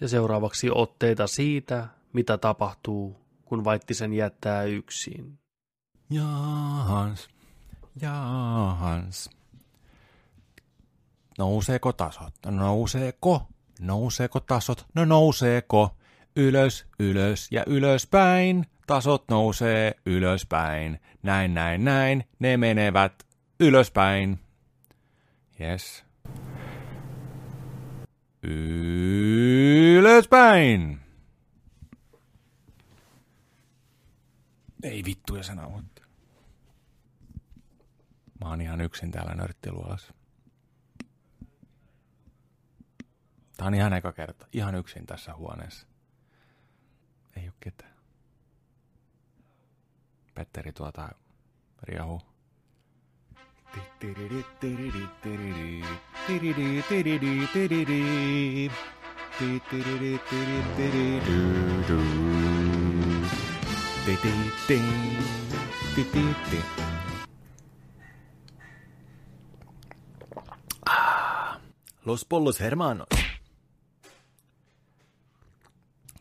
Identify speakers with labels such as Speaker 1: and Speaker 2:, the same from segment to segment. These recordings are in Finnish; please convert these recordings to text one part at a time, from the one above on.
Speaker 1: ja seuraavaksi otteita siitä, mitä tapahtuu, kun Vaittisen jättää yksin.
Speaker 2: Ja Hans, ja Hans. Nouseeko tasot? Nouseeko? Nouseeko tasot? No nouseeko? Ylös, ylös ja ylöspäin. Tasot nousee ylöspäin. Näin, näin, näin. Ne menevät ylöspäin. Yes. Ylöspäin! Ei vittu ja se nauhoitti. Mä oon ihan yksin täällä nörttiluolassa. Tää on ihan eka kerta. Ihan yksin tässä huoneessa. Ei oo ketään. Petteri tuota riahuu.
Speaker 3: Ah, Los pollos hermanos.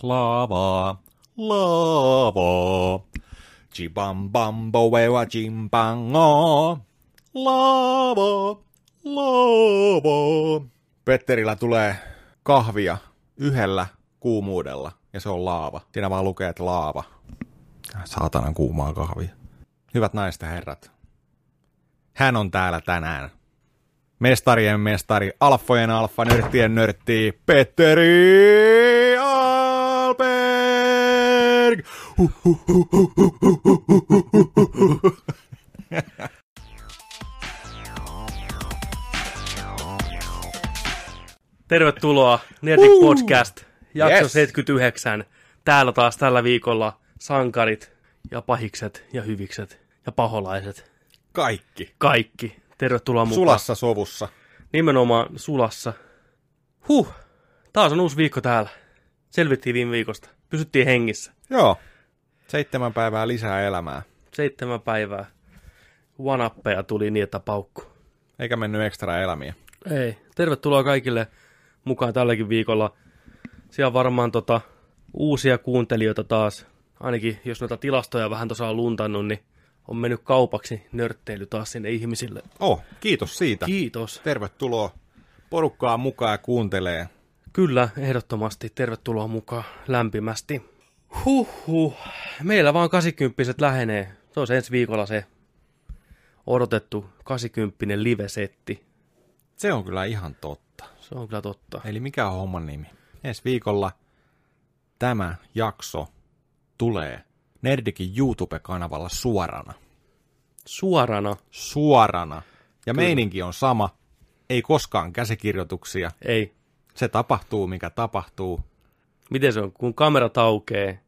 Speaker 2: Laavaa.
Speaker 3: Lavo. Chibam bambo wewa chimpango. Lavo. Lavo. Petterillä tulee kahvia yhdellä kuumuudella ja se on laava. Siinä vaan lukee, että laava. Saatanan kuumaa kahvia. Hyvät naiset ja herrat. Hän on täällä tänään. Mestarien mestari, alfojen alfa, nörttien nörtti, Petteri Alberg!
Speaker 1: Tervetuloa Nerdik
Speaker 3: Uu!
Speaker 1: Podcast, jakso
Speaker 3: Yes.
Speaker 1: 79. Täällä taas tällä viikolla sankarit ja pahikset ja hyvikset ja paholaiset.
Speaker 3: Kaikki.
Speaker 1: Kaikki. Tervetuloa mukaan.
Speaker 3: Sulassa sovussa.
Speaker 1: Nimenomaan sulassa. Huh, taas on uusi viikko täällä. Selvittiin viime viikosta. Pysyttiin hengissä.
Speaker 3: Joo. Seitsemän päivää lisää elämää.
Speaker 1: Seitsemän päivää. One-appeja tuli niin, että paukku.
Speaker 3: Eikä mennyt ekstra elämiä.
Speaker 1: Ei. Tervetuloa kaikille mukaan tälläkin viikolla. Siellä on varmaan tota, uusia kuuntelijoita taas. Ainakin jos noita tilastoja vähän tuossa on luntannut, niin on mennyt kaupaksi nörtteily taas sinne ihmisille.
Speaker 3: Oh, kiitos siitä.
Speaker 1: Kiitos.
Speaker 3: Tervetuloa porukkaa mukaan ja kuuntelee.
Speaker 1: Kyllä, ehdottomasti. Tervetuloa mukaan lämpimästi. Huhhuh. Meillä vaan 80 lähenee. Se on se ensi viikolla se odotettu 80 live-setti.
Speaker 3: Se on kyllä ihan totta.
Speaker 1: Se on kyllä totta.
Speaker 3: Eli mikä on homman nimi? Ensi viikolla tämä jakso tulee Nerdikin YouTube-kanavalla suorana.
Speaker 1: Suorana
Speaker 3: Suorana. Ja kyllä. meininki on sama. Ei koskaan käsikirjoituksia.
Speaker 1: ei
Speaker 3: Se tapahtuu, mikä tapahtuu.
Speaker 1: Miten se on, kun kamerat aukee,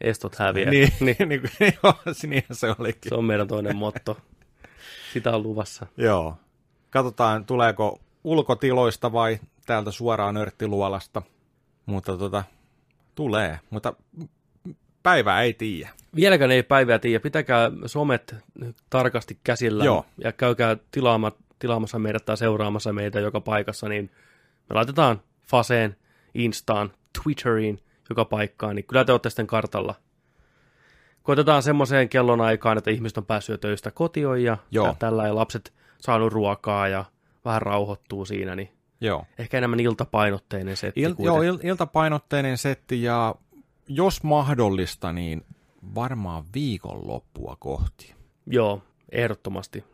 Speaker 1: estot häviää. Niin.
Speaker 3: Niin, niin, niin, niin, niin se olikin.
Speaker 1: Se on meidän toinen motto. Sitä on luvassa.
Speaker 3: Joo. Katsotaan, tuleeko ulkotiloista vai täältä suoraan nörttiluolasta. Mutta tota, tulee. Mutta päivää ei tiedä.
Speaker 1: Vieläkään ei päivää tiedä. Pitäkää somet tarkasti käsillä
Speaker 3: Joo.
Speaker 1: ja käykää tilaama, tilaamassa meidät tai seuraamassa meitä joka paikassa. Niin me laitetaan Faseen, Instaan, Twitteriin joka paikkaan, niin kyllä te olette sitten kartalla. Koitetaan semmoiseen kellonaikaan, että ihmiset on päässyt jo töistä kotiin ja
Speaker 3: Joo.
Speaker 1: ja tällä ja lapset saanut ruokaa ja vähän rauhoittuu siinä, niin
Speaker 3: Joo.
Speaker 1: ehkä enemmän iltapainotteinen setti.
Speaker 3: Il, joo, il, iltapainotteinen setti ja jos mahdollista, niin varmaan viikonloppua kohti.
Speaker 1: joo, ehdottomasti.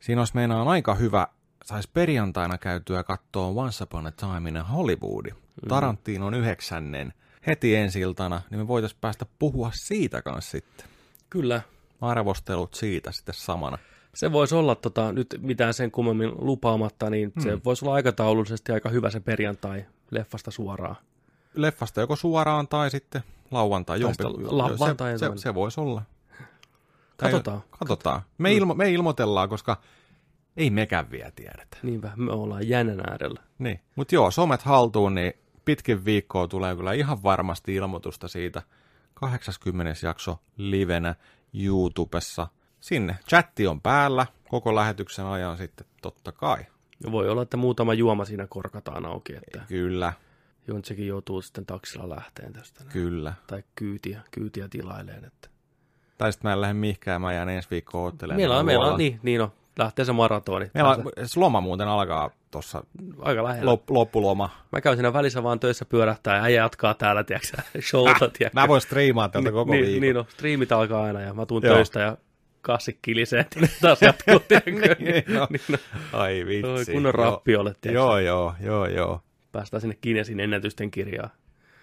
Speaker 3: Siinä olisi meinaan aika hyvä, saisi perjantaina käytyä katsoa Once Upon a Time in Hollywood. Tarantinon yhdeksännen heti ensi iltana, niin me voitaisiin päästä puhua siitä kanssa sitten.
Speaker 1: Kyllä,
Speaker 3: Arvostelut siitä sitten samana.
Speaker 1: se voisi olla tota, nyt mitään sen kummemmin lupaamatta, niin hmm. se voisi olla aikataulullisesti aika hyvä se perjantai leffasta suoraan.
Speaker 3: Leffasta joko suoraan tai sitten lauantai.
Speaker 1: Tai sitten
Speaker 3: jompi-
Speaker 1: lauantai
Speaker 3: se,
Speaker 1: jotain.
Speaker 3: se, se voisi olla. Tai-
Speaker 1: Katsotaan. Mm.
Speaker 3: Katsotaan. Me, ilmo, me ilmoitellaan, koska ei mekään vielä tiedetä.
Speaker 1: Niinpä, me ollaan jännän äärellä.
Speaker 3: Niin. Mutta joo, somet haltuun, niin pitkin viikkoa tulee kyllä ihan varmasti ilmoitusta siitä. 80. jakso livenä YouTubessa. Sinne. Chatti on päällä koko lähetyksen ajan sitten, totta kai.
Speaker 1: Ja voi olla, että muutama juoma siinä korkataan auki. Että.
Speaker 3: Kyllä.
Speaker 1: Jontsekin joutuu sitten taksilla lähteen tästä. näin.
Speaker 3: Kyllä.
Speaker 1: Tai kyytiä, kyytiä tilaileen. Että.
Speaker 3: Tai sitten mä en lähde mihinkään, mä jään ensi viikkoon oottelemaan.
Speaker 1: Meillä on,
Speaker 3: Mä
Speaker 1: meillä on,
Speaker 3: luolan.
Speaker 1: niin, niin on. Lähtee se maratoni.
Speaker 3: Meillä on, se loma muuten alkaa tuossa
Speaker 1: aika lähellä.
Speaker 3: lop, loppuloma.
Speaker 1: Mä käyn siinä välissä vaan töissä pyörähtää ja äijä jatkaa täällä, tiedätkö sä, showta, tiedätkö.
Speaker 3: Mä voin striimaa tältä
Speaker 1: Niin-
Speaker 3: koko
Speaker 1: niin,
Speaker 3: viikon.
Speaker 1: Niin on, striimit alkaa aina ja mä tuun
Speaker 3: Joo.
Speaker 1: töistä ja kassi kilisee, että taas jatkuu, tiedätkö.
Speaker 3: Niin on.
Speaker 1: niin,
Speaker 3: Ai vitsi.
Speaker 1: Oi, kunnon
Speaker 3: Joo.
Speaker 1: rappiolle, tiedätkö
Speaker 3: Joo, joo, joo, joo.
Speaker 1: Päästään sinne Guinnessin ennätysten kirjaan.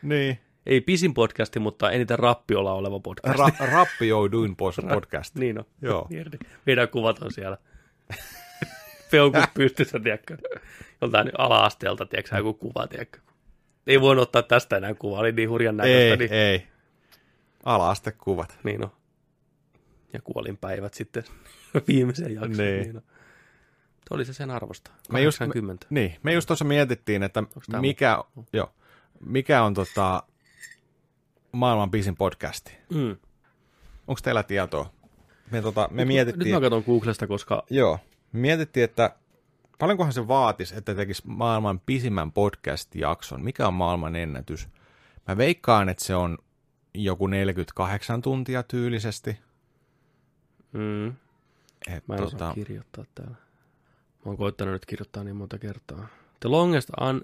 Speaker 3: Niin.
Speaker 1: Ei pisin podcasti, mutta eniten rappiolla oleva podcast.
Speaker 3: Ra- rappi jouduin pois podcast.
Speaker 1: niin on.
Speaker 3: Joo.
Speaker 1: Mierdi. Meidän kuvat on siellä. Peukut pystyssä, tiedätkö. Joltain ala-asteelta, tiedätkö sä, joku kuva, tiedätkö. Ei voinut ottaa tästä enää kuvaa, oli niin hurjan näköistä.
Speaker 3: Ei,
Speaker 1: niin...
Speaker 3: ei. Ala-astekuvat.
Speaker 1: Niin on. Ja kuolinpäivät sitten viimeisen jakson.
Speaker 3: Niin.
Speaker 1: Niin. on. Se oli se sen arvosta.
Speaker 3: Mä just-
Speaker 1: 80.
Speaker 3: Niin, me just tuossa mietittiin, että
Speaker 1: tää
Speaker 3: mikä, jo, mikä on tota, maailman pisin podcasti.
Speaker 1: Mm.
Speaker 3: Onko teillä tietoa? Me, tota, me
Speaker 1: Nyt
Speaker 3: mietittiin,
Speaker 1: mä katson Googlesta, koska
Speaker 3: joo, me mietittiin, että paljonkohan se vaatisi, että tekisi maailman pisimmän podcast-jakson. Mikä on maailman ennätys? Mä veikkaan, että se on joku 48 tuntia tyylisesti.
Speaker 1: mm,
Speaker 3: Et,
Speaker 1: mä en tota... osaa
Speaker 3: tota,
Speaker 1: kirjoittaa täällä. Mä oon koittanut nyt kirjoittaa niin monta kertaa. The longest un,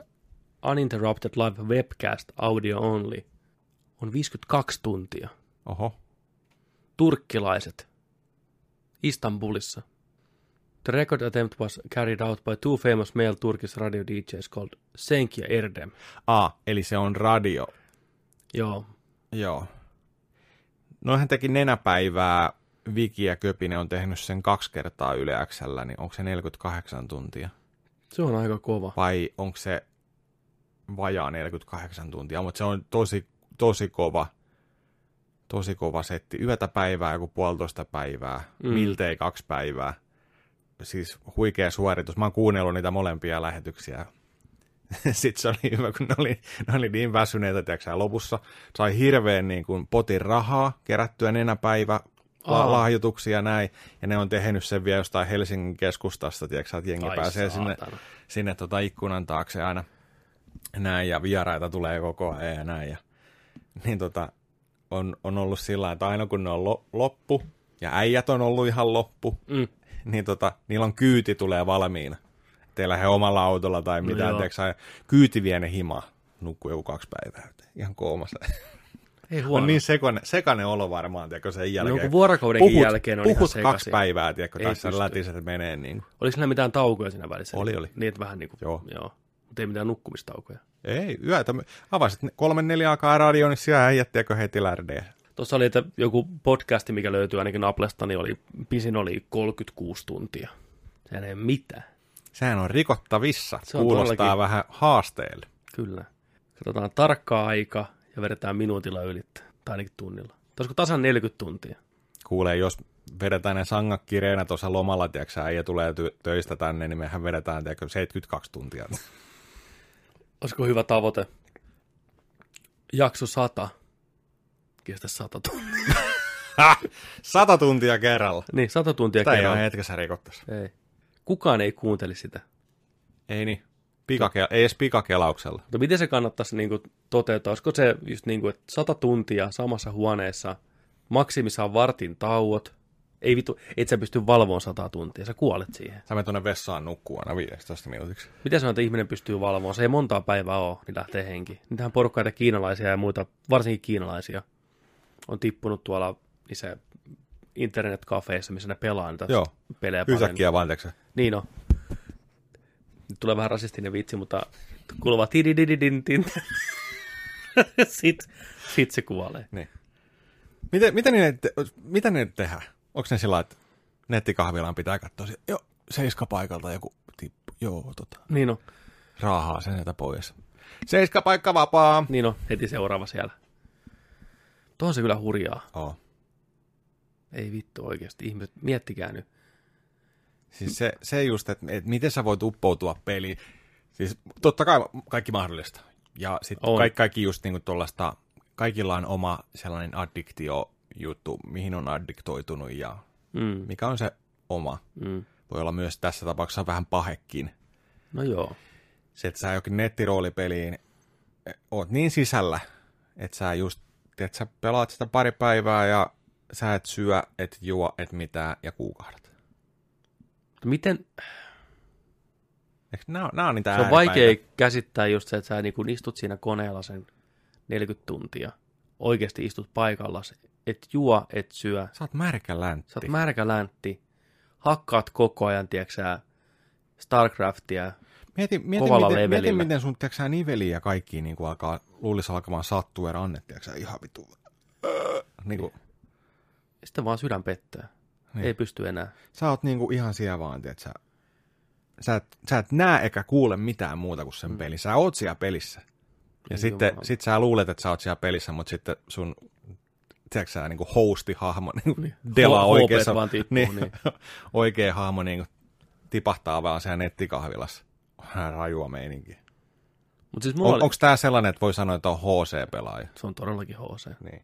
Speaker 1: uninterrupted live webcast audio only on 52 tuntia.
Speaker 3: oho,
Speaker 1: turkkilaiset Istanbulissa. The record attempt was carried out by two famous male Turkish radio DJs called Senki ja Erdem.
Speaker 3: ah, eli se on radio.
Speaker 1: Joo,
Speaker 3: Joo. Noihän teki nenäpäivää. Viki ja Köpinen on tehnyt sen kaksi kertaa Yle Xllä, niin onko se 48 tuntia?
Speaker 1: se on aika kova.
Speaker 3: Vai onko se vajaa 48 tuntia? Mutta se on tosi, tosi kova, tosi kova setti. Yötä päivää, joku puolitoista päivää, mm.
Speaker 1: Mm.
Speaker 3: miltei kaksi päivää. Siis huikea suoritus. Mä oon kuunnellut niitä molempia lähetyksiä. Sitten se oli hyvä, kun ne oli, ne oli niin väsyneitä, tiedätkö, sä, lopussa sai hirveän niin kuin potin rahaa kerättyä nenäpäivä la-
Speaker 1: Aa.
Speaker 3: lahjoituksia ja näin, ja ne on tehnyt sen vielä jostain Helsingin keskustasta, tiedätkö, sä, että jengi
Speaker 1: Ai
Speaker 3: pääsee
Speaker 1: saatana.
Speaker 3: sinne, sinne tota ikkunan taakse aina näin, ja vieraita tulee koko ajan ja näin. Ja, niin tota, on, on ollut sillä lailla, että aina kun ne on lo, loppu, ja äijät on ollut ihan loppu,
Speaker 1: Mm.
Speaker 3: niin tota, niillä on kyyti tulee valmiina. Teillä he omalla autolla tai mitään,
Speaker 1: joo.
Speaker 3: no kyyti vie ne himaa. Nukkuu joku kaksi päivää. Ihan koomassa.
Speaker 1: Ei
Speaker 3: On
Speaker 1: huono.
Speaker 3: niin sekainen, sekainen olo varmaan, tiedätkö, sen
Speaker 1: no,
Speaker 3: jälkeen.
Speaker 1: kun vuorokaudenkin
Speaker 3: puhut,
Speaker 1: jälkeen on ihan
Speaker 3: puhut
Speaker 1: sekaisin.
Speaker 3: kaksi päivää, tiedätkö,
Speaker 1: Ei
Speaker 3: tässä
Speaker 1: pysty.
Speaker 3: lätiset menee niin kuin.
Speaker 1: Oliko sillä mitään taukoja siinä välissä?
Speaker 3: Oli, oli.
Speaker 1: Niin, että vähän niin kuin,
Speaker 3: Joo.
Speaker 1: joo. joo. Mutta ei mitään nukkumistaukoja.
Speaker 3: Ei, yötä. Avasit ne- kolmen neljä aikaa radioon, niin siellä äijät, tiedätkö, heti lärdejä.
Speaker 1: Tuossa oli, että joku podcasti, mikä löytyy ainakin Applesta, niin oli, pisin oli 36 tuntia. Sehän ei ole mitään.
Speaker 3: Sehän on rikottavissa.
Speaker 1: Se on
Speaker 3: Kuulostaa
Speaker 1: todellakin.
Speaker 3: vähän haasteelle.
Speaker 1: Kyllä. Katsotaan tarkkaa aika ja vedetään minuutilla ylittää, tai ainakin tunnilla. Olisiko tasan 40 tuntia?
Speaker 3: Kuulee, jos vedetään ne sangat kireenä tuossa lomalla, tiedätkö, sä, äijä tulee ty- töistä tänne, niin mehän vedetään, tiedätkö, 72 tuntia.
Speaker 1: Olisiko hyvä tavoite? Jakso 100. Kestä 100 tuntia.
Speaker 3: Sata tuntia kerralla.
Speaker 1: Niin, 100 tuntia
Speaker 3: Tämä ei ihan
Speaker 1: kerralla.
Speaker 3: hetkessä rikottaisi.
Speaker 1: Ei. Kukaan ei kuunteli sitä.
Speaker 3: Ei niin. Pikake- ei edes pikakelauksella.
Speaker 1: Mutta miten se kannattaisi niin kuin, toteuttaa? Olisiko se just niin kuin, että 100 tuntia samassa huoneessa, maksimissaan vartin tauot, ei vitu, et sä pysty valvoon 100 tuntia, sä kuolet siihen.
Speaker 3: Sä menet tuonne vessaan nukkuu aina 15 minuutiksi.
Speaker 1: Miten sanoit, että ihminen pystyy valvomaan? Se ei montaa päivää ole, niin lähtee henki. Niitähän porukkaita kiinalaisia ja muita, varsinkin kiinalaisia, on tippunut tuolla niissä internetkafeissa, missä ne pelaa niitä
Speaker 3: Joo.
Speaker 1: pelejä paljon.
Speaker 3: Yhtäkkiä vaan, tiedätkö?
Speaker 1: Niin on. Nyt tulee vähän rasistinen vitsi, mutta kuuluva tididididintin. Sitten sit se kuolee.
Speaker 3: Niin. Miten, mitä, ne, te, mitä ne tehdään? Onko ne sillä lailla, että nettikahvilaan pitää katsoa, se- joo, seiska paikalta joku tippu, joo, tota,
Speaker 1: Niin on,
Speaker 3: raahaa sen sieltä pois. Seiska paikka vapaa.
Speaker 1: niin on. heti seuraava siellä. Tuo on se kyllä hurjaa.
Speaker 3: Oh.
Speaker 1: Ei vittu oikeasti, ihmiset, miettikää nyt.
Speaker 3: Siis se, se just, että et miten sä voit uppoutua peliin. Siis totta kai kaikki mahdollista. Ja sitten
Speaker 1: On.
Speaker 3: kaikki, kaikki just niinku tuollaista, kaikilla on oma sellainen addiktio juttu, mihin on addiktoitunut ja
Speaker 1: Mm,
Speaker 3: mikä on se oma.
Speaker 1: mm.
Speaker 3: Voi olla myös tässä tapauksessa vähän pahekin.
Speaker 1: No joo.
Speaker 3: se, että sä johonkin nettiroolipeliin oot niin sisällä, että sä just, että sä pelaat sitä pari päivää ja sä et syö, et juo, et mitään ja kuukahdat.
Speaker 1: Mutta Miten,
Speaker 3: Eikö nää, nää on niitä
Speaker 1: se on
Speaker 3: ääripäitä?
Speaker 1: vaikea käsittää just se, että sä niin istut siinä koneella sen 40 tuntia, oikeasti istut paikallas, et juo, et syö,
Speaker 3: Sä oot märkä läntti.
Speaker 1: Sä oot märkä läntti, hakkaat koko ajan, tieksää, Starcraftia.
Speaker 3: Mieti, mieti,
Speaker 1: kovalla
Speaker 3: miten, mieti,
Speaker 1: levelillä.
Speaker 3: miten sun tiiäksä, niveli ja kaikki niin kuin alkaa, luulisi alkamaan sattua ja ranne, tiiäksä, ihan vitu. Öö, niin kuin,
Speaker 1: ja Sitten vaan sydän pettää.
Speaker 3: Niin.
Speaker 1: Niin. Ei pysty enää.
Speaker 3: sä oot niin kuin ihan siellä vaan, tiiäksä, sä et, sä et näe eikä kuule mitään muuta kuin
Speaker 1: Mm.
Speaker 3: sen pelin. Sä oot siellä pelissä. Ja
Speaker 1: Ei
Speaker 3: sitten
Speaker 1: jumala.
Speaker 3: sit sä luulet, että sä oot siellä pelissä, mutta sitten sun tiedätkö sä, niin kuin hosti-hahmo, niin kuin Dela
Speaker 1: H-
Speaker 3: oikeassa,
Speaker 1: HP vaan tippuu,
Speaker 3: niin,
Speaker 1: niin.
Speaker 3: oikea hahmo niin kuin tipahtaa vaan siellä nettikahvilassa. Vähän rajua meininki.
Speaker 1: Mutta siis mulla
Speaker 3: On,
Speaker 1: oli,
Speaker 3: Onko tämä sellainen, että voi sanoa, että on HC-pelaaja?
Speaker 1: se on todellakin HC.
Speaker 3: Niin.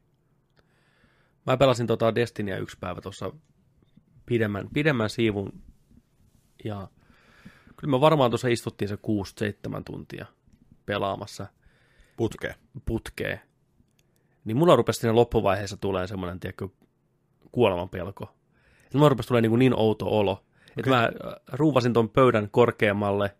Speaker 1: Mä pelasin tota Destinyä yksi päivä tuossa pidemmän, pidemmän siivun. Ja kyllä me varmaan tuossa istuttiin se 6-7 tuntia pelaamassa
Speaker 3: Putke.
Speaker 1: putkeen. Niin mulla rupesi siinä loppuvaiheessa tulee semmoinen, tiedätkö, kuoleman pelko. Et mulla rupesi tulee niin, kuin niin outo olo. Että mä äh, ruuvasin ton pöydän korkeammalle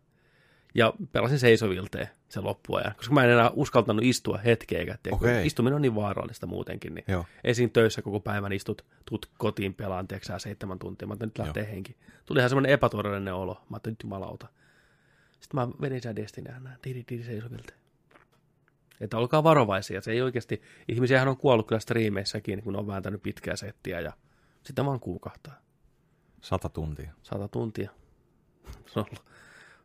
Speaker 1: ja pelasin seisovilteen sen loppuajan. Koska mä en enää uskaltanut istua hetkeäkään. tiedätkö.
Speaker 3: Okei.
Speaker 1: Istuminen on niin vaarallista muutenkin. Niin
Speaker 3: Joo.
Speaker 1: esiin töissä koko päivän istut, tuut kotiin pelaan, tiedätkö sä, seitsemän tuntia, mä ajattelin, nyt lähtee henki. Tuli ihan semmoinen epätodellinen olo, mä ajattelin, nyt jumalauta. Sitten mä vedin sen Destinyä, näin, tiri, tiri, seisovilta. Että olkaa varovaisia, se ei oikeasti, ihmisiähän on kuollut kyllä striimeissäkin, kun on vääntänyt pitkää settiä ja sitten vaan kuukahtaa,
Speaker 3: Sata tuntia.
Speaker 1: sata tuntia. Se on ollut.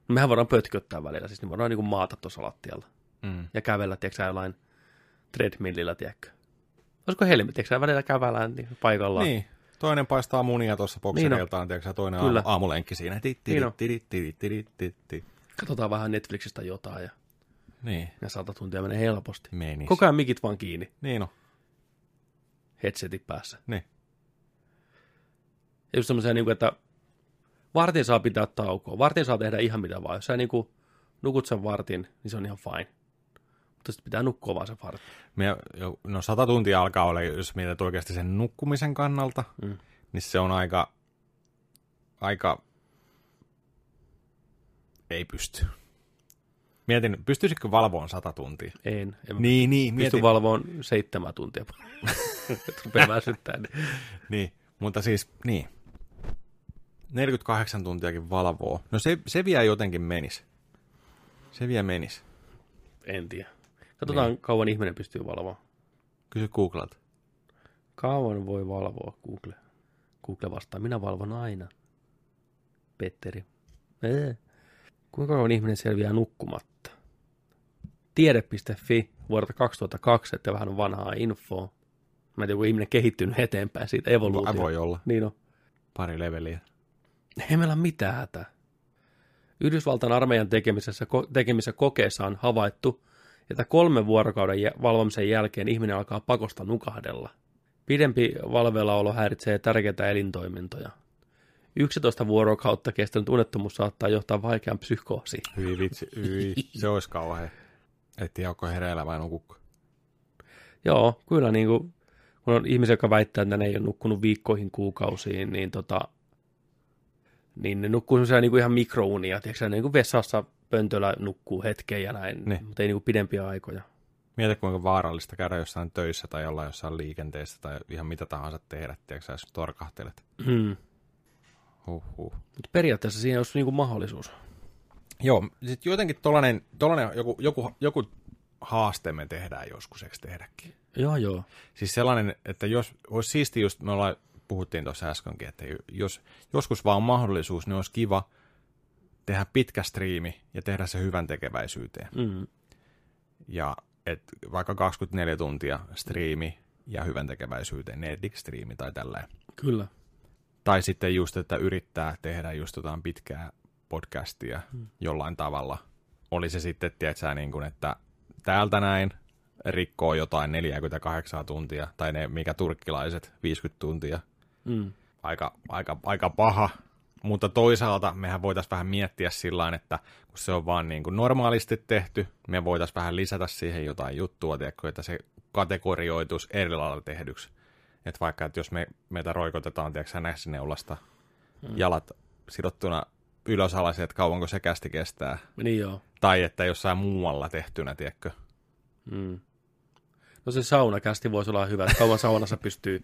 Speaker 1: Mehän voidaan pötköttää välillä, siis niin voidaan niin maata tuossa lattialla
Speaker 3: Mm.
Speaker 1: ja kävellä, tiedätkö sä, jollain treadmillillä, tiedätkö. Olisiko helmi, tiedätkö sä, välillä kävellään niin paikallaan.
Speaker 3: Niin. Toinen paistaa munia tuossa bokseriltaan, niin tiedätkö sä, toinen aamu,
Speaker 1: Kyllä.
Speaker 3: aamulenkki siinä. Tit, tit,
Speaker 1: Niin on.
Speaker 3: tit, tit, tit, tit, tit.
Speaker 1: katsotaan vähän Netflixistä jotain ja
Speaker 3: Niin.
Speaker 1: ne sata tuntia menee helposti.
Speaker 3: Menis.
Speaker 1: Koko ajan mikit vaan kiinni,
Speaker 3: Niin on.
Speaker 1: headsetit päässä.
Speaker 3: Niin.
Speaker 1: Ja just semmoisia, niin että vartin saa pitää taukoa, vartin saa tehdä ihan mitä vaan. Jos sä niin kuin nukut sen vartin, niin se on ihan fine. Mutta sitten pitää nukkua vaan se vartin.
Speaker 3: Me, jo, no sata tuntia alkaa olla, jos mietit oikeasti sen nukkumisen kannalta, mm.
Speaker 1: Mm.
Speaker 3: niin se on aika, aika, ei pysty. Mietin, pystyisitkö valvoon sata tuntia?
Speaker 1: En, en mä
Speaker 3: Niin, niin,
Speaker 1: pysty
Speaker 3: mietin. Va-
Speaker 1: valvoon seitsemän tuntia. Et Rupeaa väsyttää. Niin.
Speaker 3: niin, mutta siis, niin. 48 tuntiakin valvoo. No se, se vielä jotenkin menis. Se vielä menis.
Speaker 1: En tiedä. Katsotaan, niin. kauan ihminen pystyy valvomaan.
Speaker 3: Kysy Googlalta.
Speaker 1: Kauan voi valvoa, Google. Google vastaa, minä valvon aina. Petteri. Ee. Kuinka kauan ihminen selviää nukkumatta? Tiede.fi vuodelta 2002, että vähän on vanhaa infoa. Mä en tiedä, onko ihminen kehittynyt eteenpäin siitä evoluutio.
Speaker 3: Voi, voi olla.
Speaker 1: Niin on.
Speaker 3: Pari leveliä.
Speaker 1: Ei meillä ole mitään hätää. Yhdysvaltain armeijan tekemisessä, ko- tekemissä kokeissa on havaittu, että kolmen vuorokauden jä- valvomisen jälkeen ihminen alkaa pakosta nukahdella. Pidempi valveillaolo häiritsee tärkeitä elintoimintoja. 11 vuorokautta kestänyt unettomuus saattaa johtaa vaikean psykoosiin.
Speaker 3: Hyi vitsi, hyi. Se olisi kauhea. Et tiedä, onko hereillä vai nukukko.
Speaker 1: Joo, kyllä niin kuin, kun on ihmisiä, jotka väittää, että ne ei ole nukkunut viikkoihin, kuukausiin, niin, tota, niin ne nukkuu semmoisia niin kuin ihan mikrounia, tiedätkö, sä, niin kuin vessassa pöntöllä nukkuu hetken ja näin,
Speaker 3: Niin.
Speaker 1: niin. mutta ei niin kuin pidempiä aikoja.
Speaker 3: Mieti, kuinka vaarallista käydä jossain töissä tai olla jossain liikenteessä tai ihan mitä tahansa tehdä, tiedätkö sä, jos torkahtelet.
Speaker 1: Mm.
Speaker 3: Huhhuh.
Speaker 1: Mutta periaatteessa siinä olisi niin kuin mahdollisuus.
Speaker 3: Joo, sit jotenkin tollanen, tollanen joku, joku, joku haaste me tehdään joskus, eikö tehdäkin?
Speaker 1: Joo, joo.
Speaker 3: Siis sellainen, että jos olisi siisti just, me ollaan, puhuttiin tuossa äskenkin, että jos joskus vaan on mahdollisuus, niin olisi kiva tehdä pitkä striimi ja tehdä se hyvän tekeväisyyteen.
Speaker 1: Mm.
Speaker 3: Ja et vaikka 24 tuntia striimi ja hyvän tekeväisyyteen, Netflix-striimi tai tälleen.
Speaker 1: Kyllä.
Speaker 3: Tai sitten just, että yrittää tehdä just jotain pitkää podcastia hmm. jollain tavalla. Oli se sitten, tiedätkö, niin kuin, että täältä näin rikkoo jotain 48 tuntia, tai ne mikä turkkilaiset 50 tuntia.
Speaker 1: Mm.
Speaker 3: Aika, aika, aika paha. Mutta toisaalta mehän voitaisiin vähän miettiä sillä että kun se on vaan niin kuin normaalisti tehty, me voitaisiin vähän lisätä siihen jotain juttua, tiedätkö, että se kategorioitus eri lailla tehdyksi. Että vaikka, että jos me, meitä roikotetaan, tiedätkö, nässineulasta hmm. jalat sidottuna ylös alas, että kauanko se kästi kestää.
Speaker 1: Niin joo.
Speaker 3: Tai että jossain muualla tehtynä, tiedätkö.
Speaker 1: Mm. No se saunakästi voisi olla hyvä, että kauan saunassa pystyy.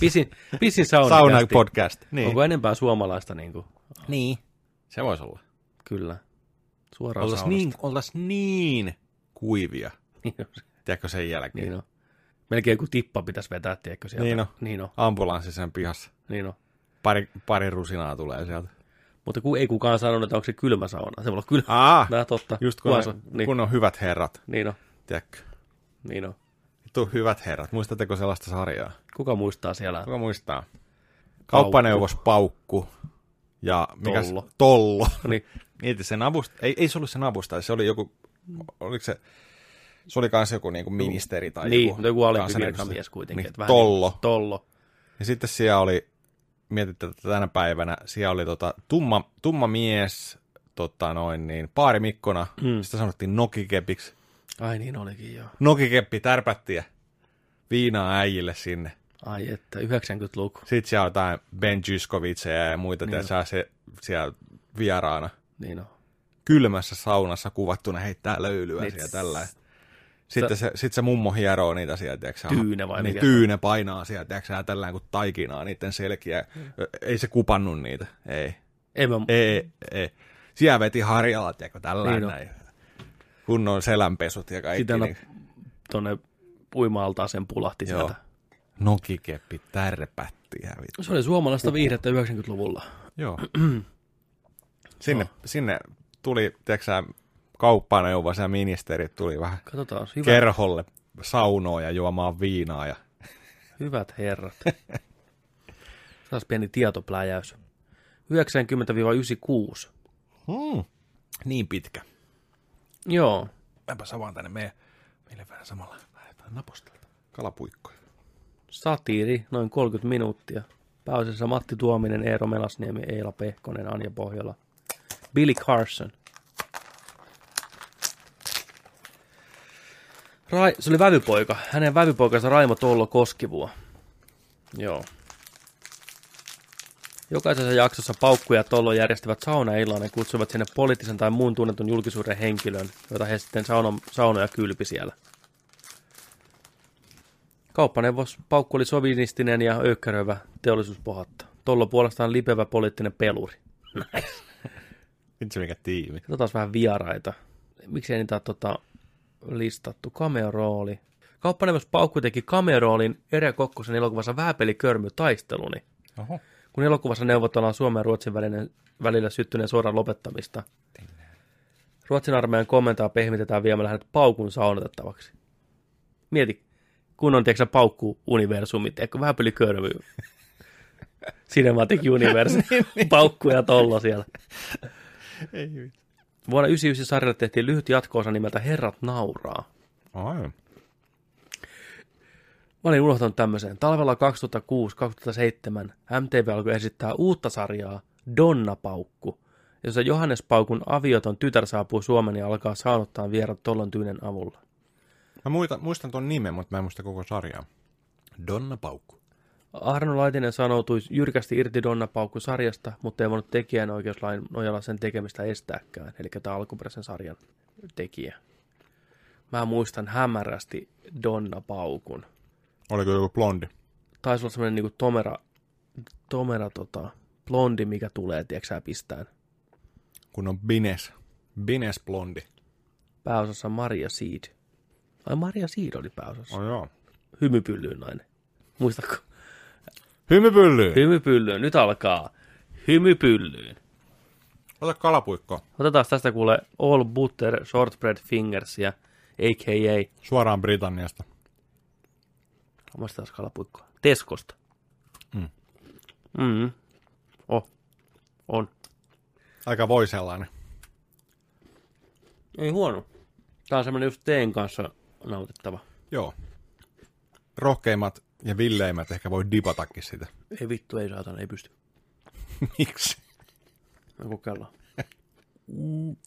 Speaker 1: Pisin, pisin saunakästi.
Speaker 3: podcast. Niin.
Speaker 1: Onko enempää suomalaista? Niin kuin?
Speaker 3: niin. Se voisi olla.
Speaker 1: Kyllä. Suoraan
Speaker 3: Oltaisiin
Speaker 1: saunasta.
Speaker 3: niin, oltais niin kuivia,
Speaker 1: Niin on.
Speaker 3: tiedätkö, sen jälkeen.
Speaker 1: Niin on. Melkein joku tippa pitäisi vetää, tiedätkö sieltä.
Speaker 3: Niin on.
Speaker 1: Niin on.
Speaker 3: Ambulanssi sen pihassa.
Speaker 1: Niin on.
Speaker 3: Pari, pari rusinaa tulee sieltä.
Speaker 1: Mutta kun ei kukaan sanonut, että onko se kylmä sauna. Se voi olla kylmä.
Speaker 3: Aa,
Speaker 1: Tää totta.
Speaker 3: No, just kun,
Speaker 1: Kuvaansa.
Speaker 3: ne,
Speaker 1: niin,
Speaker 3: kun on hyvät herrat,
Speaker 1: niin on.
Speaker 3: tiedätkö.
Speaker 1: Niin on.
Speaker 3: Vittu hyvät herrat, muistatteko sellaista sarjaa?
Speaker 1: Kuka muistaa siellä?
Speaker 3: Kuka muistaa? Kauppaneuvos Paukku ja mikäs,
Speaker 1: Tollo.
Speaker 3: tollo.
Speaker 1: Niin,
Speaker 3: Niitä sen avust... ei, ei se ollut sen avustaja, se oli joku, oliko se, se oli kanssa joku niinku ministeri tai
Speaker 1: niin
Speaker 3: joku.
Speaker 1: mutta joku alempi
Speaker 3: kansanedustaja.
Speaker 1: virkamies kuitenkin.
Speaker 3: Niin,
Speaker 1: että vähän
Speaker 3: tollo.
Speaker 1: Niin, tollo.
Speaker 3: Ja sitten siellä oli, mietit tätä tänä päivänä, siellä oli tota, tumma, tumma mies, tota noin niin, paarimikkona, mm. sitä sanottiin nokikepiksi.
Speaker 1: Ai niin olikin joo.
Speaker 3: Nokikeppi tärpättiä viinaa äijille sinne.
Speaker 1: Ai että, 90-luku.
Speaker 3: Sitten siellä on jotain Ben Zyskovitseja ja muita, niin. saa se siellä vieraana
Speaker 1: Niin on.
Speaker 3: kylmässä saunassa kuvattuna heittää löylyä
Speaker 1: Niin.
Speaker 3: niin. siellä tällä. Sitten se, sit se mummo hieroo niitä siellä, tiedätkö,
Speaker 1: Tyyne vai
Speaker 3: niin,
Speaker 1: mikä?
Speaker 3: Tyyne painaa siellä, tiedätkö, tällä kuin taikinaa niiden selkiä.
Speaker 1: Mm.
Speaker 3: Ei se kupannut niitä, ei.
Speaker 1: Ei mä,
Speaker 3: Ei, ei. Siellä veti harjalla, tiedätkö, tällä
Speaker 1: Niin
Speaker 3: niin
Speaker 1: on.
Speaker 3: näin. Kunnon selänpesut ja kaikki.
Speaker 1: sitä
Speaker 3: Niin,
Speaker 1: tuonne uimaaltaan sen pulahti
Speaker 3: Joo.
Speaker 1: sieltä.
Speaker 3: nokikeppi tärpätti ja vittu.
Speaker 1: Se oli suomalaista viihdettä 90-luvulla.
Speaker 3: Joo. sinne, no. sinne tuli, tiedätkö sä, kauppaneuvos ja ministerit tuli vähän
Speaker 1: Katsotaan, hyvä, Ker-
Speaker 3: kerholle saunoa ja juomaan viinaa. Ja...
Speaker 1: hyvät herrat. Taas pieni tietopläjäys. 90-96.
Speaker 3: Hmm. Niin pitkä.
Speaker 1: Joo,
Speaker 3: Mäpä savaan tänne meidän, meille vähän samalla vähän jotain napostelta. Kalapuikkoja.
Speaker 1: satiiri, noin 30 minuuttia. Pääosassa Matti Tuominen, Eero Melasniemi, Eila Pehkonen, Anja Pohjola. Billy Carson. Ra- se oli vävypoika. Hänen vävypoikansa Raimo Tollo Koskivua. Joo. Jokaisessa jaksossa Paukku ja Tollo järjestivät saunaillan ja kutsuivat sinne poliittisen tai muun tunnetun julkisuuden henkilön, jota he sitten sauno- saunoja kylpi siellä. Kauppaneuvos Paukku oli sovinistinen ja öykkäröivä teollisuuspohatta. Tollo puolestaan lipevä poliittinen peluri.
Speaker 3: Nyt se mikä tiimi.
Speaker 1: Katsotaan taas vähän vieraita. Miksei niitä ole tota listattu? Cameo-rooli. Kauppaneuvos Paukku teki cameo-roolin Erja Kokkosen elokuvassa Vääpelikörmy taisteluni,
Speaker 2: Oho.
Speaker 1: kun elokuvassa neuvotellaan Suomen ja Ruotsin välinen, välillä syttyneen sodan lopettamista. Ruotsin armeijan komentaa pehmitetään viemällä hänet paukun saunotettavaksi. Mieti, kun on tiedätkö paukku universumi, tiedätkö, vähän pölikörvy. Cinematic Universe, paukku ja tolla siellä. Vuonna 99 sarjalle tehtiin lyhyt jatkoosa nimeltä Herrat nauraa.
Speaker 3: Ai.
Speaker 1: Mä olin unohtanut tämmöisen. Talvella 2006-2007 MTV alkoi esittää uutta sarjaa Donna Paukku, jossa Johannes Paukun avioton tytär saapuu Suomeen ja alkaa saanottaa vierat tollon tyynen avulla.
Speaker 3: Mä muistan, muistan ton nimen, mutta mä en muista koko sarjaa. Donna Paukku.
Speaker 1: Arno Laitinen sanoutui jyrkästi irti Donna Paukku sarjasta, mutta ei voinut tekijänoikeuslain nojalla sen tekemistä estääkään, eli tämä alkuperäisen sarjan tekijä. Mä muistan hämärästi Donna Paukun.
Speaker 3: Oliko joku blondi?
Speaker 1: taisi olla semmoinen niinku tomera, tomera tota, blondi, mikä tulee, tiedätkö sä, pistään.
Speaker 3: Kun on Bines. Bines blondi.
Speaker 1: Pääosassa Maria Seed. Ai Maria Seed oli pääosassa.
Speaker 3: Oh, joo.
Speaker 1: Hymypyllyyn nainen. Muistatko?
Speaker 3: Hymypyllyyn.
Speaker 1: Hymypyllyyn. Nyt alkaa. Hymypyllyyn.
Speaker 3: Ota kalapuikko.
Speaker 1: Otetaan tästä kuule All Butter Shortbread Fingersia, a.k.a.
Speaker 3: Suoraan Britanniasta.
Speaker 1: Omasta taas kalapuikkoa. Teskosta.
Speaker 3: Mm.
Speaker 1: Mm. Oh. On.
Speaker 3: Aika voi sellainen.
Speaker 1: Ei huono. Tää on semmoinen just teen kanssa nautittava.
Speaker 3: Joo. Rohkeimmat ja villeimmät ehkä voi dipatakin sitä.
Speaker 1: Ei vittu, ei saatana, ei pysty.
Speaker 3: Miksi?
Speaker 1: Me kokeillaan.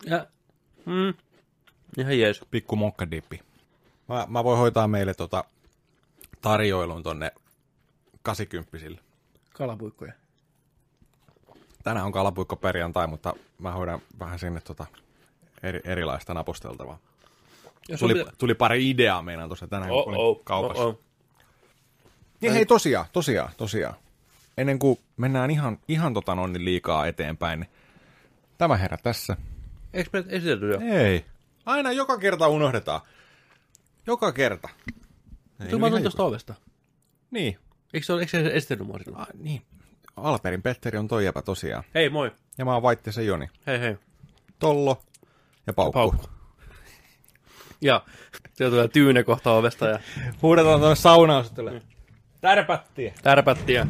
Speaker 1: Ja, mm, ihan jees.
Speaker 2: Pikku mokkadippi.
Speaker 3: Mä, mä voin hoitaa meille tota tarjoilun tonne 80
Speaker 1: Kalapuikkoja.
Speaker 3: Tänään on kalapuikko perjantai, mutta mä hoidan vähän sinne tota eri, erilaista naposteltavaa.
Speaker 1: Jos
Speaker 3: Tuli, tuli pari ideaa meinaan tuossa tänään, kun olin kaupassa.
Speaker 1: Oh, oh.
Speaker 3: Niin hei, tosiaan, tosiaan, tosiaan. Ennen kuin mennään ihan, ihan tota noin niin liikaa eteenpäin, niin tämä herra tässä.
Speaker 1: Eikö me esitelty jo?
Speaker 3: Ei. Aina joka kerta unohdetaan. Joka kerta. Ei
Speaker 1: Tuli
Speaker 3: nyt
Speaker 1: mä
Speaker 3: ihan
Speaker 1: tulin tuosta ovesta.
Speaker 3: joku- Niin.
Speaker 1: Eikö se, ole- eikö se esitellyt mua silloin?
Speaker 3: Ah, niin. Alperin Petteri on toi jäpä tosiaan.
Speaker 1: Hei, moi.
Speaker 3: Ja mä oon Vaittisen Joni.
Speaker 1: Hei, hei.
Speaker 3: Tollo ja paukku.
Speaker 1: Paukku. Ja sieltä tulee tyyne kohta ovesta ja
Speaker 3: Huudetaan tuonne saunaan sitten tulee. Tärpättiä.
Speaker 1: tärpätti ja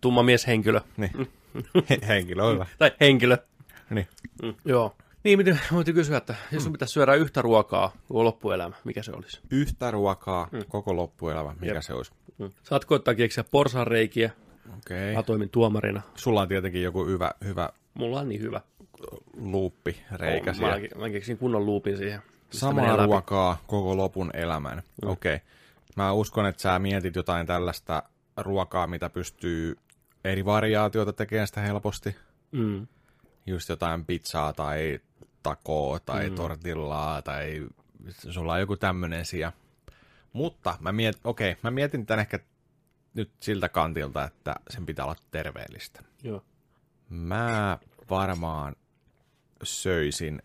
Speaker 1: tumma mieshenkilö.
Speaker 3: Niin. He- Henkilö on hyvä.
Speaker 1: Tai henkilö.
Speaker 3: Niin.
Speaker 1: Joo. Niin, miten voitiin kysyä, että jos sun pitäisi syödä yhtä ruokaa koko loppuelämä, mikä se olisi?
Speaker 3: Yhtä ruokaa koko loppuelämä, mikä
Speaker 1: Jep.
Speaker 3: se olisi.
Speaker 1: Saat koittaa keksiä porsareikiä.
Speaker 3: Okei.
Speaker 1: Mä
Speaker 3: Okay.
Speaker 1: toimin tuomarina.
Speaker 3: Sulla on tietenkin joku hyvä, hyvä
Speaker 1: Mulla on niin hyvä.
Speaker 3: luuppi, reikä
Speaker 1: mä,
Speaker 3: siellä.
Speaker 1: mä keksin kunnon luupin siihen. mistä menee
Speaker 3: Samaa
Speaker 1: läpi.
Speaker 3: ruokaa koko lopun elämän. Mm. Okei. Okay. Mä uskon, että sä mietit jotain tällaista ruokaa, mitä pystyy eri variaatioita tekemään sitä helposti.
Speaker 1: Mm.
Speaker 3: Just jotain pizzaa tai takoa tai mm. tortillaa tai sulla on joku tämmöinen siellä. Mutta mä, miet, okay, mä mietin tän ehkä nyt siltä kantilta, että sen pitää olla terveellistä.
Speaker 1: Joo.
Speaker 3: Mä varmaan söisin.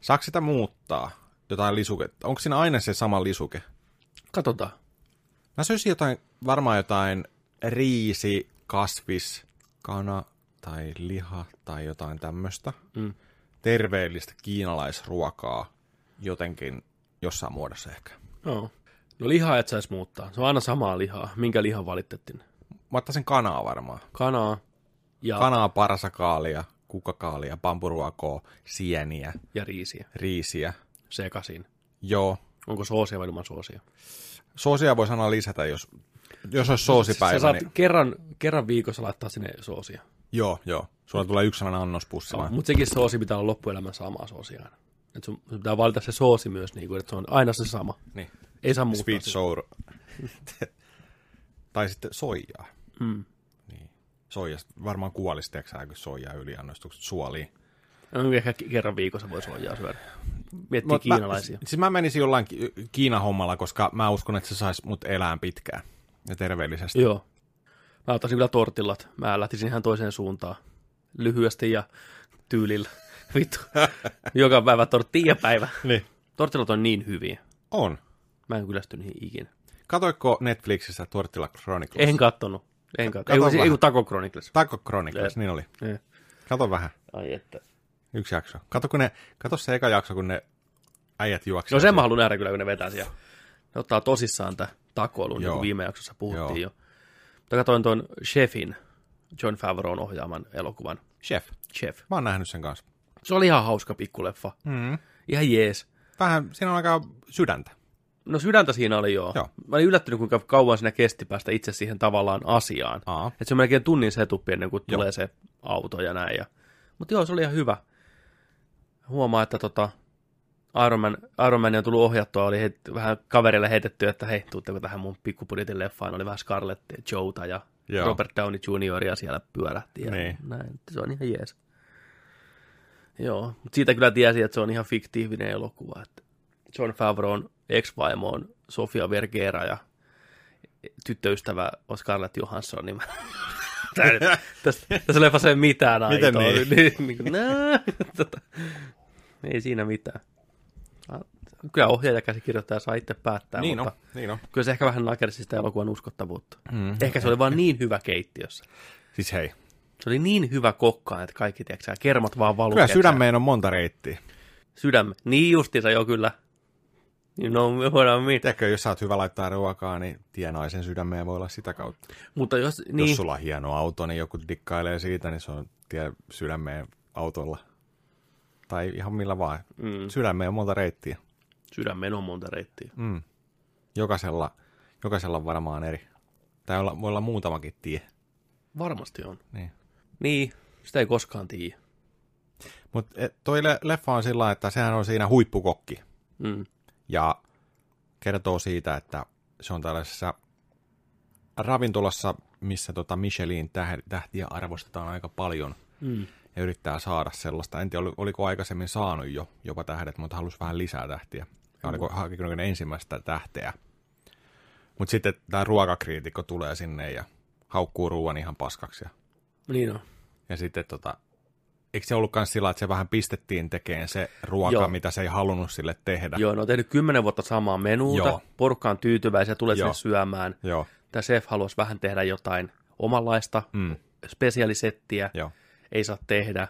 Speaker 3: Saako sitä muuttaa? Jotain lisuketta. Onko siinä aina se sama lisuke?
Speaker 1: Katsotaan.
Speaker 3: Mä söisin jotain, varmaan jotain riisi, kasvis, kana tai liha tai jotain tämmöistä.
Speaker 1: Mm.
Speaker 3: Terveellistä kiinalaisruokaa jotenkin jossain muodossa ehkä.
Speaker 1: Joo. No lihaa et saisi muuttaa. Se on aina samaa lihaa. Minkä lihan valittettiin?
Speaker 3: Mä ottaisin kanaa varmaan.
Speaker 1: Kanaa ja, Kana.
Speaker 3: Kanaa, parsakaalia, kukkakaalia, pampuruokoa, sieniä,
Speaker 1: ja riisiä
Speaker 3: riisiä.
Speaker 1: sekaisin.
Speaker 3: Joo,
Speaker 1: Onko soosia vai ilman soosia?
Speaker 3: Soosia voi sanoa lisätä, jos, jos olisi soosipäivä.
Speaker 1: No Siis Sä saat
Speaker 3: niin,
Speaker 1: kerran, kerran viikossa laittaa sinne soosia.
Speaker 3: joo, joo. Sulla tulee yksi sellainen annospussi. vaan.
Speaker 1: Mutta sekin soosi pitää olla loppuelämän samaa soosia aina. Et sun, sun pitää valita se soosi myös, niin kuin, että se on aina se sama.
Speaker 3: Niin.
Speaker 1: Ei saa muuttaa
Speaker 3: Sweet
Speaker 1: sitä.
Speaker 3: sour. tai sitten soijaa.
Speaker 1: Mm.
Speaker 3: Niin. Soijasta varmaan kuolisi, tiedätkö sä, kun soijaa yliannostukset suoliin.
Speaker 1: No, Ehkä kerran viikossa voi soijaa syödä. Miettii
Speaker 3: Mut mä-
Speaker 1: kiinalaisia.
Speaker 3: Siis mä menisin jollain ki- Kiina-hommalla, koska mä uskon, että se saisi mut elään pitkään ja terveellisesti.
Speaker 1: Joo. Mä ottaisin kyllä tortillat. Mä lähtisin ihan toiseen suuntaan. Lyhyesti ja tyylillä. Vittu. Joka päivä tortilla päivä.
Speaker 3: Niin.
Speaker 1: Tortillat on niin hyviä.
Speaker 3: On.
Speaker 1: Mä en kyllästy niihin ikinä.
Speaker 3: Katoiko Netflixistä Tortilla Chronicles?
Speaker 1: En kattonut. En
Speaker 3: Kato
Speaker 1: kattonut. Ei, kun-
Speaker 3: vaan.
Speaker 1: ei kun Taco Chronicles.
Speaker 3: Taikko Chronicles, niin oli.
Speaker 1: Eh.
Speaker 3: Kato vähän.
Speaker 1: Ai että.
Speaker 3: Yksi jakso. Kato, kun ne, kato se eka jakso, kun ne äijät
Speaker 1: No
Speaker 3: juoksevat.
Speaker 1: sen mä haluan nähdä kyllä, kun ne vetää siellä. Ne ottaa tosissaan tämä takoilun, niin
Speaker 3: Joo.
Speaker 1: kuin viime jaksossa puhuttiin
Speaker 3: Joo.
Speaker 1: jo. Mutta katsoin tuon Chefin, John Favreau ohjaaman elokuvan.
Speaker 3: Chef.
Speaker 1: Chef.
Speaker 3: Mä oon nähnyt sen kanssa.
Speaker 1: Se oli ihan hauska pikkuleffa.
Speaker 3: Mm.
Speaker 1: Ihan jees.
Speaker 3: Vähän, siinä on aika sydäntä.
Speaker 1: No sydäntä siinä oli joo.
Speaker 3: Joo.
Speaker 1: Mä olin yllättynyt, kuinka kauan siinä kesti päästä itse siihen tavallaan asiaan.
Speaker 3: Aa.
Speaker 1: Että se on melkein tunnin setuppi ennen kuin
Speaker 3: Joo.
Speaker 1: tulee se auto ja näin. Ja... Mutta joo, se oli ihan hyvä. Huomaa, että tota, Iron, Man, Iron Man on tullut ohjattua, oli heit, vähän kaverille heitetty, että hei, tuutteko tähän mun pikkupuditin leffaan, oli vähän Scarlett Joota ja
Speaker 3: Joo.
Speaker 1: joo. Robert Downey Junioria siellä pyörähti ja
Speaker 3: Niin.
Speaker 1: niin. näin, se on ihan jees. Joo, mutta siitä kyllä tiesi, että se on ihan fiktiivinen elokuva, että John Favreau'n ex-vaimo on Sofia Vergera ja tyttöystävä on Scarlett Johansson, niin mä... Tää nyt- tästä, tässä leffassa ei mitään aitoa.
Speaker 3: Miten niin?
Speaker 1: Niin, niin kuin, nää, tota, ei siinä mitään. Ah, Kyllä ohjaaja käsikirjoittaja saa itse päättää,
Speaker 3: niin on,
Speaker 1: mutta
Speaker 3: niin on.
Speaker 1: kyllä se ehkä vähän nakersi sitä elokuvan uskottavuutta. Mm, ehkä se oli vaan niin hyvä keittiössä.
Speaker 3: Siis hei.
Speaker 1: Se oli niin hyvä kokkaan, että kaikki, tiedätkö, sä, kermat vaan valuu.
Speaker 3: Kyllä
Speaker 1: tiedätkö sä,
Speaker 3: sydämeen on monta reittiä.
Speaker 1: Sydämme. Niin justiinsa jo kyllä. You know what I mean.
Speaker 3: Tiedätkö, jos sä oot hyvä laittaa ruokaa, niin tienaisen sydämeen voi olla sitä kautta.
Speaker 1: Mutta jos,
Speaker 3: Niin.
Speaker 1: niin,
Speaker 3: Jos sulla on hieno auto, niin joku dikkailee siitä, niin se on tie sydämeen autolla. Tai ihan millä vaan. Mm. Sydämeen on monta reittiä.
Speaker 1: sydämeen on monta reittiä.
Speaker 3: Mm. Jokaisella, jokaisella on varmaan eri. Tai olla, voi olla muutamakin tie.
Speaker 1: Varmasti on.
Speaker 3: Niin.
Speaker 1: Niin, sitä ei koskaan tiedä.
Speaker 3: Mutta eh, toi le- leffa on sillä lailla, että sehän on siinä huippukokki.
Speaker 1: Mm.
Speaker 3: Ja kertoo siitä, että se on tällaisessa ravintolassa, missä tota Michelin täh- tähtiä arvostetaan aika paljon.
Speaker 1: Mm.
Speaker 3: Ja yrittää saada sellaista. En tiedä, oli- oliko aikaisemmin saanut jo jopa tähdet, mutta halusi vähän lisää tähtiä. Ja oliko
Speaker 1: Mm.
Speaker 3: hakikin ne ensimmäistä tähteä. Mutta sitten tämä ruokakriitikko tulee sinne ja haukkuu ruoan ihan paskaksi. Ja,
Speaker 1: Niin on.
Speaker 3: ja sitten tota, eikö se ollutkaan sillä, että se vähän pistettiin tekemään se ruoka,
Speaker 1: Joo.
Speaker 3: Joo. mitä se ei halunnut sille tehdä.
Speaker 1: Joo, ne on tehnyt kymmenen vuotta samaa menuuta, Joo.
Speaker 3: Joo.
Speaker 1: porukka on tyytyväisiä, tulee sinne
Speaker 3: Joo.
Speaker 1: syömään.
Speaker 3: Joo.
Speaker 1: Tämä chef haluaisi vähän tehdä jotain omanlaista
Speaker 3: Mm,
Speaker 1: spesiaalisettiä,
Speaker 3: joo.
Speaker 1: ei saa tehdä.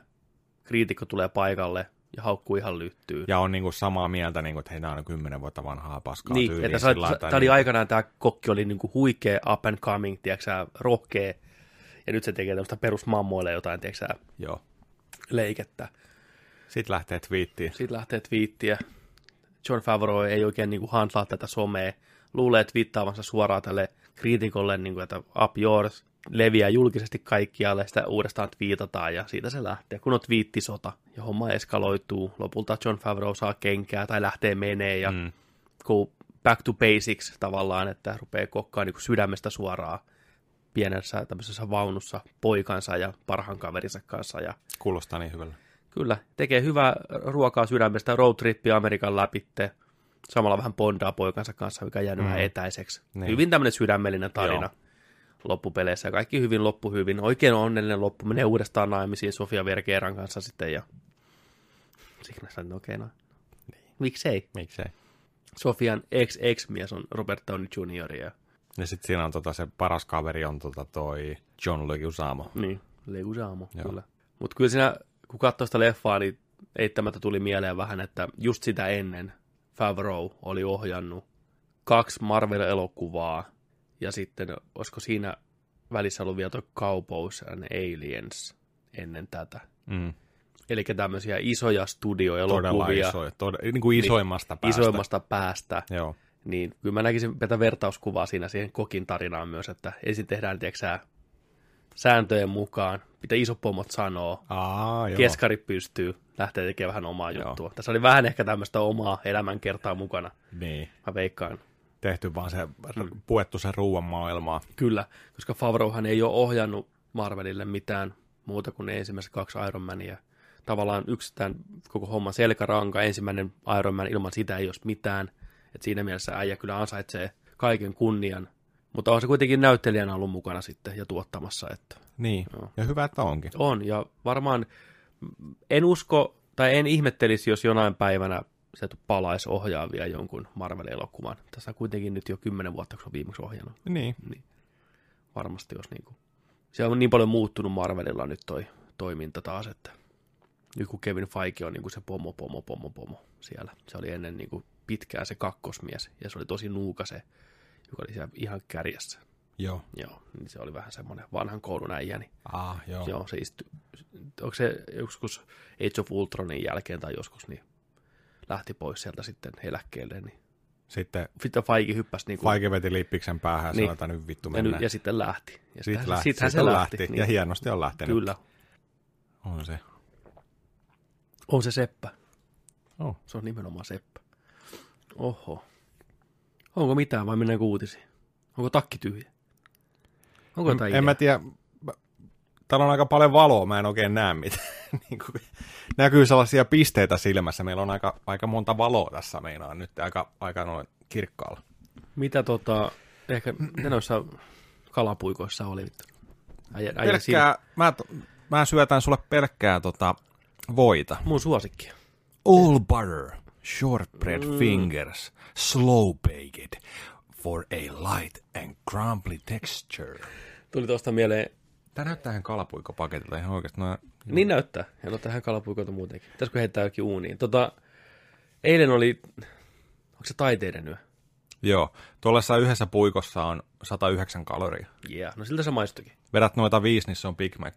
Speaker 1: Kriitikko tulee paikalle ja haukkuu ihan lyttyy.
Speaker 3: Ja on niinku samaa mieltä, niinku, että hei, nämä on kymmenen vuotta vanhaa paskaa
Speaker 1: Niin,
Speaker 3: tyyliä.
Speaker 1: että
Speaker 3: sillä lailla,
Speaker 1: tämä oli aikanaan tämä kokki oli niinku huikea up and coming, tiedätkö, sä, rohkea, ja nyt se tekee tämmöistä perusmammoille jotain, tiedätkö, sä,
Speaker 3: niin- Joo.
Speaker 1: leikettä.
Speaker 3: Sitten lähtee twiittiin.
Speaker 1: Sitten lähtee twiittiä. John Favreau ei oikein niin kuin handlaa tätä somea. Luulee twiittaavansa suoraan tälle kriitikolle, niin kuin, että up yours, leviää julkisesti kaikkialle, sitä uudestaan twiitataan ja siitä se lähtee. Kun on twiittisota ja homma eskaloituu, lopulta John Favreau saa kenkää tai lähtee menee ja mm.
Speaker 3: Mm.
Speaker 1: go back to basics tavallaan, että rupeaa kokkaan niin kuin sydämestä suoraan pienessä tämmöisessä vaunussa poikansa ja parhaan kaverinsa kanssa ja
Speaker 3: Kuulostaa niin hyvältä.
Speaker 1: Kyllä, tekee hyvää ruokaa sydämestä, roadtrippi Amerikan läpitte, samalla vähän bondaa poikansa kanssa, mikä on jäänyt mm. vähän etäiseksi. Niin.
Speaker 3: Niin.
Speaker 1: Hyvin tämmöinen sydämellinen tarina Joo. loppupeleissä, kaikki hyvin loppu hyvin, oikein onnellinen loppu, menee uudestaan naimisiin Sofia Vergeran kanssa sitten ja siinä sanoin, että okei no, miksei.
Speaker 3: Miksei?
Speaker 1: Sofian ex-ex-mies on Robert Downey Jr. ja
Speaker 3: Ja sitten siinä on tota, se paras kaveri on tota, toi John Leguizamo.
Speaker 1: Niin, Leguizamo, Joo.
Speaker 3: Joo.
Speaker 1: kyllä. Mutta kyllä siinä, kun katsoi sitä leffaa, niin eittämättä tuli mieleen vähän, että just sitä ennen Favreau oli ohjannut kaksi Marvel-elokuvaa, ja sitten olisiko siinä välissä ollut vielä toi Cowboys and Aliens ennen tätä.
Speaker 3: Mm.
Speaker 1: Eli tämmöisiä isoja
Speaker 3: Todella
Speaker 1: studioelokuvia
Speaker 3: iso, tod- niin kuin isoimmasta päästä.
Speaker 1: isoimmasta päästä,
Speaker 3: Joo.
Speaker 1: niin kyllä mä näkisin tätä vertauskuvaa siinä siihen kokin tarinaan myös, että ensin tehdään, tiedätkö sä, sääntöjen mukaan, mitä isopomot sanoo,
Speaker 3: Aa, joo.
Speaker 1: keskari pystyy, lähtee tekemään vähän omaa Joo. juttua. Tässä oli vähän ehkä tämmöistä omaa elämänkertaa mukana,
Speaker 3: Niin.
Speaker 1: mä veikkaan.
Speaker 3: Tehty vaan se, mm. puettu se ruuan maailmaa.
Speaker 1: Kyllä, koska Favrohan ei ole ohjannut Marvelille mitään muuta kuin ne ensimmäiset kaksi Iron Mania. Tavallaan yksi tämän koko homman selkäranka, ensimmäinen Iron Man, ilman sitä ei olisi mitään. Et siinä mielessä äijä kyllä ansaitsee kaiken kunnian. Mutta on se kuitenkin näyttelijänä ollut mukana sitten ja tuottamassa, että
Speaker 3: Niin.
Speaker 1: Joo.
Speaker 3: Joo. Ja hyvä, että onkin.
Speaker 1: On, ja varmaan mm, en usko, tai en ihmettelisi, jos jonain päivänä se palaisi ohjaa vielä jonkun Marvel-elokuvan. Tässä on kuitenkin nyt jo kymmenen vuotta, kun se on viimeksi ohjannut.
Speaker 3: Niin.
Speaker 1: Varmasti, jos niinku... Siellä on niin paljon muuttunut Marvelilla nyt toi toiminta taas, että nyt kun Kevin Feige on niinku se pomo, pomo, pomo, pomo siellä. Se oli ennen niinku pitkään se kakkosmies, ja se oli tosi nuuka se, joka oli siellä ihan kärjessä.
Speaker 3: Joo.
Speaker 1: Joo, niin se oli vähän semmoinen vanhan koulun äijä, niin
Speaker 3: Aa, joo.
Speaker 1: Joo, se istui, onko se joskus Age of Ultronin jälkeen tai joskus, niin lähti pois sieltä sitten eläkkeelle, niin
Speaker 3: Sitten
Speaker 1: sitten Faiki hyppäsi niin kuin,
Speaker 3: Faike vety lippiksen päähän ja
Speaker 1: Niin.
Speaker 3: sanoi, että nyt vittu
Speaker 1: ja,
Speaker 3: mennään.
Speaker 1: ny- ja, sitten lähti. Ja
Speaker 3: sitten
Speaker 1: sittenhän-
Speaker 3: lähti.
Speaker 1: sittenhän
Speaker 3: Sitten lähti. Niin. Ja
Speaker 1: Niin,
Speaker 3: hienosti on lähtenyt.
Speaker 1: kyllä,
Speaker 3: On se.
Speaker 1: on se seppä.
Speaker 3: Oh.
Speaker 1: Se on nimenomaan seppä. Oho. Onko mitään vai mennäänkö uutisiin? Onko takki tyhjä? Onko jotain
Speaker 3: En, en mä
Speaker 1: ideaa?
Speaker 3: tiedä, Mä- täällä on aika paljon valoa, mä en oikein näe mitään. niin kuin, näkyy sellaisia pisteitä silmässä, meillä on aika, aika monta valoa tässä meinaan nyt, aika, aika noin kirkkaalla.
Speaker 1: Mitä tota, ehkä ne noissa kalapuikoissa oli? vittu? Äijä, äijä siinä,
Speaker 3: Pelkkää, mä, t- mä syötän sulle pelkkää tota voita.
Speaker 1: mun suosikki.
Speaker 2: All butter, shortbread
Speaker 1: Mm.
Speaker 2: fingers, slow baked for a light and crumbly texture.
Speaker 1: Tuli tuosta mieleen
Speaker 3: Tää näyttää ihan kalapuikkopaketilta ihan oikeasti. No,
Speaker 1: Niin näyttää. Ja no tähän kalapuikoita muutenkin. Pitäisikö heittää jokin uuniin? Tota, eilen oli, onko se taiteiden yö?
Speaker 3: joo, tuollaisessa yhdessä puikossa on 109 kaloria.
Speaker 1: Yeah. No siltä se maistuikin.
Speaker 3: Vedät noita viisi, niin se on Big Mac.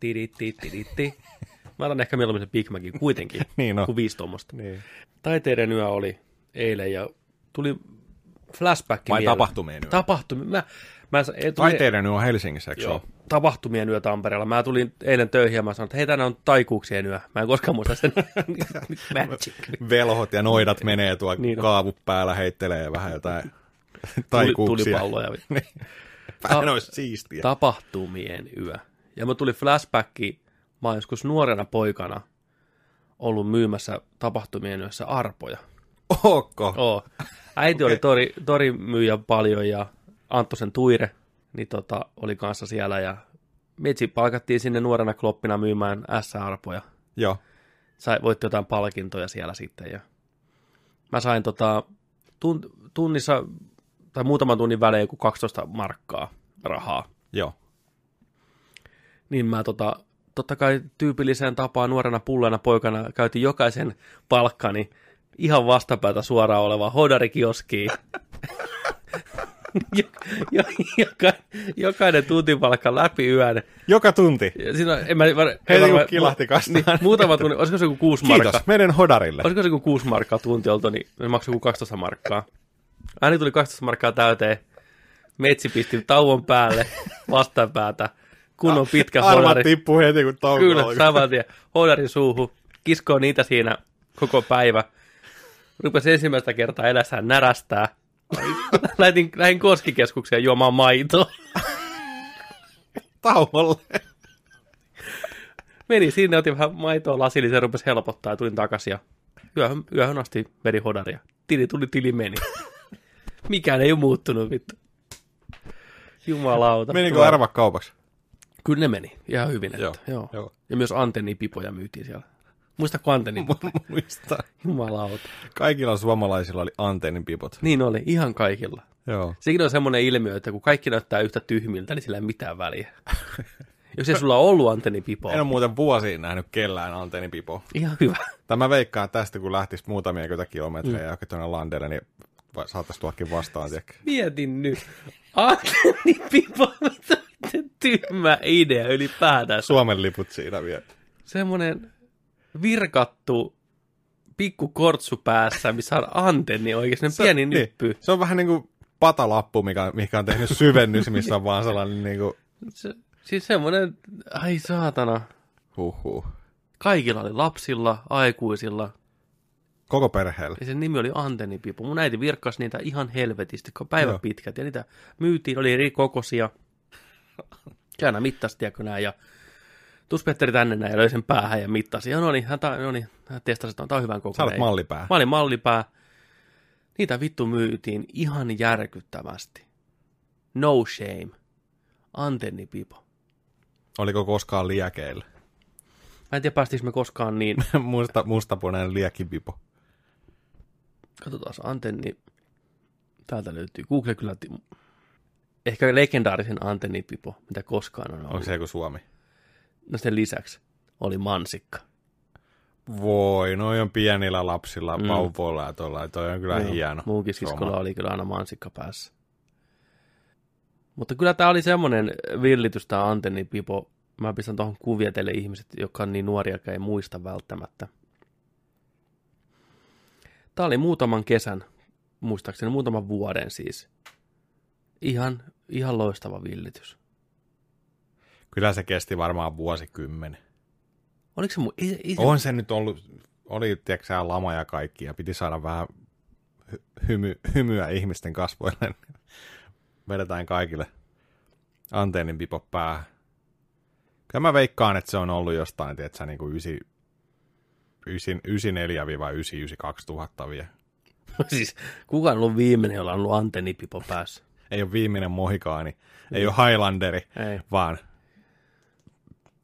Speaker 1: Tiritti, tiritti. Mä otan ehkä mieluummin sen Big Macin kuitenkin,
Speaker 3: Niin on.
Speaker 1: kuin viisi tuommoista.
Speaker 3: Niin.
Speaker 1: Taiteiden yö oli eilen ja tuli flashback
Speaker 3: Vai
Speaker 1: mieleen.
Speaker 3: tapahtumien yö?
Speaker 1: Tapahtumien. Mä, mä, ei, tuli,
Speaker 3: Taiteiden yö on Helsingissä, eikö se
Speaker 1: Joo.
Speaker 3: ole?
Speaker 1: tapahtumien yö Tampereella. Mä tulin eilen töihin ja mä sanoin, että hei, tänään on taikuuksien yö. Mä en koskaan muista sen. Magic.
Speaker 3: Velhot ja noidat menee tuo
Speaker 1: Niin
Speaker 3: niin
Speaker 1: on.
Speaker 3: kaavu päällä, heittelee vähän jotain
Speaker 1: Tuli,
Speaker 3: taikuuksia. Niin.
Speaker 1: tulipalloja.
Speaker 3: Vähän olisi siistiä.
Speaker 1: Tapahtumien yö. Ja mä tuli flashbacki, mä oon joskus nuorena poikana ollut myymässä tapahtumien yössä arpoja.
Speaker 3: Ookko?
Speaker 1: Oo. Äiti okay. oli tori, torimyyjä paljon ja Anttosen Tuire niin tota, oli kanssa siellä ja Mitsi palkattiin sinne nuorena kloppina myymään S-arpoja.
Speaker 3: Joo.
Speaker 1: Sai, voitti jotain palkintoja siellä sitten ja mä sain tota, tun, tunnissa tai muutaman tunnin välein joku 12 markkaa rahaa.
Speaker 3: Joo.
Speaker 1: Niin mä tota, totta kai tyypilliseen tapaan nuorena pullena poikana käytin jokaisen palkkani ihan vastapäätä suoraan olevaa hodarikioskiin. jo, jo, joka, jokainen tuntipalkka läpi yön.
Speaker 3: Joka tunti.
Speaker 1: Ja Siinä, on- en mä, var, en
Speaker 3: Hei,
Speaker 1: varmaan-
Speaker 3: kun kilahti
Speaker 1: Niin,
Speaker 3: kastaan.
Speaker 1: muutama tunti, olisiko se joku kuusi
Speaker 3: Kiitos,
Speaker 1: markkaa?
Speaker 3: meidän hodarille.
Speaker 1: Olisiko se joku kuusi markkaa tunti oltu, niin se maksoi joku 12 markkaa. Ääni tuli 12 markkaa täyteen. Metsi pisti tauon päälle vastapäätä. Kunnon pitkä
Speaker 3: Arvat
Speaker 1: hodari.
Speaker 3: tippuu heti, kun tauko
Speaker 1: Kyllä,
Speaker 3: alkaa.
Speaker 1: saman tien. Hoidarin suuhun. Kiskoo niitä siinä koko päivä. Rupesi ensimmäistä kertaa elässään närästää. Lähdin, lähdin koskikeskukseen juomaan maitoa.
Speaker 3: Tauolle.
Speaker 1: Meni sinne, otin vähän maitoa lasillisen, rupesi helpottaa ja tulin takaisin. Ja yöhön, yöhön asti veri hodaria. Tili tuli, tili meni. Mikään ei ole muuttunut, vittu. Jumalauta.
Speaker 3: Menikö
Speaker 1: Tuo-
Speaker 3: arva kaupaksi?
Speaker 1: Kyllä ne meni. Ihan hyvin. Että, joo,
Speaker 3: Joo,
Speaker 1: joo. joo.
Speaker 3: joo.
Speaker 1: Ja myös antennipipoja myytiin siellä. Muistatko antennipipoja?
Speaker 3: Muista.
Speaker 1: Jumalauta.
Speaker 3: Kaikilla suomalaisilla oli antenninpipot.
Speaker 1: Niin oli, ihan kaikilla.
Speaker 3: Joo.
Speaker 1: Sekin on semmoinen ilmiö, että kun kaikki näyttää yhtä tyhmiltä, niin sillä ei mitään väliä. Jos ei sulla ollut antennipipoa,
Speaker 3: En ole muuten vuosiin nähnyt kellään antennipipoa.
Speaker 1: ihan hyvä.
Speaker 3: Tämä veikkaa että tästä, kun lähtisi muutamia kymmentä kilometrejä mm. johonkin tuonne landelle, niin va- saattaisi tuokin vastaan. tiedätkö?
Speaker 1: Mietin nyt. Antennipipo, mitä miten tyhmä idea ylipäätään.
Speaker 3: Suomen liput siinä vielä.
Speaker 1: Semmoinen virkattu pikku kortsu päässä, missä on antenni oikein, se, pieni nyppy.
Speaker 3: Niin. Se on vähän niin kuin patalappu, mikä, mikä on tehnyt syvennys, missä on vaan sellainen niin kuin
Speaker 1: Se, siis semmoinen, ai saatana.
Speaker 3: huhhuh.
Speaker 1: Kaikilla oli lapsilla, aikuisilla,
Speaker 3: Koko perheellä.
Speaker 1: Ja sen nimi oli antennipipo. Mun äiti virkkasi niitä ihan helvetisti, kun päivän
Speaker 3: Joo.
Speaker 1: pitkät. Ja niitä myytiin, oli eri kokoisia. Käynä mittasi, tiedätkö nää, ja tuus Petteri tänne näin ja löi sen päähän ja mittasi. Ja no niin, hän, ta- no niin, hän testasi, että on- tää on hyvän
Speaker 3: Sä
Speaker 1: kokoinen.
Speaker 3: olet mallipää.
Speaker 1: Mä olin mallipää. Niitä vittu myytiin ihan järkyttävästi. No shame. Antennipipo.
Speaker 3: Oliko koskaan liekeillä?
Speaker 1: Mä en tiedä, päästikö me koskaan niin.
Speaker 3: Musta, mustapunainen liekipipo.
Speaker 1: Katsotaan antenni. Täältä löytyy. Google kyllä ti- ehkä legendaarisen antennipipo, mitä koskaan on
Speaker 3: Onko
Speaker 1: ollut.
Speaker 3: se joku Suomi?
Speaker 1: No sen lisäksi oli mansikka.
Speaker 3: Voi, noi on pienillä lapsilla,
Speaker 1: Mm.
Speaker 3: mm. vauvoilla ja tuolla. ja Toi on kyllä
Speaker 1: Joo.
Speaker 3: hieno.
Speaker 1: Muunkin
Speaker 3: Soma.
Speaker 1: siskolla oli kyllä aina mansikka päässä. Mutta kyllä tämä oli semmoinen villitys tämä antennipipo. Mä pistän tuohon kuvia teille ihmiset, jotka on niin nuoria, jotka ei muista välttämättä. Tämä oli muutaman kesän, muistaakseni muutaman vuoden siis. Ihan, ihan loistava villitys.
Speaker 3: Kyllä se kesti varmaan vuosikymmenen.
Speaker 1: Oliko se mun... Ei, ei se,
Speaker 3: On se nyt ollut, oli tiedätkö, sä, lama ja kaikki, ja piti saada vähän hy- hymy, hymyä ihmisten kasvoille. Vedetään kaikille antennin pipo päähän. Kyllä mä veikkaan, että se on ollut jostain, tiedätkö, niin kuin 94-99-2000 vielä.
Speaker 1: siis, kuka on ollut viimeinen, jolla on ollut antennipipo päässä?
Speaker 3: Ei ole viimeinen mohikaani, ei ole Highlanderi,
Speaker 1: Ei.
Speaker 3: vaan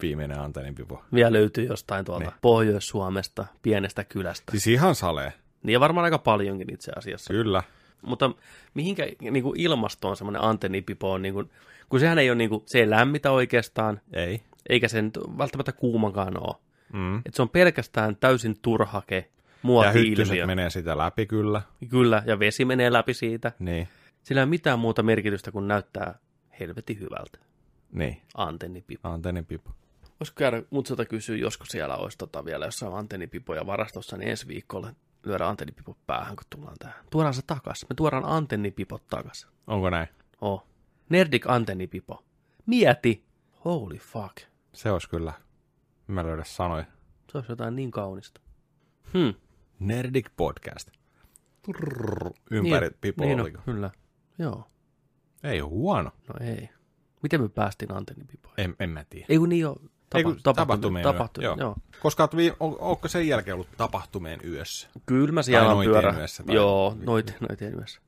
Speaker 3: viimeinen antennin pipo.
Speaker 1: Vielä löytyy jostain tuolta niin. Pohjois-Suomesta, pienestä kylästä.
Speaker 3: Siis ihan salee,
Speaker 1: Niin ja varmaan aika paljonkin itse asiassa.
Speaker 3: kyllä.
Speaker 1: Mutta mihinkä niin kuin ilmastoon semmoinen antennipipo on, niin kuin, kun sehän ei ole, niin kuin, se ei lämmitä oikeastaan,
Speaker 3: Ei.
Speaker 1: eikä sen välttämättä kuumankaan ole.
Speaker 3: Mm.
Speaker 1: Et se on pelkästään täysin turhake
Speaker 3: Ja
Speaker 1: muoti-ilmiö.
Speaker 3: hyttyset menee sitä läpi kyllä.
Speaker 1: Kyllä, ja vesi menee läpi siitä.
Speaker 3: Niin.
Speaker 1: Sillä ei ole mitään muuta merkitystä kuin näyttää helvetin hyvältä
Speaker 3: Niin,
Speaker 1: antennipipo.
Speaker 3: antennipipo.
Speaker 1: Voisiko käydä mutsalta kysyä, josko siellä olisi tota vielä jossain antennipipoja varastossa, niin ensi viikolla lyödään antennipipot päähän, kun tullaan tähän. Tuodaan se takas. Me tuodaan antennipipot takas. Oh.
Speaker 3: Onko näin?
Speaker 1: Oo. Nerdik antennipipo. Mieti. Holy fuck.
Speaker 3: Se olisi kyllä. Mä löydä sanoja.
Speaker 1: Se olisi jotain niin kaunista. Hmm.
Speaker 3: Nerdic Podcast. Trrrr, Ympäri
Speaker 1: Niin,
Speaker 3: pipo
Speaker 1: niin on,
Speaker 3: oliko?
Speaker 1: Kyllä. Joo.
Speaker 3: Ei ole huono.
Speaker 1: No ei. Miten me päästiin antennipipoihin?
Speaker 2: En, en mä tiedä.
Speaker 1: Ei kun niin joo. Tapa,
Speaker 3: Ei kun tapahtumien yö,
Speaker 1: tapahtumia,
Speaker 3: joo.
Speaker 1: joo. joo.
Speaker 3: Koska oot vii- on, onko sen jälkeen ollut tapahtumien yössä?
Speaker 1: Kyllä mä siellä
Speaker 3: Tai
Speaker 1: on
Speaker 3: noitien
Speaker 1: pyörä.
Speaker 3: yössä tai-
Speaker 1: Joo, noit, noitien yössä.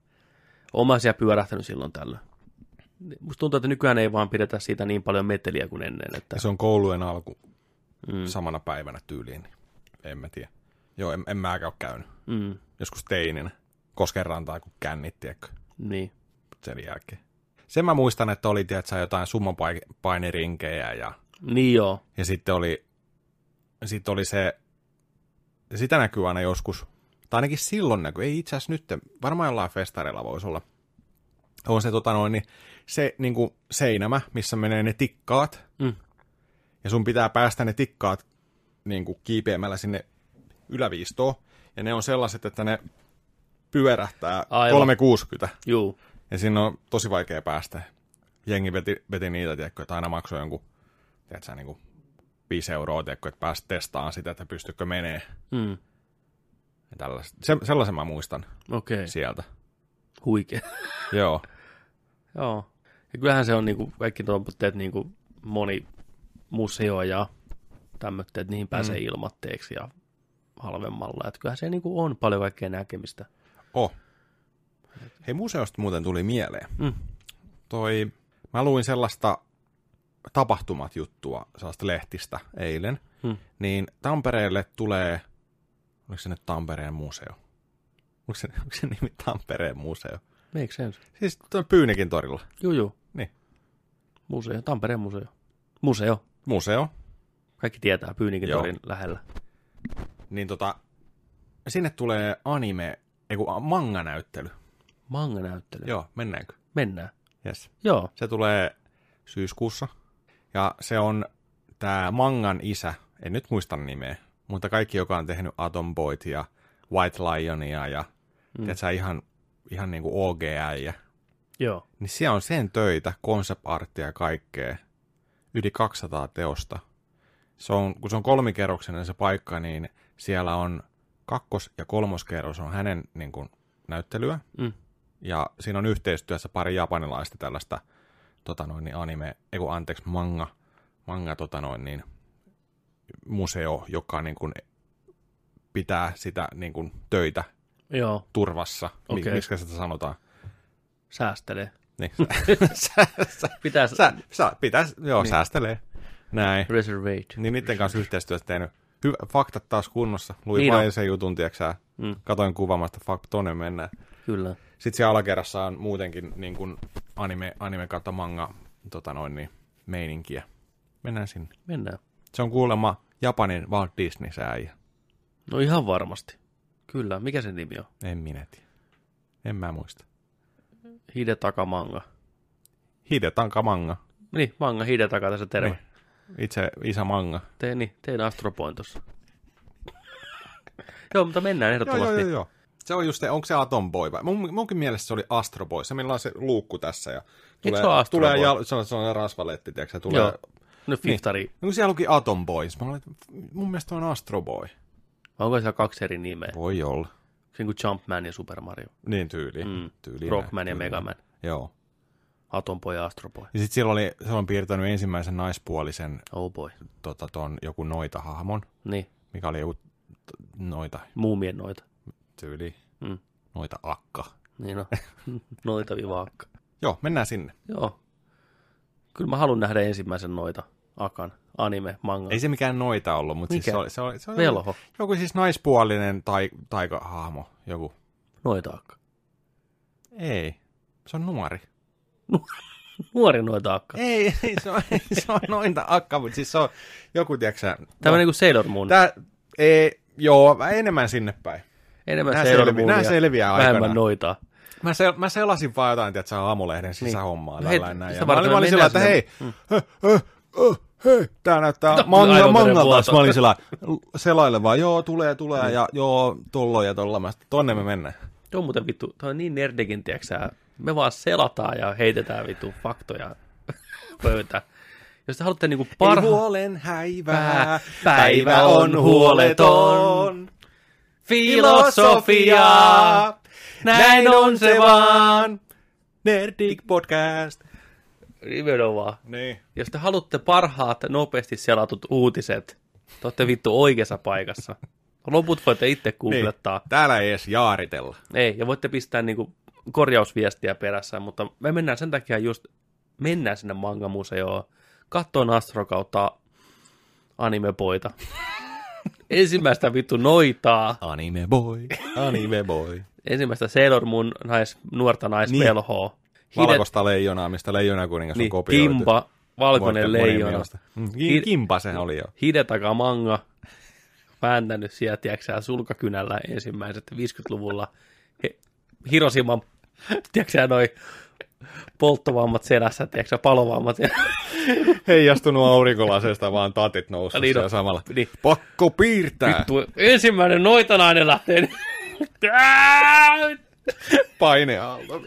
Speaker 1: Oon mä siellä pyörähtänyt silloin tällöin. Musta tuntuu, että nykyään ei vaan pidetä siitä niin paljon meteliä kuin ennen. Että...
Speaker 3: Ja se on koulujen alku
Speaker 1: Mm,
Speaker 3: samana päivänä tyyliin. niin En mä tiedä. Joo, en, en mäkään ole käynyt.
Speaker 1: mm,
Speaker 3: Joskus teininä. Kosken rantaa kun kännit, tiedätkö?
Speaker 1: niin.
Speaker 3: Sen jälkeen. Sen mä muistan, että oli, tiedätkö, jotain summanpainirinkejä ja
Speaker 1: Niin joo.
Speaker 3: Ja sitten oli, sitten oli se, sitä näkyy aina joskus, tai ainakin silloin näkyy, ei itse asiassa nyt, varmaan jollain festareilla voisi olla. On se, tota noin, niin, se niin kuin seinämä, missä menee ne tikkaat,
Speaker 1: Mm.
Speaker 3: ja sun pitää päästä ne tikkaat niin kuin kiipeämällä sinne yläviistoon, ja ne on sellaiset, että ne pyörähtää
Speaker 1: Aivan.
Speaker 3: Aivan. 360,
Speaker 1: Juu.
Speaker 3: ja siinä on tosi vaikea päästä. Jengi veti, veti niitä, tiedätkö, että aina maksoi jonkun, tiedätkö, niin kuin 5 euroa, tiedätkö, että pääsi testaamaan sitä, että pystykö menee.
Speaker 1: Mm.
Speaker 3: Ja tällaista. Se, sellaisen mä muistan
Speaker 1: Okei. Okay.
Speaker 3: sieltä.
Speaker 1: Huikea.
Speaker 3: Joo.
Speaker 1: Joo. Ja kyllähän se on niin kuin, kaikki tuommoitteet niin kuin moni museo ja tämmöitteet, niihin pääsee mm. ilmatteeksi ja halvemmalla. Että kyllähän se niin kuin on paljon kaikkea näkemistä.
Speaker 3: Oh. Hei, museosta muuten tuli mieleen.
Speaker 1: Mm.
Speaker 3: Toi, mä luin sellaista tapahtumat juttua, sellaista lehtistä eilen.
Speaker 1: Hmm.
Speaker 3: Niin Tampereelle tulee, oliko se nyt Tampereen museo? Onko se, onko se nimi Tampereen museo?
Speaker 1: Make sense.
Speaker 3: Siis tuo Pyynikin torilla.
Speaker 1: Juu, juu.
Speaker 3: Niin.
Speaker 1: Museo, Tampereen museo. Museo.
Speaker 3: Museo.
Speaker 1: Kaikki tietää Pyynikin
Speaker 3: Joo.
Speaker 1: torin lähellä.
Speaker 3: Niin tota, sinne tulee anime, ei kun manga-näyttely.
Speaker 1: Manga-näyttely.
Speaker 3: Joo, mennäänkö?
Speaker 1: Mennään.
Speaker 3: Yes.
Speaker 1: Joo.
Speaker 3: Se tulee syyskuussa. Ja se on tämä mangan isä, en nyt muista nimeä, mutta kaikki, joka on tehnyt Atom Boyt ja White Lionia ja mm. tiedätkö, ihan, ihan niin kuin OGI. Ja,
Speaker 1: Joo.
Speaker 3: niin siellä on sen töitä, konseptarttia ja kaikkea. Yli 200 teosta. Se on, kun se on kolmikerroksinen se paikka, niin siellä on kakkos- ja kolmoskerros on hänen niin kuin, näyttelyä.
Speaker 1: Mm.
Speaker 3: Ja siinä on yhteistyössä pari japanilaista tällaista tota noin, niin anime, ei kun anteeksi, manga, manga tota noin, niin, museo, joka niin kuin, pitää sitä niin kuin, töitä
Speaker 1: Joo.
Speaker 3: turvassa. Okay.
Speaker 1: Okei.
Speaker 3: Miksi sitä sanotaan?
Speaker 1: Säästelee.
Speaker 3: Niin. sä, sä,
Speaker 1: Pitää
Speaker 3: sä, sä, pitäis, joo, niin. säästelee. Näin.
Speaker 1: reservate.
Speaker 3: Niin niiden kanssa yhteistyössä tehnyt. Hyvä, faktat taas kunnossa. Luin
Speaker 1: Niin
Speaker 3: niin
Speaker 1: on.
Speaker 3: vain sen jutun, tiedätkö
Speaker 1: Mm.
Speaker 3: mm. Katoin kuvamasta, fuck, tonne mennään.
Speaker 1: Kyllä.
Speaker 3: Sitten siellä alakerrassa on muutenkin niin kuin anime, anime kautta manga tota noin, niin, meininkiä. Mennään sinne.
Speaker 1: Mennään.
Speaker 3: Se on kuulemma Japanin Walt Disney sääjä.
Speaker 1: No ihan varmasti. Kyllä. Mikä sen nimi on?
Speaker 3: En minä tiedä. En mä muista.
Speaker 1: Hidetaka manga.
Speaker 3: Hidetanka manga.
Speaker 1: Niin, manga Hidetaka tässä terve. Niin.
Speaker 3: Niin. Itse isä manga.
Speaker 1: Te, niin, tein Astropoin tuossa. joo, mutta mennään ehdottomasti.
Speaker 3: joo. Se on just se, onko se Atom Boy vai? Mun, munkin mielestä se oli Astro Boy, se millä on se luukku tässä ja tulee,
Speaker 1: se ole Astro
Speaker 3: tulee
Speaker 1: Boy?
Speaker 3: jal, se on, se on rasvaletti, tiedätkö, se tulee.
Speaker 1: Joo.
Speaker 3: Joo.
Speaker 1: No Fiftari, niin.
Speaker 3: No kun siellä luki Atom Boy, mä olin, että mun mielestä on Astro Boy.
Speaker 1: onko siellä kaksi eri nimeä?
Speaker 3: Voi olla.
Speaker 1: Siinä kuin Jumpman ja Super Mario,
Speaker 3: Niin tyyli.
Speaker 1: Mm.
Speaker 3: Mm. tyyli
Speaker 1: Rockman ja
Speaker 3: näin.
Speaker 1: Megaman,
Speaker 3: Joo.
Speaker 1: Atomboy ja Astroboy.
Speaker 3: Ja sitten siellä oli, se on piirtänyt ensimmäisen naispuolisen
Speaker 1: Oh boy.
Speaker 3: tota, ton, joku noita-hahmon,
Speaker 1: Niin,
Speaker 3: mikä oli joku t- noita
Speaker 1: muumien noita.
Speaker 3: tyyli,
Speaker 1: Mm.
Speaker 3: noita akka.
Speaker 1: Niin on. noita vivaakka.
Speaker 3: Joo, mennään sinne.
Speaker 1: Joo. Kyllä mä haluan nähdä ensimmäisen noita akan anime, manga.
Speaker 3: Ei se mikään noita ollut, mutta siis
Speaker 1: Mikä?
Speaker 3: se oli, se oli, se oli
Speaker 1: Velho,
Speaker 3: joku siis naispuolinen tai, taikahahmo. Joku.
Speaker 1: noita akka.
Speaker 3: Ei, se on nuori.
Speaker 1: Nuori noita akka.
Speaker 3: Ei, ei se, on, ei, se on noita akka, mutta siis se on joku, tiedätkö
Speaker 1: Tämä no. niin kuin Sailor Moon.
Speaker 3: Tää, ei, joo, vähän enemmän sinne päin.
Speaker 1: Enemmän
Speaker 3: Nää
Speaker 1: Sailor
Speaker 3: selvi-
Speaker 1: Moonia.
Speaker 3: nää selviää
Speaker 1: Vähemmän
Speaker 3: aikanaan.
Speaker 1: noitaa.
Speaker 3: Mä, se, mä selasin vaan jotain, tiedätkö, aamulehden sisähommaa.
Speaker 1: No
Speaker 3: Niin.
Speaker 1: hei,
Speaker 3: Hei, näin.
Speaker 1: sitä
Speaker 3: Ja mä
Speaker 1: varten
Speaker 3: olin, mä olin
Speaker 1: me
Speaker 3: sillä,
Speaker 1: mennään
Speaker 3: että hei, hö, hö, hö, hei, tää näyttää
Speaker 1: No,
Speaker 3: manga,
Speaker 1: aivan
Speaker 3: mangalta.
Speaker 1: verenvuoto.
Speaker 3: Mä olin sillä selailevaa, joo, tulee, tulee, ja joo, tollo ja tolla. Mä sit, tonne me mennään.
Speaker 1: Tuo on muuten vittu, toi on niin nerdikin, tiiäksä. Me vaan selataan ja heitetään vittu faktoja pöytä. Jos te haluatte niinku
Speaker 3: Parha.
Speaker 1: parhaan...
Speaker 3: Ei huolen häivää,
Speaker 1: Pää- päivä on huoleton. Filosofiaa, näin on se vaan.
Speaker 3: Nerdik podcast.
Speaker 1: Nimenomaan.
Speaker 3: Niin.
Speaker 1: Jos te haluatte parhaat, nopeasti selatut uutiset, te olette vittu oikeassa paikassa. Loput voitte itse googlettaa.
Speaker 3: Niin. Täällä ei edes jaaritella.
Speaker 1: Niin. Ei, ja voitte pistää niinku korjausviestiä perässä, mutta me mennään sen takia just, mennään sinne mangamuseoon, kattoon Astro kautta animepoita. Ensimmäistä vittu noitaa,
Speaker 3: Anime boy. Anime boy.
Speaker 1: ensimmäistä Sailor Moon nais, nuorta naispelhoa. Niin.
Speaker 3: Valkoista leijonaa, mistä leijonakuningas on
Speaker 1: niin,
Speaker 3: kopioitu.
Speaker 1: Kimba, valkoinen
Speaker 3: Voitte monen
Speaker 1: leijona.
Speaker 3: mielestä. Mm, Ki-
Speaker 1: Hir-
Speaker 3: Kimpa sehän oli jo.
Speaker 1: Hidetaka manga vääntänyt sieltä, tiedätkö sulkakynällä ensimmäiset 50-luvulla he, Hiroshiman, tiedätkö noi polttovammat selässä, tiedätkö palovammat ja
Speaker 3: Heijastunut aurinkolaseesta, vaan tatit noussut
Speaker 1: Niin, no.
Speaker 3: siellä samalla.
Speaker 1: Niin.
Speaker 3: Pakko piirtää.
Speaker 1: vittu, ensimmäinen noitanainen lähtee.
Speaker 3: paineaalto.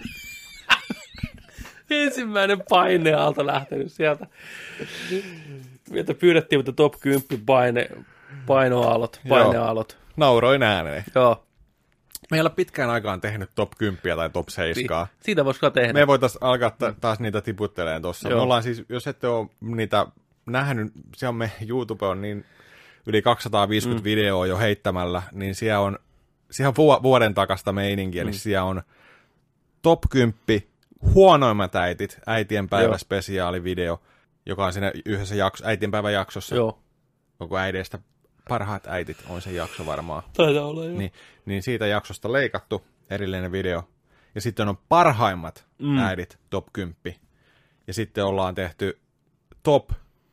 Speaker 1: ensimmäinen paineaalto lähtenyt sieltä. Meiltä pyydettiin, mutta top 10 paine, painoaalot, paineaalot.
Speaker 3: Nauroin ääneen.
Speaker 1: Joo.
Speaker 3: Meillä ole pitkään aikaan tehnyt top 10 tai top 7.
Speaker 1: Siitä voisi kyllä tehdä.
Speaker 3: Me voitaisiin alkaa ta- taas niitä tiputteleen tuossa. Me
Speaker 1: Joo.
Speaker 3: ollaan siis, jos ette ole niitä nähnyt, siellä me YouTube on niin yli 250 mm. videoa jo heittämällä, niin siellä on, siellä on vu- vuoden takasta meininkiä, mm. niin siellä on top 10 huonoimmat äitit, äitienpäivä
Speaker 1: Joo.
Speaker 3: spesiaalivideo, joka on siinä yhdessä jakso, äitienpäivän jaksossa, Joo.
Speaker 1: Joo.
Speaker 3: koko äideistä parhaat äitit on se jakso varmaan
Speaker 1: Taitaa olla jo.
Speaker 3: niin, niin siitä jaksosta leikattu erillinen video. Ja sitten on parhaimmat mm. äidit, top 10. Ja sitten ollaan tehty top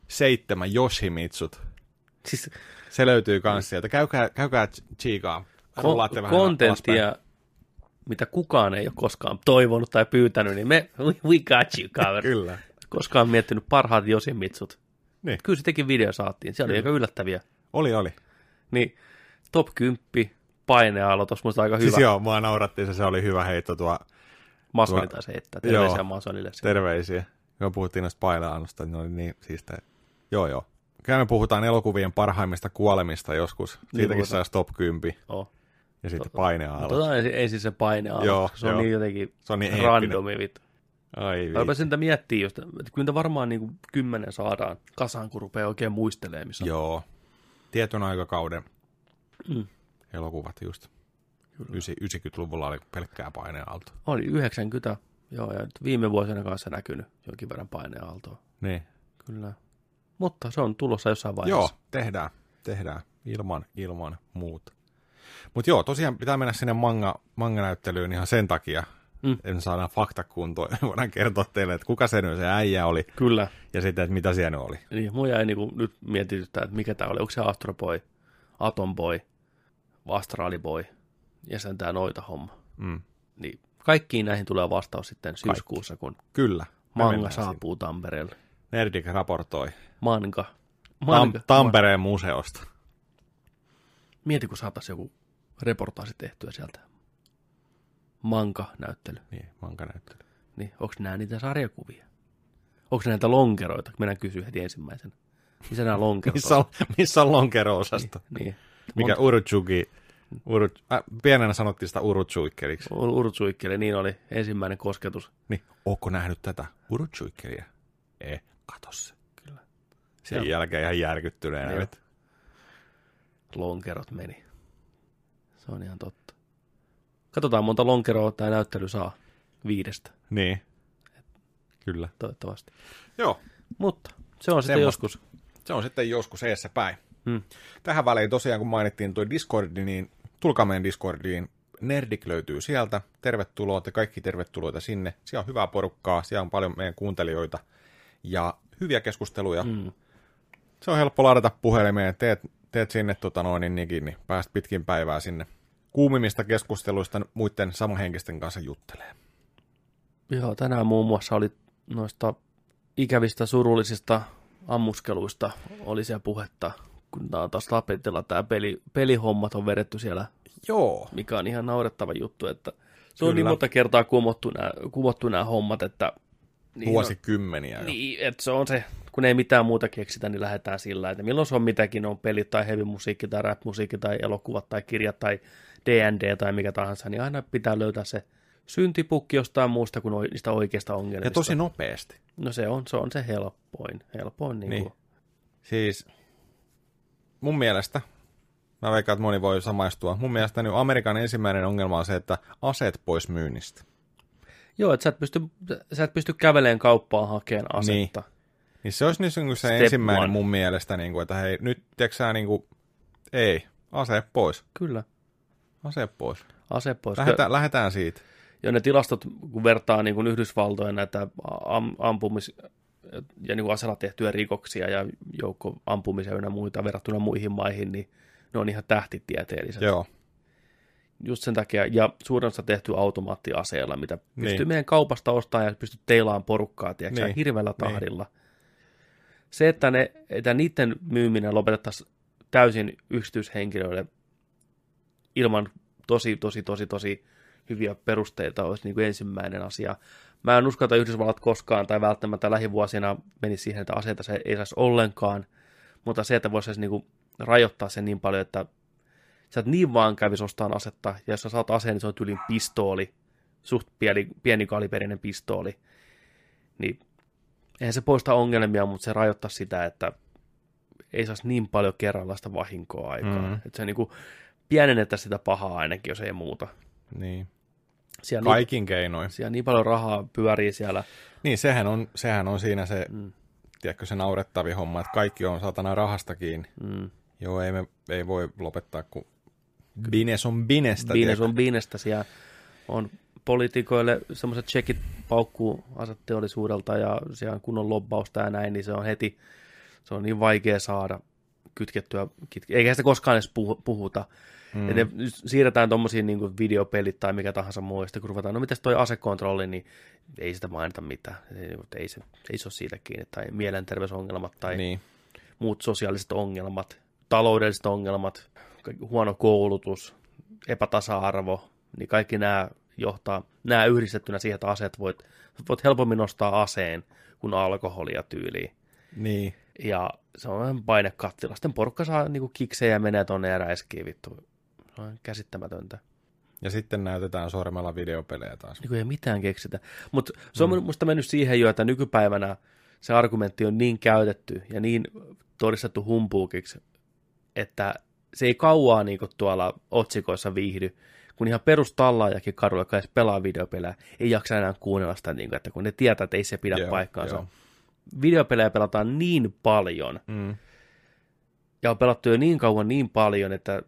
Speaker 3: 7 Yoshimitsut.
Speaker 1: Siis
Speaker 3: Se löytyy kans sieltä. Käykää, käykää chiikaa. Rullaatte
Speaker 1: kon-
Speaker 3: vähän alaspäin.
Speaker 1: kontenttia, mitä kukaan ei ole koskaan toivonut tai pyytänyt, niin me, we we got you covered.
Speaker 3: Kyllä.
Speaker 1: koskaan miettinyt parhaat josimitsut.
Speaker 3: Niin.
Speaker 1: Kyllä sitäkin video saatiin, siellä oli aika yllättäviä.
Speaker 3: Oli, oli.
Speaker 1: Niin top 10 painealoitus, musta aika hyvä.
Speaker 3: Siis joo, mua naurattiin se, se oli hyvä heitto tuo
Speaker 1: Masoni taisi heittää,
Speaker 3: Joo.
Speaker 1: terveisiä Masonille.
Speaker 3: terveisiä. Kun puhuttiin noista painaannosta, niin oli niin siistä. Joo, joo. Kyllä me puhutaan elokuvien parhaimmista kuolemista joskus. Siitäkin
Speaker 1: puhutaan.
Speaker 3: saisi top 10.
Speaker 1: Oh.
Speaker 3: Ja sitten paineaalla.
Speaker 1: Tota ensin, ensin se
Speaker 3: Joo,
Speaker 1: painealo, koska se on
Speaker 3: joo.
Speaker 1: niin jotenkin
Speaker 3: Se on niin eeppinen.
Speaker 1: randomi vittu.
Speaker 3: Ai
Speaker 1: Mä
Speaker 3: vittu.
Speaker 1: rupesin niitä miettiä just, että kyllä niitä varmaan niin kuin kymmenen saadaan kasaan, kun rupeaa oikein muistelemaan, missä on
Speaker 3: Joo. Tietyn aikakauden Mm. elokuvat just. Ysi- 90-luvulla oli pelkkää paineaalto.
Speaker 1: Oli 90, joo, ja nyt viime vuosina kanssa näkynyt jonkin verran paineaaltoa,
Speaker 3: Niin.
Speaker 1: kyllä. Mutta se on tulossa jossain
Speaker 3: Joo,
Speaker 1: vaiheessa.
Speaker 3: tehdään. Tehdään. Ilman, ilman muuta. Mutta joo, tosiaan pitää mennä sinne manga, manganäyttelyyn ihan sen takia,
Speaker 1: Mm.
Speaker 3: mm. en saada faktakuntoon. Voidaan kertoa teille, että kuka se nyt se äijä oli
Speaker 1: Kyllä.
Speaker 3: ja sitten, että mitä siellä nyt oli.
Speaker 1: Niin, mua jäi niinku nyt mietityttää, että mikä tämä oli. Onko se Astro Boy, Atom Boy, Astrali Boy ja sen tämä noita homma.
Speaker 3: Mm.
Speaker 1: Niin kaikkiin näihin tulee vastaus sitten syyskuussa, kun
Speaker 3: Kyllä. Me
Speaker 1: manga
Speaker 3: mennään sinne.
Speaker 1: saapuu Tampereelle.
Speaker 3: Nerdik raportoi
Speaker 1: Manga. Manga.
Speaker 3: Tam- Tampereen museosta.
Speaker 1: Mieti, kun saataisiin joku reportaasi tehtyä sieltä. Manga-näyttely.
Speaker 3: Niin, manganäyttely.
Speaker 1: Niin, onko nämä niitä sarjakuvia? Onko näitä lonkeroita? Mennään kysyä heti ensimmäisenä. Missä nämä lonkerot
Speaker 3: Missä on, missä on lonkero-osasto?
Speaker 1: on? Niin.
Speaker 3: Mikä Urutsuki, Urut, äh, pienenä sanottiin sitä Urutsuikkeliksi.
Speaker 1: Mon- Urtsuikkeli, niin oli ensimmäinen kosketus.
Speaker 3: Niin, ootko nähnyt tätä Urutsuikkeliä? Ei, kato se.
Speaker 1: Kyllä.
Speaker 3: Sen
Speaker 1: Joo.
Speaker 3: jälkeen ihan järkyttyneenä.
Speaker 1: Joo.
Speaker 3: Niin.
Speaker 1: Lonkerot meni. Se on ihan totta. Katsotaan, monta lonkeroa tämä näyttely saa. Viidestä,
Speaker 3: niin. Kyllä.
Speaker 1: toivottavasti.
Speaker 3: Joo,
Speaker 1: Mutta se on sitten
Speaker 3: Semmosta.
Speaker 1: joskus.
Speaker 3: se on sitten joskus eessä päin.
Speaker 1: Hmm.
Speaker 3: Tähän väliin tosiaan, kun mainittiin tuo Discordi, niin tulkaa meidän Discordiin. Nerdik löytyy sieltä. Tervetuloa, te kaikki tervetuloita sinne. Siellä on hyvää porukkaa, siellä on paljon meidän kuuntelijoita ja hyviä keskusteluja.
Speaker 1: Mm.
Speaker 3: Se on helppo ladata puhelimeen, teet, teet sinne tota noin, niin, nikin, niin pääst pitkin päivää sinne kuumimmista keskusteluista muiden samanhenkisten kanssa juttelee.
Speaker 1: Joo, tänään muun muassa oli noista ikävistä surullisista ammuskeluista oli siellä puhetta, kun tää on taas tapetilla tämä peli, pelihommat on vedetty siellä,
Speaker 3: Joo.
Speaker 1: mikä on ihan naurettava juttu, että se on
Speaker 3: Kyllä.
Speaker 1: niin monta kertaa kumottu nämä, kumottu nämä hommat, että niin
Speaker 3: Vuosikymmeniä
Speaker 1: on,
Speaker 3: niin.
Speaker 1: niin, että se on se kun ei mitään muuta keksitä, niin lähdetään sillä, että milloin se on mitäkin, on pelit tai heavy musiikki tai rap musiikki tai elokuvat tai kirjat tai D&D tai mikä tahansa, niin aina pitää löytää se syntipukki jostain muusta kuin oi- niistä oikeista ongelmista.
Speaker 3: Ja tosi nopeasti.
Speaker 1: No se on, se on se helpoin, helpoin niin,
Speaker 3: Niin.
Speaker 1: niin.
Speaker 3: Siis mun mielestä, mä veikkaan, että moni voi samaistua, mun mielestä niin Amerikan ensimmäinen ongelma on se, että aseet pois myynnistä.
Speaker 1: Joo, että sä et pysty, sä et pysty käveleen kauppaan hakeen asetta. Niin.
Speaker 3: Niin se olisi niin kuin se
Speaker 1: Step
Speaker 3: ensimmäinen
Speaker 1: one.
Speaker 3: mun mielestä, niin kuin, että hei, nyt tiedätkö sä, niin kuin, ei, ase pois,
Speaker 1: Kyllä,
Speaker 3: ase pois.
Speaker 1: ase pois.
Speaker 3: Lähetään, lähetään siitä.
Speaker 1: Ja ne tilastot, kun vertaa niin kuin Yhdysvaltojen näitä am- ampumis- ja niin kuin asella tehtyjä rikoksia ja joukko ampumisia ynnä muita verrattuna muihin maihin, niin ne on ihan tähtitieteelliset.
Speaker 3: Joo,
Speaker 1: Just sen takia, ja suurin osa tehty automaattiaseella, mitä pystyy
Speaker 3: Niin.
Speaker 1: meidän kaupasta ostamaan ja pystyy teilaan porukkaa, tiedätkö, niin.
Speaker 3: Niin.
Speaker 1: hirveällä tahdilla. Se, että, ne, että niiden myyminen lopetettaisiin täysin yksityishenkilöille ilman tosi, tosi, tosi, tosi hyviä perusteita olisi niin kuin ensimmäinen asia. Mä en usko, että Yhdysvallat koskaan tai välttämättä lähivuosina meni siihen, että aseita se ei saisi ollenkaan, mutta se, että voisi niin kuin rajoittaa sen niin paljon, että sä et niin vaan kävisi ostamaan asetta, ja jos sä saat aseen, niin se on tyylin pistooli, suht pieni, pienikaliberinen pistooli, niin eihän se poista ongelmia, mutta se rajoittaa sitä, että ei saisi niin paljon kerrallaista vahinkoa aikaan. Mm-hmm.
Speaker 3: Mhm.
Speaker 1: Että se niin kuin pienennettäisiin sitä pahaa ainakin, jos ei muuta.
Speaker 3: niin.
Speaker 1: Siellä, niin,
Speaker 3: Kaikin keinoin.
Speaker 1: siellä niin paljon rahaa pyörii siellä.
Speaker 3: Niin, sehän on, sehän on siinä se,
Speaker 1: Mm.
Speaker 3: tiedätkö, se naurettavi homma, että kaikki on satana rahasta kiinni.
Speaker 1: Mm.
Speaker 3: Joo, ei, me, ei voi lopettaa, kun bines on binestä.
Speaker 1: Biines
Speaker 3: tiedätkö?
Speaker 1: on biinestä siellä. On poliitikoille semmoiset checkit paukkuu aseteollisuudelta ja siellä on kunnon lobbausta ja näin, niin se on heti, se on niin vaikea saada kytkettyä, kitke, eikä sitä koskaan edes puhu- puhuta. Mm. Ja ne siirretään tuommoisiin niin videopelit tai mikä tahansa muu, ja sitten kun ruvetaan, no mitäs toi asekontrolli, niin ei sitä mainita mitään. Ei, ei, se, ei se ole siitä kiinni, tai mielenterveysongelmat tai
Speaker 3: Niin.
Speaker 1: muut sosiaaliset ongelmat, taloudelliset ongelmat, kaikki- huono koulutus, epätasa-arvo, niin kaikki nämä johtaa, nämä yhdistettynä siihen, että aseet voit, voit helpommin nostaa aseen kuin alkoholia tyyliin.
Speaker 3: Niin.
Speaker 1: Ja se on vähän painekattila. Sitten porukka saa niinku kiksejä ja menee tonne ja räiskii vittu. Se on käsittämätöntä.
Speaker 3: Ja sitten näytetään sormella videopelejä taas.
Speaker 1: Niin kuin ei mitään keksitä. Mutta se on mm. musta mennyt siihen jo, että nykypäivänä se argumentti on niin käytetty ja niin todistettu humpuukiksi, että se ei kauaa niin tuolla otsikoissa viihdy, kun ihan perustallaajakin karu, joka edes pelaa videopelejä, ei jaksa enää kuunnella sitä, niin kuin, että kun ne tietää, että ei se pidä
Speaker 3: Joo,
Speaker 1: paikkaansa.
Speaker 3: joo.
Speaker 1: Videopelejä pelataan niin paljon,
Speaker 3: Mm.
Speaker 1: ja on pelattu jo niin kauan niin paljon, että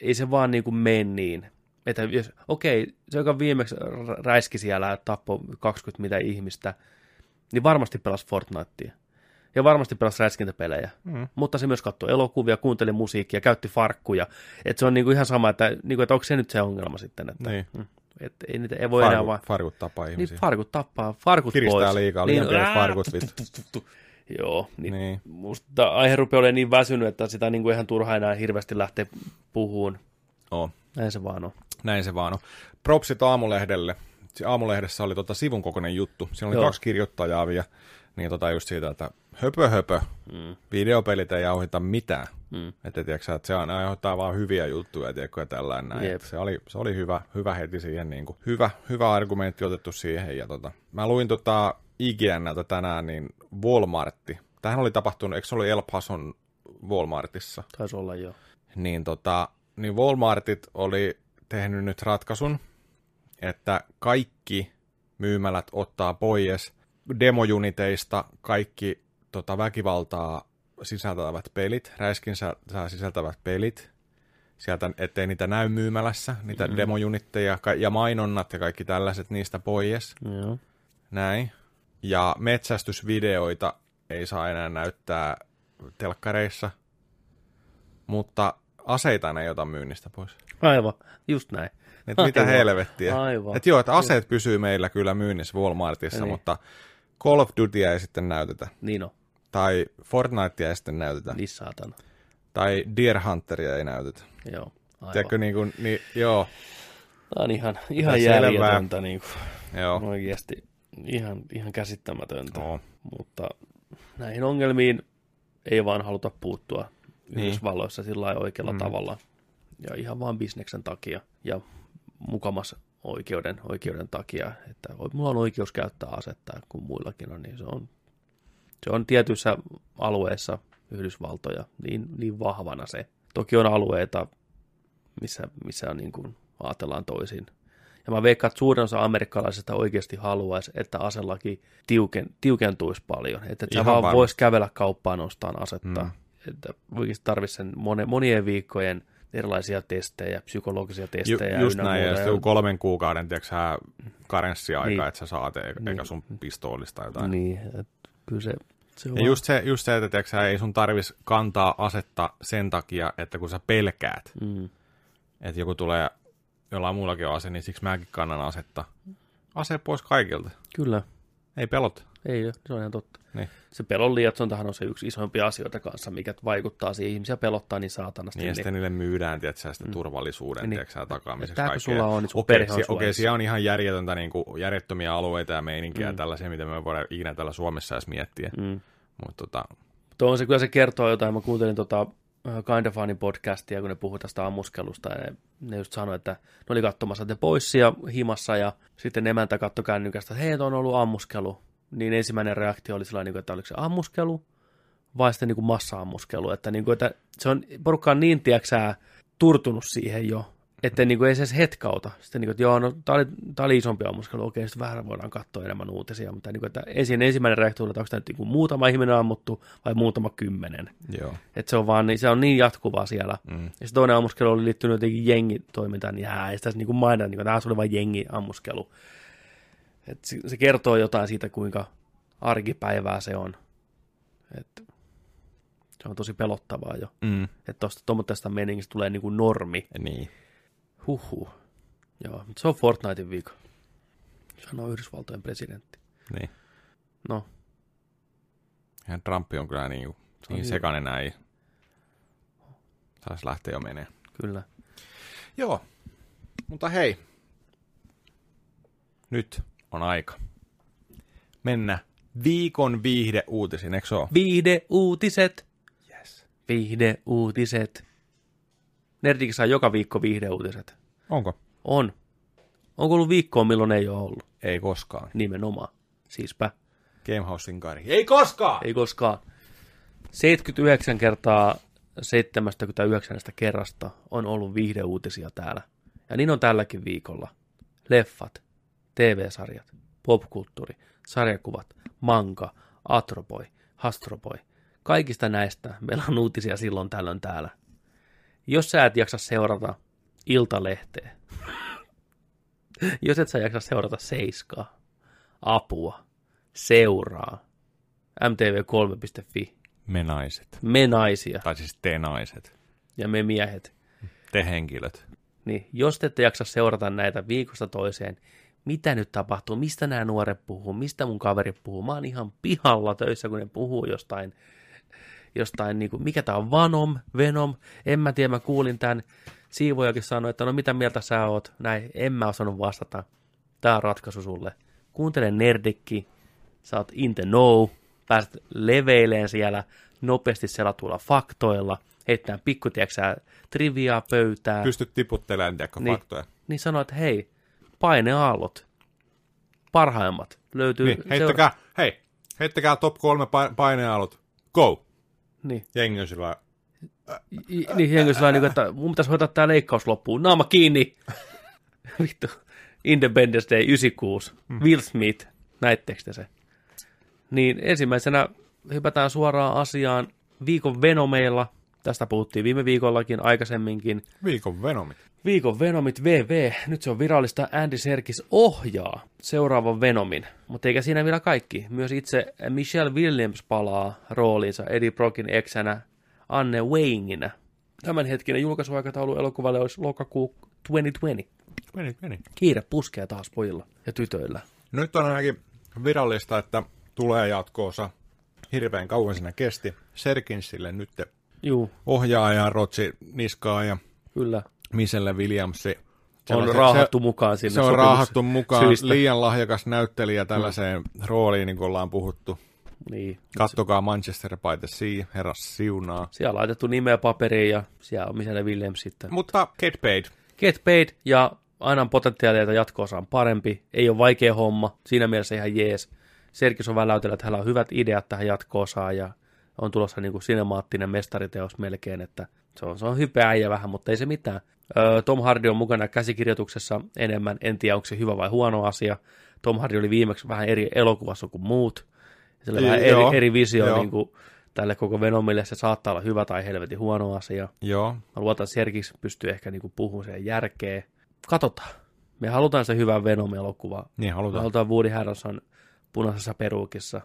Speaker 1: ei se vaan niin kuin mene niin. Että jos, okei, se joka viimeksi r- räiski siellä ja tappoi 20 mitä ihmistä, niin varmasti pelasi Fortnitea. Ja varmasti pelasi räiskintäpelejä.
Speaker 3: Mm.
Speaker 1: Mutta se myös katsoi elokuvia, kuunteli musiikkia, käytti farkkuja. Että se on niin kuin ihan sama, että, niin kuin, että onko se nyt se ongelma sitten. Että,
Speaker 3: Niin.
Speaker 1: Mm. että ei, niitä, ei voi enää vaan...
Speaker 3: farkut tapaa ihmisiä.
Speaker 1: Niin farkut tappaa, farkut
Speaker 3: Kiristää
Speaker 1: pois. Niin,
Speaker 3: liikaa, liian pienet farkut, vittu.
Speaker 1: vittu. Joo, niin,
Speaker 3: Niin.
Speaker 1: musta aihe rupeaa olemaan niin väsynyt, että sitä niin kuin ihan turha enää hirveästi lähtee puhuun.
Speaker 3: Oo.
Speaker 1: Näin se vaan on.
Speaker 3: Näin se vaan on. Propsit aamulehdelle. Se aamulehdessä oli tota sivun kokoinen juttu. Siinä oli
Speaker 1: Joo.
Speaker 3: Joo. kaksi kirjoittajaa vielä. Niin tota just siitä, että höpö höpö. Mm. Videopelit ei auhita mitään.
Speaker 1: Mm.
Speaker 3: Mm. Että tiedätkö, sä, että se aina aiheuttaa vaan hyviä juttuja, tiedätkö, ja tällainen näin.
Speaker 1: Jep.
Speaker 3: Että Se oli, se oli hyvä, hyvä heti siihen, niin kuin, hyvä, hyvä argumentti otettu siihen. Ja tota, mä luin tota IGNltä tänään, niin Walmartti. Tähän oli tapahtunut, eikö se oli El Pason Walmartissa?
Speaker 1: Taisi olla jo.
Speaker 3: niin, tota, niin Walmartit oli tehnyt nyt ratkaisun, että kaikki myymälät ottaa pois demojuniteista kaikki tota, väkivaltaa sisältävät pelit, räiskinsä sisältävät pelit, sieltä, ettei niitä näy myymälässä, niitä mm-hmm. demojunitteja ka- ja mainonnat ja kaikki tällaiset niistä pois,
Speaker 1: Joo.
Speaker 3: näin. Ja metsästysvideoita ei saa enää näyttää telkkareissa, mutta aseita ne ei ota myynnistä pois.
Speaker 1: Aivan, just näin.
Speaker 3: Et mitä
Speaker 1: Aivan.
Speaker 3: helvettiä.
Speaker 1: Aivan.
Speaker 3: Et joo, että aseet pysyy meillä kyllä myynnissä Walmartissa,
Speaker 1: Niin.
Speaker 3: niin. mutta Call of Dutyä ei sitten näytetä.
Speaker 1: Niin on,
Speaker 3: Tai Fortnitea ei sitten näytetä. Niin.
Speaker 1: niin saatana.
Speaker 3: Tai Deer Hunteria ei näytetä.
Speaker 1: Joo, aivan.
Speaker 3: Tiedätkö, niin kuin, niin, joo,
Speaker 1: Tämä on ihan, ihan
Speaker 3: Selvä.
Speaker 1: järjetöntä niin kuin,
Speaker 3: joo.
Speaker 1: oikeasti. Ihan, ihan käsittämätöntä.
Speaker 3: No.
Speaker 1: Mutta näihin ongelmiin ei vaan haluta puuttua
Speaker 3: Niin.
Speaker 1: niin. Yhdysvalloissa sillä lailla oikealla
Speaker 2: Mm.
Speaker 1: mm. tavalla. Ja ihan vaan bisneksen takia ja mukamas oikeuden, oikeuden takia, että oi- mulla on oikeus käyttää asetta, kun muillakin on, niin se on, se on tietyissä alueissa Yhdysvaltoja niin, niin vahvana se. Toki on alueita, missä, missä on niin kuin ajatellaan toisin. Ja mä veikkaan, että suurin osa amerikkalaisista oikeasti haluaisi, että aselaki tiuken, tiukentuisi paljon. Että sä
Speaker 3: Ihan
Speaker 1: vaan
Speaker 3: varmasti.
Speaker 1: voisi kävellä kauppaan ostaan asetta.
Speaker 3: Mm.
Speaker 1: Mm. Että oikeasti tarvitsisi sen mone, monien viikkojen erilaisia testejä, psykologisia
Speaker 3: Ju,
Speaker 1: testejä.
Speaker 3: just
Speaker 1: ynnä
Speaker 3: näin, ja
Speaker 1: muuta.
Speaker 3: sitten joku kolmen kuukauden, tiedätkö sä, karenssiaika, niin.
Speaker 1: Niin.
Speaker 3: että sä saat, eikä, niin. eikä
Speaker 1: Niin.
Speaker 3: sun pistoolista jotain. Niin.
Speaker 1: Niin, että kyllä se, se on
Speaker 3: Ja just se, just se että tiedätkö, sä, ei sun tarvis kantaa asetta sen takia, että kun sä pelkäät,
Speaker 1: Mm,
Speaker 3: että joku tulee, jollain muullakin on ase, niin siksi mäkin kannan asetta. Ase pois kaikilta.
Speaker 1: kyllä,
Speaker 3: Ei pelota.
Speaker 1: ei ole, se on ihan totta.
Speaker 3: Niin.
Speaker 1: Se pelon lietsontahan on se yksi isoimpia asioita kanssa, mikä vaikuttaa siihen. Ihmisiä pelottaa niin saatanasti.
Speaker 3: Niin, ja sitten niille myydään, tiedätkö, sitä mm. turvallisuuden, niin.
Speaker 1: Niin.
Speaker 3: tiedätkö, sä, takaamiseksi
Speaker 1: Ja tää kun
Speaker 3: kaikkea.
Speaker 1: sulla on, niin sun
Speaker 3: Okei,
Speaker 1: perhe on
Speaker 3: sie- Okei,
Speaker 1: suojassa.
Speaker 3: siellä on ihan järjetöntä, niin kuin, järjettömiä alueita ja meininkiä mm. ja tällaisia, mitä me voidaan ikinä täällä Suomessa edes miettiä. Mm.
Speaker 1: Mm.
Speaker 3: Mutta tota,
Speaker 1: Tuo on se, kyllä se kertoo jotain. Mä kuuntelin tota äh, Kind of Funin podcastia, kun ne puhui tästä ammuskelusta. Ja ne, ne just sanoi, että ne oli katsomassa The Boysia himassa ja sitten emäntä katsoi kännykästä, että hei, tuo on ollut ammuskelu. Niin ensimmäinen reaktio oli sellainen, että oliko se ammuskelu vai sitten niin massa-ammuskelu. Että, niin kuin, että se on, porukka on niin, tiedäksää, turtunut siihen jo, että niin kuin ei se edes hetkauta. Sitten niin kuin, että joo, no tää oli, tää oli isompi ammuskelu, okei, sitten vähän voidaan katsoa enemmän uutisia, mutta niin kuin, että ensin ensimmäinen reaktio oli, että onko tämä niin kuin muutama ihminen ammuttu vai muutama kymmenen.
Speaker 3: joo.
Speaker 1: Että se on vaan, niin- se on niin jatkuvaa siellä.
Speaker 3: Mm.
Speaker 1: Ja se toinen ammuskelu oli liittynyt jotenkin jengitoimintaan, niin ää, ei sitä niin kuin mainita, niin kuin, tämä oli vain jengi ammuskelu. Et se, se kertoo jotain siitä, kuinka arkipäivää se on. Et se on tosi pelottavaa jo.
Speaker 3: Mm.
Speaker 1: Että tuosta tuommoista meningistä tulee niin kuin normi.
Speaker 3: Niin.
Speaker 1: Huhhuh. Joo, mutta se on Fortnitein viikko. Sanoo Yhdysvaltojen presidentti.
Speaker 3: Niin.
Speaker 1: No,
Speaker 3: Ja Trump on kyllä niin,
Speaker 1: on
Speaker 3: niin
Speaker 1: hyvä.
Speaker 3: sekainen näin. Saisi lähteä jo menee.
Speaker 1: kyllä.
Speaker 3: Joo. Mutta hei. Nyt on aika. Mennä viikon viihdeuutisiin, eikö se ole?
Speaker 1: Viihdeuutiset.
Speaker 3: Yes.
Speaker 1: Viihdeuutiset. Nerdikin saa joka viikko viihdeuutiset.
Speaker 3: Onko?
Speaker 1: On. Onko ollut viikkoa, milloin ei ole ollut?
Speaker 3: Ei koskaan.
Speaker 1: Nimenomaan. Siispä.
Speaker 3: Gamehousein kari. Ei koskaan!
Speaker 1: Ei koskaan. 79 kertaa 79 kerrasta on ollut viihdeuutisia täällä. Ja niin on tälläkin viikolla. Leffat, TV-sarjat, popkulttuuri, sarjakuvat, manga, atropoi, hastroboi. Kaikista näistä meillä on uutisia silloin tällöin täällä. Jos sä et jaksa seurata iltalehteä, jos et sä jaksa seurata seiskaa, apua, seuraa, mtv3.fi,
Speaker 3: Me naiset.
Speaker 1: me naisia
Speaker 3: Tai siis te naiset.
Speaker 1: ja me miehet,
Speaker 3: Te henkilöt.
Speaker 1: niin jos te ette jaksa seurata näitä viikosta toiseen, mitä nyt tapahtuu, mistä nämä nuoret puhuu, mistä mun kaveri puhuu, mä oon ihan pihalla töissä, kun ne puhuu jostain, jostain niin kuin, mikä tää on, Vanom, Venom, en mä tiedä, mä kuulin tämän, siivojakin sanoi, että no mitä mieltä sä oot, näin, en mä osannut vastata, tää on ratkaisu sulle, kuuntele Nerdikki, sä oot in the know, pääset leveileen siellä nopeasti selatuilla faktoilla, heittää pikku, tiedätkö sä, triviaa pöytään,
Speaker 3: Pystyt tiputtelemaan, tiedätkö,
Speaker 1: Niin.
Speaker 3: faktoja.
Speaker 1: niin sanoo, että hei, paineaallot, parhaimmat, löytyy
Speaker 3: Niin, heittäkää, hei, heittäkää top kolme pa- painealut. Go!
Speaker 1: Niin,
Speaker 3: Jengi on sillä lailla,
Speaker 1: I- niin jengi sillä niin että mun pitäisi hoitaa tämä leikkaus loppuun, naama kiinni. Vittu, Independence Day 96,
Speaker 3: Mm.
Speaker 1: Will Smith, näittekö te se? Niin ensimmäisenä hypätään suoraan asiaan viikon Venomeilla, tästä puhuttiin viime viikollakin aikaisemminkin,
Speaker 3: viikon venomit.
Speaker 1: Viikon Venomit VV, nyt se on virallista, Andy Serkis ohjaa seuraavan Venomin. Mutta eikä siinä vielä kaikki. Myös itse Michelle Williams palaa rooliinsa Eddie Brockin eksänä Anne Wainginä. Tämänhetkinen julkaisuaikataulu elokuvalle olisi lokakuu 2020.
Speaker 3: Meni, meni.
Speaker 1: Kiire puskee taas pojilla ja tytöillä.
Speaker 3: Nyt on ainakin virallista, että tulee jatkoosa. Hirveän kauan siinä kesti. Serkinsille nyt
Speaker 1: Juu,
Speaker 3: ohjaa ja Rotsi niskaa ja
Speaker 1: kyllä.
Speaker 3: Michelle Williamsi.
Speaker 1: on raahattu mukaan
Speaker 3: se,
Speaker 1: sinne
Speaker 3: se on
Speaker 1: sopimus-
Speaker 3: raahattu mukaan.
Speaker 1: syistä. Mm.
Speaker 3: Liian lahjakas näyttelijä tällaiseen rooliin, niin kuin ollaan puhuttu.
Speaker 1: Niin.
Speaker 3: Kattokaa Manchester by the Sea, herras siunaa.
Speaker 1: Siellä on laitettu nimeä paperiin ja siellä on Michelle Williams sitten.
Speaker 3: Mutta get paid.
Speaker 1: Get paid ja aina on potentiaalia, että jatko-osa on parempi. Ei ole vaikea homma, siinä mielessä ihan jees. Serkis on väläytellyt, että hänellä on hyvät ideat tähän jatko ja on tulossa niin kuin sinemaattinen mestariteos melkein, että se on, se on hypeä ja vähän, mutta ei se mitään. Öö, Tom Hardy on mukana käsikirjoituksessa enemmän, en tiedä onko se hyvä vai huono asia. Tom Hardy oli viimeksi vähän eri elokuvassa kuin muut. Sillä on
Speaker 3: Joo.
Speaker 1: vähän eri, eri visio
Speaker 3: Joo.
Speaker 1: niin kuin tälle koko Venomille, se saattaa olla hyvä tai helvetin huono asia.
Speaker 3: Joo,
Speaker 1: Mä luotan, että Serkis pystyy ehkä niinku puhumaan sen järkeen. Katsotaan. Me halutaan se hyvä Venom-elokuva.
Speaker 3: niin
Speaker 1: Me
Speaker 3: halutaan.
Speaker 1: halutaan Woody Harrelson punaisessa peruukissa.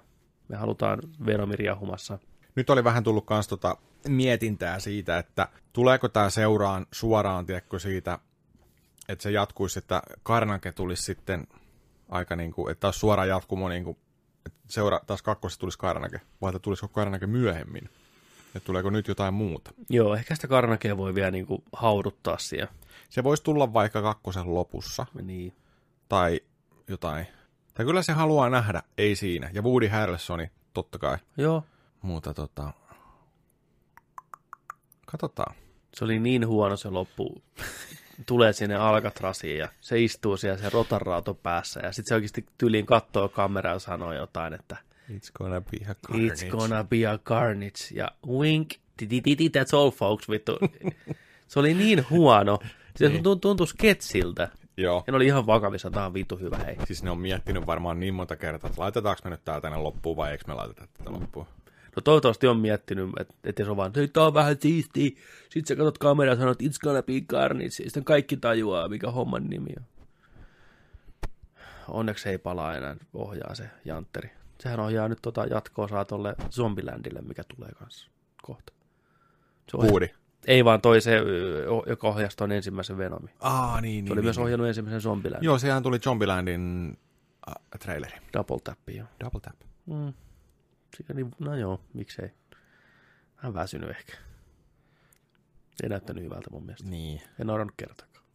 Speaker 1: Me halutaan Venomin riahumassa.
Speaker 3: Nyt oli vähän tullut kans tota mietintää siitä, että tuleeko tämä seuraan suoraan, tiedätkö, siitä, että se jatkuisi, että Karnake tulisi sitten aika niin kuin, että taas suoraan jatkumo niin kuin, että seura, taas kakkosessa tulisi Karnake, vai että tulisiko Karnake myöhemmin? Ja tuleeko nyt jotain muuta?
Speaker 1: Joo, ehkä sitä Karnakea voi vielä niinku hauduttaa siellä.
Speaker 3: Se voisi tulla vaikka kakkosen lopussa,
Speaker 1: Niin.
Speaker 3: tai jotain. Tai kyllä se haluaa nähdä, ei siinä. Ja Woody Harrelsoni, totta kai.
Speaker 1: Joo,
Speaker 3: Muuta tota... Katsotaan.
Speaker 1: se oli niin huono se loppu. Tulee sinne Alcatraziin ja se istuu siellä se rotaraato päässä ja sitten se oikeasti tyliin kattoo kameraa ja sanoo jotain, että
Speaker 3: It's gonna be a
Speaker 1: It's gonna be a carnage. Ja wink, titititi, that's all folks, vittu. Se oli niin huono. Se tuntui, tuntui sketsiltä.
Speaker 3: Joo.
Speaker 1: Ja ne oli ihan vakavissa, tää on vittu hyvä, hei.
Speaker 3: Siis ne on miettinyt varmaan niin monta kertaa, että laitetaanko me nyt tää tänne loppuun vai eikö me laiteta tätä loppuun.
Speaker 1: No toivottavasti on miettinyt, että et se on vaan, hei tää on vähän siistiä. Sitten sä katsot kameraa ja sanot, it's gonna be carnage. Ja sitten kaikki tajuaa, mikä homman nimi on. Onneksi ei palaa enää, ohjaa se jantteri. Sehän ohjaa nyt tota jatko-osaa tolle Zombilandille, mikä tulee kanssa kohta. Se ohjaa-
Speaker 3: Woody.
Speaker 1: Ei vaan toi se, ö, o- joka ohjasi tuon ensimmäisen Venomin. Se
Speaker 3: Aa, niin, niin,
Speaker 1: oli myös
Speaker 3: niin.
Speaker 1: ohjannut ensimmäisen Zombieland.
Speaker 3: Joo, sehän tuli Zombielandin äh, traileri.
Speaker 1: Double tappi, joo.
Speaker 3: Double tap.
Speaker 1: Mm. Sikäli, no joo, miksei. Vähän väsynyt ehkä. Ei näyttänyt hyvältä mun mielestä.
Speaker 3: Niin.
Speaker 1: En naurannut kertakaan.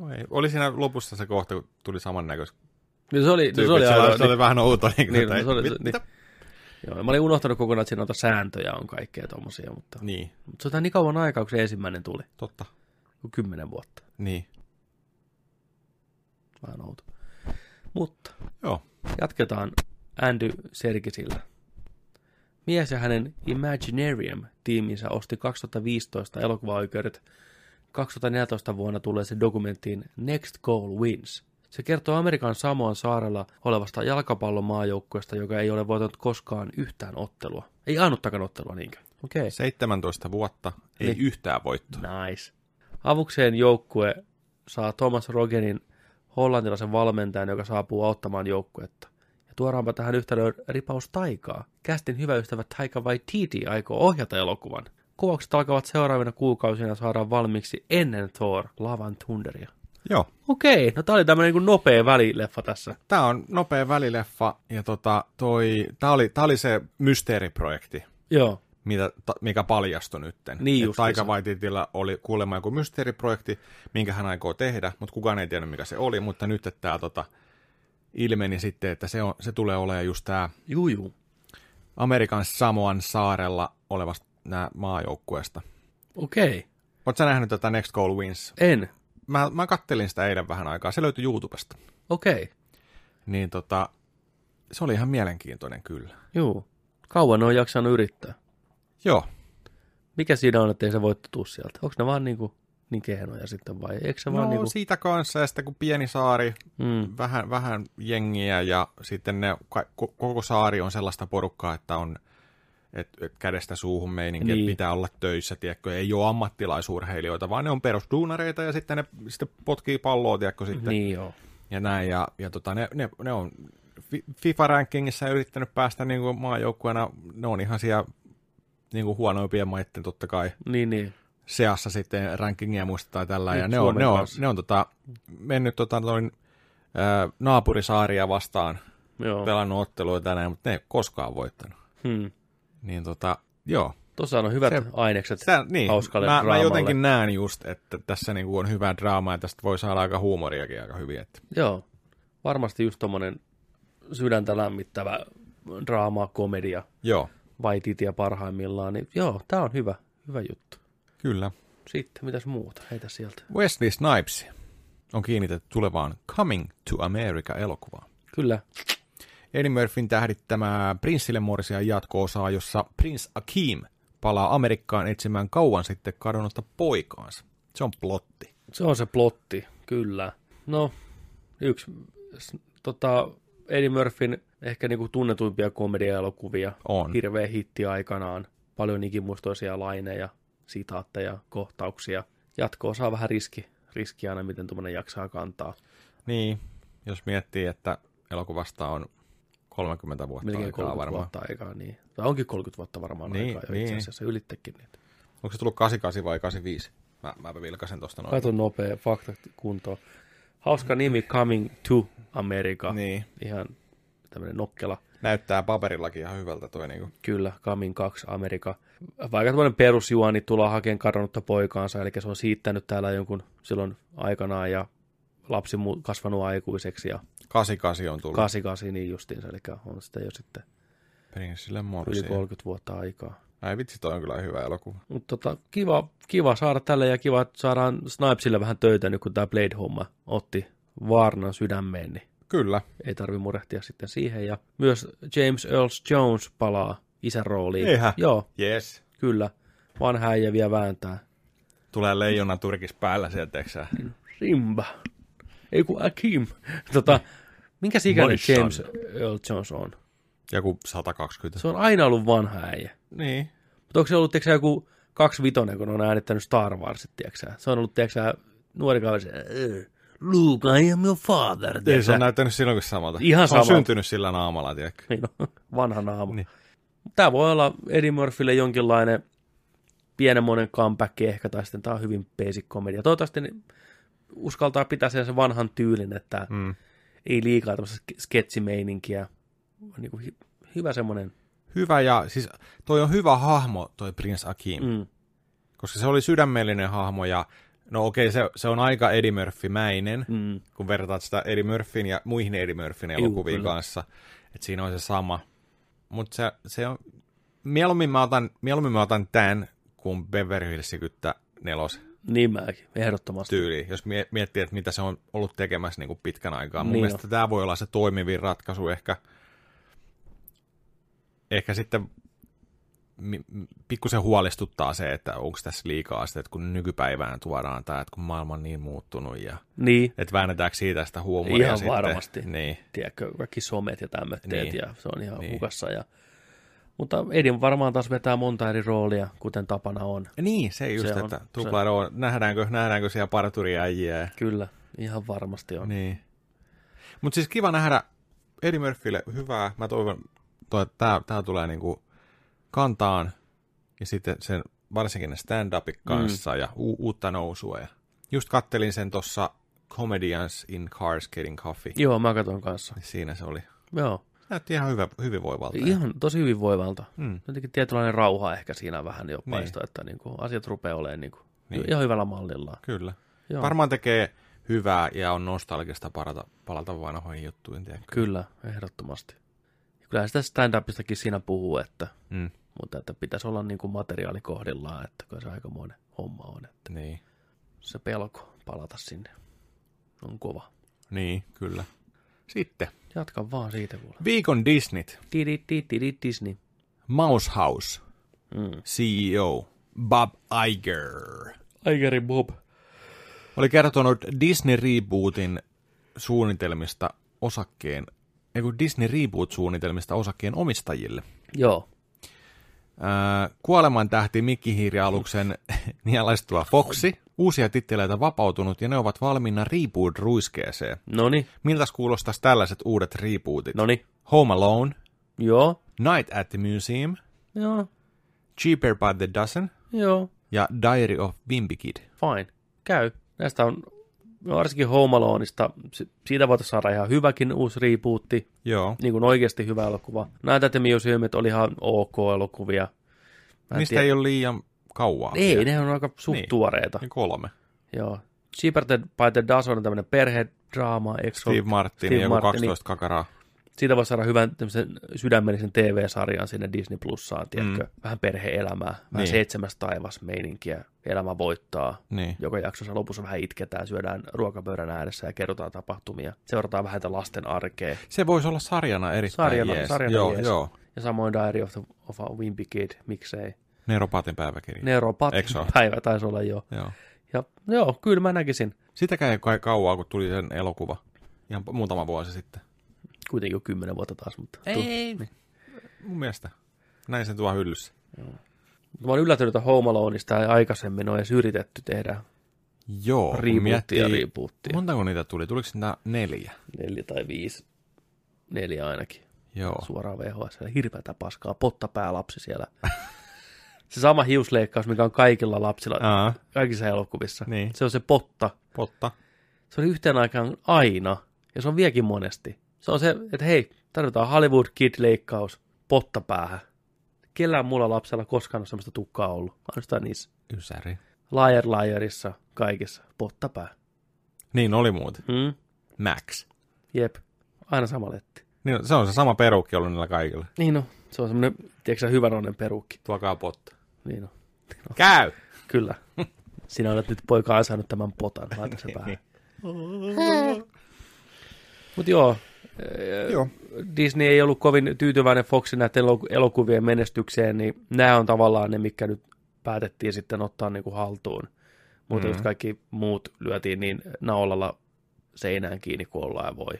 Speaker 3: No ei. Oli siinä lopussa se kohta, kun tuli samannäköistä.
Speaker 1: Niin se oli, no se oli
Speaker 3: se,
Speaker 1: aivan,
Speaker 3: se oli vähän outo. Niin,
Speaker 1: Niin,
Speaker 3: että
Speaker 1: no se oli- se-
Speaker 3: mitä?
Speaker 1: niin. joo, mä olin unohtanut kokonaan, että siinä noita sääntöjä on kaikkea tommosia, mutta,
Speaker 3: niin,
Speaker 1: mutta se on tää niin kauan aikaa, kun se ensimmäinen tuli,
Speaker 3: totta.
Speaker 1: kuin kymmenen vuotta.
Speaker 3: Niin.
Speaker 1: Vähän outo. Mutta
Speaker 3: Joo.
Speaker 1: jatketaan Andy Serkisillä. Mies ja hänen Imaginarium-tiiminsä osti 2015 elokuvaoikeudet 2014 vuonna tulee se dokumenttiin Next Goal Wins. Se kertoo Amerikan Samoan saarella olevasta jalkapallomaajoukkueesta, joka ei ole voitanut koskaan yhtään ottelua. Ei ainuttakaan ottelua niinkään. Okei. Okay.
Speaker 3: 17 vuotta, ei
Speaker 1: Niin.
Speaker 3: yhtään voittoa.
Speaker 1: Nice. Avukseen joukkue saa Thomas Rogerin hollantilaisen valmentajan, joka saapuu auttamaan joukkuetta. Ja tuodaanpa tähän yhtälöön ripaus taikaa. Kästin hyvä ystävä Taika vai Titi aikoo ohjata elokuvan. Kuvaukset alkavat seuraavina kuukausina ja saadaan valmiiksi ennen Thor Lavan Thunderia.
Speaker 3: Joo.
Speaker 1: Okei, no tää oli tämmönen niin nopea välileffa tässä.
Speaker 3: Tämä on nopea välileffa ja tota, toi, tämä oli, tää oli se mysteeriprojekti,
Speaker 1: Joo,
Speaker 3: mitä, ta, mikä paljastui nytten.
Speaker 1: Niin
Speaker 3: Että
Speaker 1: justiinsa.
Speaker 3: Taika Waititilla oli kuulemma joku mysteeriprojekti, minkä hän aikoo tehdä, mutta kukaan ei tiennyt mikä se oli, mutta nyt että tämä tota, ilmeni sitten, että se, on, se tulee olemaan just tämä
Speaker 1: juu juu.
Speaker 3: Amerikan Samoan saarella olevasta nää maajoukkueesta.
Speaker 1: Okei,
Speaker 3: Oletko sä nähnyt tätä Next Goal Wins?
Speaker 1: en.
Speaker 3: Mä, mä kattelin sitä eilen vähän aikaa, se löytyi YouTubesta.
Speaker 1: Okei,
Speaker 3: Niin tota, se oli ihan mielenkiintoinen kyllä.
Speaker 1: juu. Kauan on jaksanut yrittää.
Speaker 3: Joo,
Speaker 1: Mikä siinä on, että ei se voitto tuu sieltä? Onko ne vaan niinku, niin kehnoja sitten vai? Eikö se vaan
Speaker 3: No
Speaker 1: niinku...
Speaker 3: siitä kanssa ja sitten kun pieni saari,
Speaker 1: Mm,
Speaker 3: vähän, vähän jengiä ja sitten ne, ka- ko- koko saari on sellaista porukkaa, että on et, et kädestä suuhun meininki, niin.
Speaker 1: Niin.
Speaker 3: että pitää olla töissä, tiedätkö, ei ole ammattilaisurheilijoita, vaan ne on perusduunareita ja sitten ne sitten potkii palloa, tiedätkö, sitten
Speaker 1: niin joo.
Speaker 3: ja näin. Ja, ja tota, ne, ne, ne on Fi- FIFA-rankingissa yrittänyt päästä niin kuin maajoukkueena, ne on ihan siellä niin kuin huonoimpien maitten totta kai
Speaker 1: Niin, niin.
Speaker 3: seassa sitten rankingia muistetaan tällä.
Speaker 1: Nyt
Speaker 3: Ja ne
Speaker 1: Niin,
Speaker 3: on,
Speaker 1: Suomen
Speaker 3: ne on,
Speaker 1: kanssa.
Speaker 3: ne on tota, mennyt tota, noin, ää, naapurisaaria vastaan
Speaker 1: Joo.
Speaker 3: pelannut ottelua tänään, mutta ne ei ole koskaan voittanut.
Speaker 1: Hmm.
Speaker 3: Niin tota, joo.
Speaker 1: Tuossa on hyvät
Speaker 3: Se-
Speaker 1: se, ainekset
Speaker 3: Sitä, niin,
Speaker 1: hauskalle
Speaker 3: mä, mä
Speaker 1: draamalle.
Speaker 3: jotenkin näen just, että tässä niinku on hyvää draamaa ja tästä voi saada aika huumoriakin aika hyvin. Että.
Speaker 1: Joo. Varmasti just tommonen sydäntä lämmittävä draamaa, komedia,
Speaker 3: Joo,
Speaker 1: vaititia parhaimmillaan, niin joo, tämä on hyvä, hyvä juttu.
Speaker 3: kyllä.
Speaker 1: Sitten mitäs muuta? Heitä sieltä.
Speaker 3: Wesley Snipes on kiinnitetty tulevaan Coming to America-elokuvaan.
Speaker 1: Kyllä,
Speaker 3: Eddie Murphyn tähdittämää Prinssille Morsian jatko-osaa, jossa Prince Akeem palaa Amerikkaan etsimään kauan sitten kadonnutta poikaansa. Se on plotti.
Speaker 1: se on se plotti, kyllä. No, yksi s- tota, Eddie Murphyn ehkä niinku tunnetuimpia komedia-elokuvia.
Speaker 3: On.
Speaker 1: Mm. Hirveä hitti aikanaan. Paljon ikimuistoisia laineja, sitaatteja, kohtauksia. Jatko saa vähän riski, riski aina, miten tuommoinen jaksaa kantaa.
Speaker 3: Niin, jos miettii, että elokuvasta on 30 vuotta
Speaker 1: Melkein
Speaker 3: aikaa
Speaker 1: 30
Speaker 3: varmaan.
Speaker 1: vuotta aikaa, niin. Tai onkin 30 vuotta varmaan
Speaker 3: Niin,
Speaker 1: niin, aikaa jo
Speaker 3: niin.
Speaker 1: niin. itse asiassa, ylittekin. Niin.
Speaker 3: Onko se tullut 88 vai 85? Mä, mä vilkasen tosta noin.
Speaker 1: Kato nopea fakta kuntoon. Hauska nimi Coming to America. Niin.
Speaker 3: Niin.
Speaker 1: Ihan tämmöinen nokkela.
Speaker 3: Näyttää paperillakin ihan hyvältä toi niinku.
Speaker 1: Kyllä, Coming 2 America. Vaikka tämmöinen perusjuoni tulla hakeen kadonnutta poikaansa, eli se on siittänyt täällä jonkun silloin aikanaan ja lapsi mu- kasvanut aikuiseksi ja
Speaker 3: 88 on tullut. Kas-
Speaker 1: 88 niin justiinsa, eli on sitä jo sitten
Speaker 3: Prinssille
Speaker 1: yli
Speaker 3: Morsian.
Speaker 1: 30 vuotta aikaa.
Speaker 3: Ai vitsi, toi on kyllä hyvä elokuva.
Speaker 1: Mutta tota, kiva, kiva saada tälle ja kiva, että saadaan Snipesille vähän töitä nyt, kun tämä Blade-homma otti vaarnan sydämeen, niin
Speaker 3: Kyllä.
Speaker 1: ei tarvi murehtia sitten siihen. Ja myös James Earl Jones palaa isän rooliin.
Speaker 3: Eihän.
Speaker 1: Joo,
Speaker 3: Yes.
Speaker 1: kyllä. Vanha äijä vielä vääntää.
Speaker 3: Tulee leijona turkis päällä sieltä, teksää.
Speaker 1: Simba. Ei kun Akim. Tota, minkä ikäinen
Speaker 2: Moishan.
Speaker 1: James Earl Jones on?
Speaker 3: Joku 120.
Speaker 1: Se on aina ollut vanha äijä.
Speaker 3: Niin.
Speaker 1: Mutta onko se ollut, tiedätkö, sä, joku kaksivitonen, kun on äänittänyt Star Warsit, tiedätkö? sä? Se on ollut, tiedätkö, sä, nuori kaveri, se, "Äh, Luke, I am your father,
Speaker 3: Ei,
Speaker 1: tiedätkö?
Speaker 3: se
Speaker 1: sä?
Speaker 3: on näyttänyt silloinkin samalta.
Speaker 1: Ihan
Speaker 3: se on
Speaker 1: samalta.
Speaker 3: syntynyt sillä naamalla, tiedätkö?
Speaker 1: Niin on, vanha naama.
Speaker 3: Niin.
Speaker 1: Niin. Tämä voi olla Eddie Murphylle jonkinlainen pienemmoinen comeback ehkä, tai sitten tämä on hyvin basic komedia. Toivottavasti ne uskaltaa pitää sen sen vanhan tyylin, että
Speaker 3: Mm.
Speaker 1: ei liikaa tämmöistä ske- sketsimeininkiä. On niin kuin hy- hyvä semmoinen.
Speaker 3: Hyvä ja siis toi on hyvä hahmo, toi Prince Akim. Mm.
Speaker 1: Mm.
Speaker 3: Koska se oli sydämellinen hahmo ja no okei, se, se on aika Eddie Murphy-mäinen.
Speaker 1: Mm.
Speaker 3: kun vertaat sitä Eddie Murphyin ja muihin Eddie Murphyin elokuviin
Speaker 1: kyllä.
Speaker 3: kanssa, että siinä on se sama. Mutta se, se on, mieluummin mä otan, mieluummin mä otan tämän kuin Beverly Hills 4
Speaker 1: Niin mäkin, ehdottomasti.
Speaker 3: tyyli, jos mie- miettii, että mitä se on ollut tekemässä niin kuin pitkän aikaa. Mun niin
Speaker 1: Niin
Speaker 3: mielestä tämä voi olla se toimivin ratkaisu ehkä, ehkä sitten mi- m- pikkusen huolestuttaa se, että onko tässä liikaa sitä, että kun nykypäivään tuodaan tämä, että kun maailma on niin muuttunut ja
Speaker 1: Niin,
Speaker 3: että väännetäänkö siitä sitä huumoria
Speaker 1: Ihan
Speaker 3: sitten.
Speaker 1: varmasti.
Speaker 3: Niin.
Speaker 1: tiedätkö, kaikki somet ja tämmöitteet,
Speaker 3: Niin.
Speaker 1: niin. ja se on ihan
Speaker 3: Niin.
Speaker 1: niin. hukassa. Ja... Mutta Edin varmaan taas vetää monta eri roolia, kuten tapana on.
Speaker 3: Niin, se just,
Speaker 1: Se
Speaker 3: se
Speaker 1: on-
Speaker 3: että
Speaker 1: se-
Speaker 3: tuplaro on, nähdäänkö, nähdäänkö siellä parturiäjiä.
Speaker 1: Kyllä, ihan varmasti on.
Speaker 3: Niin. Mutta siis kiva nähdä Eddie Murphylle hyvää. Mä toivon, toi, tää, tää tulee niinku kantaan ja sitten sen varsinkin ne stand-upit kanssa mm. ja u- uutta nousua. Ja just kattelin sen tuossa Comedians in Cars Getting Coffee. Niin
Speaker 1: Joo, mä katson kanssa.
Speaker 3: Siinä se oli.
Speaker 1: Joo,
Speaker 3: Näytti ihan hyvä, hyvinvoivalta. ja-
Speaker 1: ihan tosi hyvinvoivalta.
Speaker 3: Mm.
Speaker 1: Jotenkin tietynlainen rauha ehkä siinä vähän jo
Speaker 3: Niin.
Speaker 1: paistoi, että niin kuin asiat rupeaa olemaan niin kuin
Speaker 3: Niin.
Speaker 1: niin. ihan hyvällä mallillaan.
Speaker 3: Kyllä.
Speaker 1: Joo,
Speaker 3: Varmaan tekee hyvää ja on nostalgista parata, palata vanhoihin juttuihin, tiedätkö?
Speaker 1: Kyllä, ehdottomasti. Ja Kyllähän sitä stand-upistakin siinä puhuu, että,
Speaker 3: Mm.
Speaker 1: mutta että pitäisi olla niin kuin materiaali kohdillaan, että kyllä se aikamoinen homma on. Että
Speaker 3: Niin.
Speaker 1: se pelko palata sinne on kova.
Speaker 3: Niin, kyllä. Sitten.
Speaker 1: Jatka vaan siitä kuule.
Speaker 3: Viikon Disneyt.
Speaker 1: Tidi, tidi, tidi, Disney.
Speaker 3: Mouse House.
Speaker 1: Mm.
Speaker 3: CEO Bob Iger
Speaker 1: Aigeri Bob.
Speaker 3: oli kertonut Disney Rebootin suunnitelmista osakkeen, ei kun Disney Reboot-suunnitelmista osakkeen omistajille.
Speaker 1: Joo,
Speaker 3: Ää, Kuoleman tähti mikkihiirialuksen nielaistua Foxi. Uusia titteleitä vapautunut ja ne ovat valmiina reboot-ruiskeeseen.
Speaker 1: noni,
Speaker 3: Miltäs kuulostaisi tällaiset uudet rebootit?
Speaker 1: noni,
Speaker 3: Home Alone,
Speaker 1: joo,
Speaker 3: Night at the Museum,
Speaker 1: joo,
Speaker 3: Cheaper by the Dozen
Speaker 1: joo.
Speaker 3: ja Diary of Wimpy Kid.
Speaker 1: fine, käy. Näistä on no varsinkin Home Aloneista, si- siitä voitaisiin saada ihan hyväkin uusi rebootti,
Speaker 3: Joo.
Speaker 1: niin kuin oikeasti hyvä elokuva. Näitä The Museumit oli ihan ok elokuvia. Mä en
Speaker 3: Niistä
Speaker 1: tiedä-
Speaker 3: ei ole liian kauaa.
Speaker 1: ei,
Speaker 3: vielä.
Speaker 1: ne on aika suht
Speaker 3: Niin.
Speaker 1: niin. tuoreita.
Speaker 3: Ne kolme.
Speaker 1: Joo. Cheaper Than by the Dozen on tämmöinen perhedraama, eikö se
Speaker 3: Steve
Speaker 1: ole?
Speaker 3: Martin
Speaker 1: Steve
Speaker 3: ja joku
Speaker 1: Martin.
Speaker 3: 12 kakaraa.
Speaker 1: Siitä voi saada hyvän tämmöisen sydämellisen TV-sarjan sinne Disney Plussaan, tiedätkö? Mm. Vähän perhe-elämää, vähän
Speaker 3: Niin.
Speaker 1: seitsemäs taivas meininkiä, elämä voittaa.
Speaker 3: Niin.
Speaker 1: Joka jaksossa lopussa vähän itketään, syödään ruokapöydän ääressä ja kerrotaan tapahtumia. Seurataan vähän tätä lasten arkea.
Speaker 3: Se voisi olla sarjana erittäin
Speaker 1: Sarjana-
Speaker 3: jees.
Speaker 1: sarjana
Speaker 3: joo,
Speaker 1: jees.
Speaker 3: joo.
Speaker 1: Ja samoin Diary of, the, of a Wimpy Kid, miksei.
Speaker 3: Neropaatin päiväkirja.
Speaker 1: Neuropatin
Speaker 3: Eikö se ole?
Speaker 1: päivä taisi olla jo.
Speaker 3: Joo.
Speaker 1: Ja joo, kyllä mä näkisin.
Speaker 3: Sitäkään ei kai kauaa, kun tuli sen elokuva. Ihan muutama vuosi sitten.
Speaker 1: Kuitenkin jo kymmenen vuotta taas, mutta...
Speaker 3: Niin. Mun mielestä. Näin sen tuo hyllyssä.
Speaker 1: Mä oon yllätynyt, että Home Aloneista ei aikaisemmin ole edes yritetty tehdä
Speaker 3: Joo. kun
Speaker 1: rebootia,
Speaker 3: Oh, miettii-
Speaker 1: rebootia.
Speaker 3: Montako niitä tuli? Tuliko niitä neljä?
Speaker 1: Neljä tai viisi. Neljä ainakin.
Speaker 3: Joo.
Speaker 1: Suoraan VHS. Hirveätä paskaa. Potta päälapsi siellä. se sama hiusleikkaus, mikä on kaikilla lapsilla,
Speaker 3: Aa,
Speaker 1: kaikissa elokuvissa.
Speaker 3: Niin.
Speaker 1: Se on se potta.
Speaker 3: potta.
Speaker 1: Se oli yhteen aikaan aina, ja se on vieläkin monesti. Se on se, että hei, tarvitaan Hollywood Kid-leikkaus potta päähän. Kellään muulla lapsella koskaan on semmoista tukkaa ollut. Ainoastaan niissä.
Speaker 3: Ysäri.
Speaker 1: Liar Liarissa kaikissa. Potta pää.
Speaker 3: Niin oli muuten.
Speaker 1: Mm?
Speaker 3: Max.
Speaker 1: Jep. Aina sama letti.
Speaker 3: Niin, se on se sama perukki ollut niillä kaikilla.
Speaker 1: Niin no, se on semmoinen, tiedätkö sä, hyvän onnen perukki.
Speaker 3: Tuokaa potta.
Speaker 1: Niin no,
Speaker 3: Käy!
Speaker 1: kyllä. Sinä olet nyt poika ansainnut tämän potan, laita se päähän. Mutta joo, eh,
Speaker 3: Joo.
Speaker 1: Disney ei ollut kovin tyytyväinen Foxin näiden eloku- elokuvien menestykseen, niin nämä on tavallaan ne, mikä nyt päätettiin sitten ottaa niinku haltuun. Mutta mm. just kaikki muut lyötiin niin naulalla seinään kiinni kuin ollaan voi.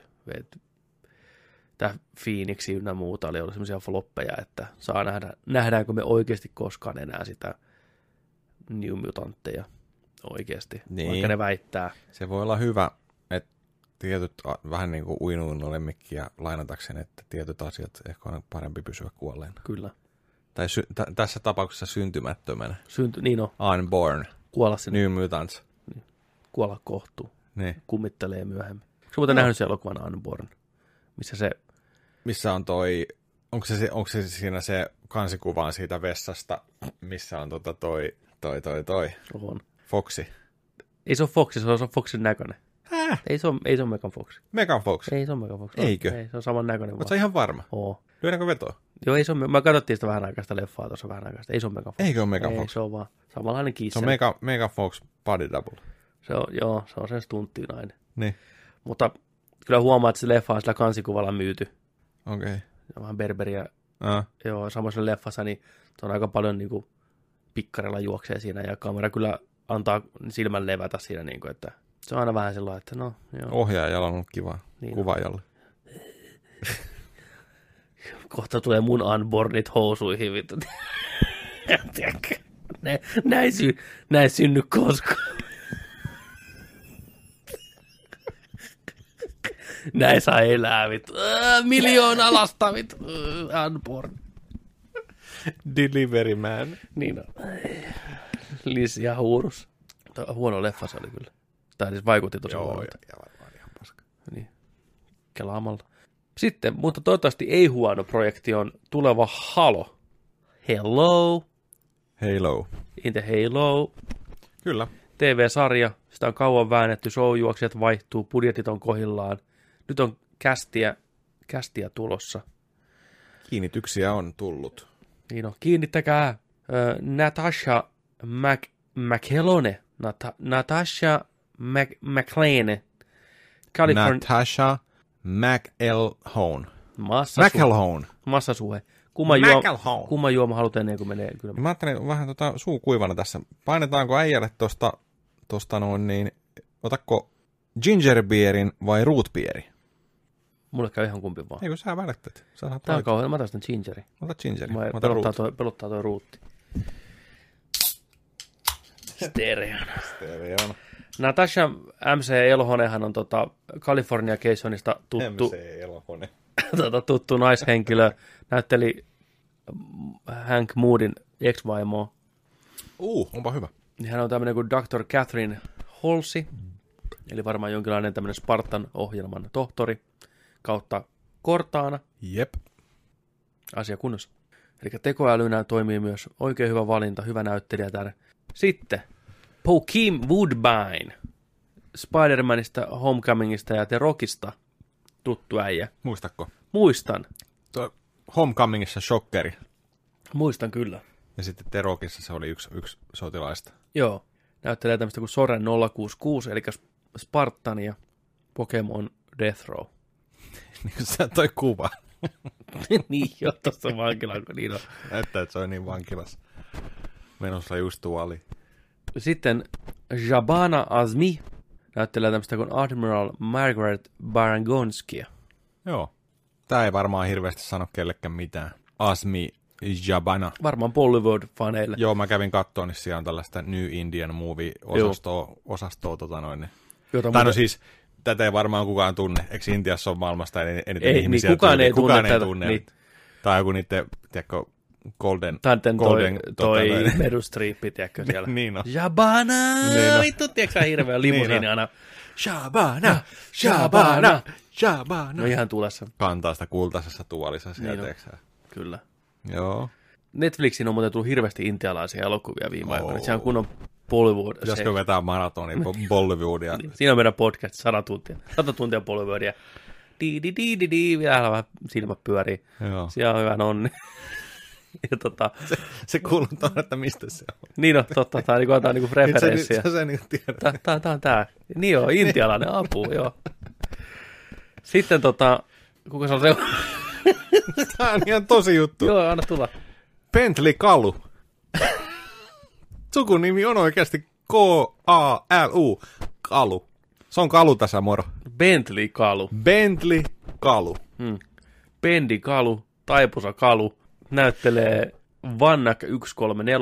Speaker 1: Tämä Phoenix ynnä muuta oli ollut semmoisia floppeja, että saa nähdä, nähdäänkö me oikeasti koskaan enää sitä New Mutantteja oikeasti,
Speaker 3: Niin.
Speaker 1: vaikka ne väittää.
Speaker 3: Se voi olla hyvä, että tietyt, a- vähän niin kuin uinuun lemmikkiä lainatakseen, että tietyt asiat ehkä on parempi pysyä kuolleena.
Speaker 1: Kyllä.
Speaker 3: Tai sy- t- tässä tapauksessa syntymättömänä.
Speaker 1: Synty, niin on,
Speaker 3: Unborn.
Speaker 1: kuolla sinne,
Speaker 3: New Mutants.
Speaker 1: kuolla kohtuun.
Speaker 3: Niin.
Speaker 1: kummittelee myöhemmin. Onko muuten no. nähnyt sen elokuvan Unborn? Missä se,
Speaker 3: Missä on toi, onko se, se- onko se siinä se kansikuva on siitä vessasta, missä on tota toi, toi, toi, toi,
Speaker 1: on?
Speaker 3: Foxi.
Speaker 1: Ei se ole Fox, se on, se on Foxin näköinen.
Speaker 3: Häh?
Speaker 1: Ei se ole, ei se ole Megan Fox.
Speaker 3: Megan Fox.
Speaker 1: Ei se ole Megan Fox.
Speaker 3: Eikö?
Speaker 1: Ei, se on saman näköinen
Speaker 3: Oletko
Speaker 1: vaan.
Speaker 3: ihan varma?
Speaker 1: Oo.
Speaker 3: Lyödäänkö vetoa?
Speaker 1: Joo, ei se ole, mä katsottiin sitä vähän aikaa sitä leffaa tuossa vähän aikaa. sitten. Ei se ole Megan Fox.
Speaker 3: Eikö ole Megan
Speaker 1: ei,
Speaker 3: Fox?
Speaker 1: se on vaan samanlainen
Speaker 3: Se
Speaker 1: kissa.
Speaker 3: on Mega, Mega Fox Body Double.
Speaker 1: se on, joo, se on sen stunttinainen.
Speaker 3: Niin,
Speaker 1: Mutta kyllä huomaa, että se leffa on sillä kansikuvalla myyty.
Speaker 3: okei. Ah.
Speaker 1: Ja vähän berberiä
Speaker 3: Okay.
Speaker 1: joo, samassa leffassa, niin se on aika paljon niin kuin, pikkarella juoksee siinä ja kamera kyllä antaa silmän levätä siinä, niin kuin, että se on aina vähän sellainen, että no joo, oh.
Speaker 3: Ohjaajalla on ollut kiva
Speaker 1: Niin
Speaker 3: niin.
Speaker 1: on.
Speaker 3: kuvaajalle.
Speaker 1: kohta tulee mun unbornit housuihin, vittu. Tiedätkö? Nä- Näin, sy- näin synny koskaan. Näin saa elää, vittu. Äh, miljoona lasta, vittu. Äh, unborn.
Speaker 3: Delivery man.
Speaker 1: Niin on. Lis ja huurus. Tää on Huono leffa se oli kyllä. Tai siis vaikutti tosi
Speaker 3: Joo,
Speaker 1: huonolta.
Speaker 3: ja, ja varmaan ihan paska.
Speaker 1: Niin. Kelaamalla. Sitten, mutta toivottavasti ei huono projekti on tuleva Halo. Hello,
Speaker 3: Halo.
Speaker 1: in the Halo.
Speaker 3: Kyllä.
Speaker 1: TV-sarja, sitä on kauan väännetty, showjuoksijat vaihtuu, budjetit on kohillaan. Nyt on kästiä, kästiä tulossa.
Speaker 3: Kiinnityksiä on tullut.
Speaker 1: Niin on, kiinnittäkää ö, Natasha Mac, McHelone, Nata, Natasha Mac, McLean, Californ, Nat-
Speaker 3: Natasha McElhone.
Speaker 1: massasu,
Speaker 3: McElhone.
Speaker 1: massasuhe. Kumman, juo,
Speaker 3: McElhone.
Speaker 1: kumman juoma halutaan ennen kuin menee kyllä.
Speaker 3: Mä ajattelin vähän tota suu kuivana tässä. Painetaanko äijälle tosta, tosta noin niin, otakko gingerbierin vai rootbieri?
Speaker 1: Mulle käy ihan kumpi vaan.
Speaker 3: Ei kun sä välittät. Sä saat
Speaker 1: Tää on
Speaker 3: valita.
Speaker 1: kauhean, mä otan sitten gingeri.
Speaker 3: Ota gingeri.
Speaker 1: Mä tota-
Speaker 3: Mä otan
Speaker 1: pelottaa,
Speaker 3: root.
Speaker 1: toi, pelottaa toi ruutti. Stereon.
Speaker 3: Stereo on.
Speaker 1: Natasha MC Elhonenhan on tota California Cationista tuttu.
Speaker 3: Elhone.
Speaker 1: tota, tuttu naishenkilö näytteli Hank Moodin ex-vaimoa.
Speaker 3: Uh, onpa hyvä.
Speaker 1: Niin Hän on tämmöinen kuin Dr. Catherine Holsi, eli varmaan jonkinlainen tämmöinen Spartan ohjelman tohtori kautta Kortaana.
Speaker 3: Jep.
Speaker 1: Asia kunnossa. Eli tekoälynä toimii myös oikein hyvä valinta, hyvä näyttelijä täällä. Sitten Pokim Woodbine, Spider-Manista, Homecomingista ja The Rockista tuttu äijä.
Speaker 3: Muistatko?
Speaker 1: Muistan.
Speaker 3: Tuo Homecomingissa shokkeri.
Speaker 1: Muistan kyllä.
Speaker 3: Ja sitten Terokissa se oli yksi, yksi sotilaista.
Speaker 1: Joo. Näyttelee tämmöistä kuin Soren 066, eli Sp- Spartan ja Pokemon Death Row.
Speaker 3: Niin kuin sä toi kuva.
Speaker 1: niin, joo, tuossa vankilaan, kun niin on.
Speaker 3: Näyttää, että se on niin vankilassa. Menossa just tuoli.
Speaker 1: Sitten Jabana Azmi näyttelee tämmöistä kuin Admiral Margaret Barangonskia.
Speaker 3: Joo. Tää ei varmaan hirveästi sano kellekään mitään. Asmi Jabana.
Speaker 1: Varmaan Bollywood-faneille.
Speaker 3: Joo, mä kävin kattoon, niin siellä on tällaista New Indian Movie-osastoa, osastoa, tota noin. niin.
Speaker 1: Jota
Speaker 3: Tai no
Speaker 1: muuten-
Speaker 3: siis, tätä ei varmaan kukaan tunne. Eikö Intiassa ole maailmasta en- eniten
Speaker 1: Ei, niin
Speaker 3: ihmisiä?
Speaker 1: kukaan
Speaker 3: työtä?
Speaker 1: ei tunne
Speaker 3: kukaan ei
Speaker 1: tätä,
Speaker 3: tunne.
Speaker 1: niin.
Speaker 3: Tai joku niiden, tiedätkö, Golden...
Speaker 1: Tanten toi,
Speaker 3: Golden,
Speaker 1: toi,
Speaker 3: tota
Speaker 1: toi
Speaker 3: noin.
Speaker 1: merustriippi, tiedätkö siellä.
Speaker 3: niin on.
Speaker 1: Jabana!
Speaker 3: Niin on.
Speaker 1: Vittu, tiedätkö sä hirveä limusiini
Speaker 3: Niin
Speaker 1: aina.
Speaker 3: Shabana,
Speaker 1: Shabana,
Speaker 3: Shabana.
Speaker 1: No ihan tulessa,
Speaker 3: Kantaa sitä kultaisessa tuolissa
Speaker 1: Niin
Speaker 3: siellä,
Speaker 1: on.
Speaker 3: niin
Speaker 1: kyllä.
Speaker 3: Joo.
Speaker 1: Netflixiin on muuten tullut hirveästi intialaisia elokuvia viime oh. aikoina.
Speaker 3: Oo.
Speaker 1: Se on kunnon Bollywood. Se,
Speaker 3: Pitäisikö vetää maratoni
Speaker 1: Niin.
Speaker 3: bo- Bollywoodia?
Speaker 1: siinä on meidän podcast, 100 tuntia, 100 tuntia Bollywoodia. Di, di, di, di, di, vielä vähän silmät pyörii.
Speaker 3: Joo.
Speaker 1: Siellä on hyvän onni. ja tota,
Speaker 3: Se kuuluu tuonne, että mistä se on.
Speaker 1: niin on totta, tämä niinku antaa niinku
Speaker 3: Nyt sä, nyt
Speaker 1: referenssiä.
Speaker 3: sä sen niin tiedät.
Speaker 1: Tää, tää, tää on tää. Niin joo, intialainen apu, joo. Sitten tota, kuka se on se?
Speaker 3: Tää on ihan tosi juttu.
Speaker 1: joo, anna tulla.
Speaker 3: Bentley Kalu. Sukunimi on oikeasti K-A-L-U. Kalu. Se on kalu tässä moro.
Speaker 1: Bentley kalu,
Speaker 3: Bentley Kalu.
Speaker 1: Bendi kalu, Taipusa kalu, näyttelee Vannak 134,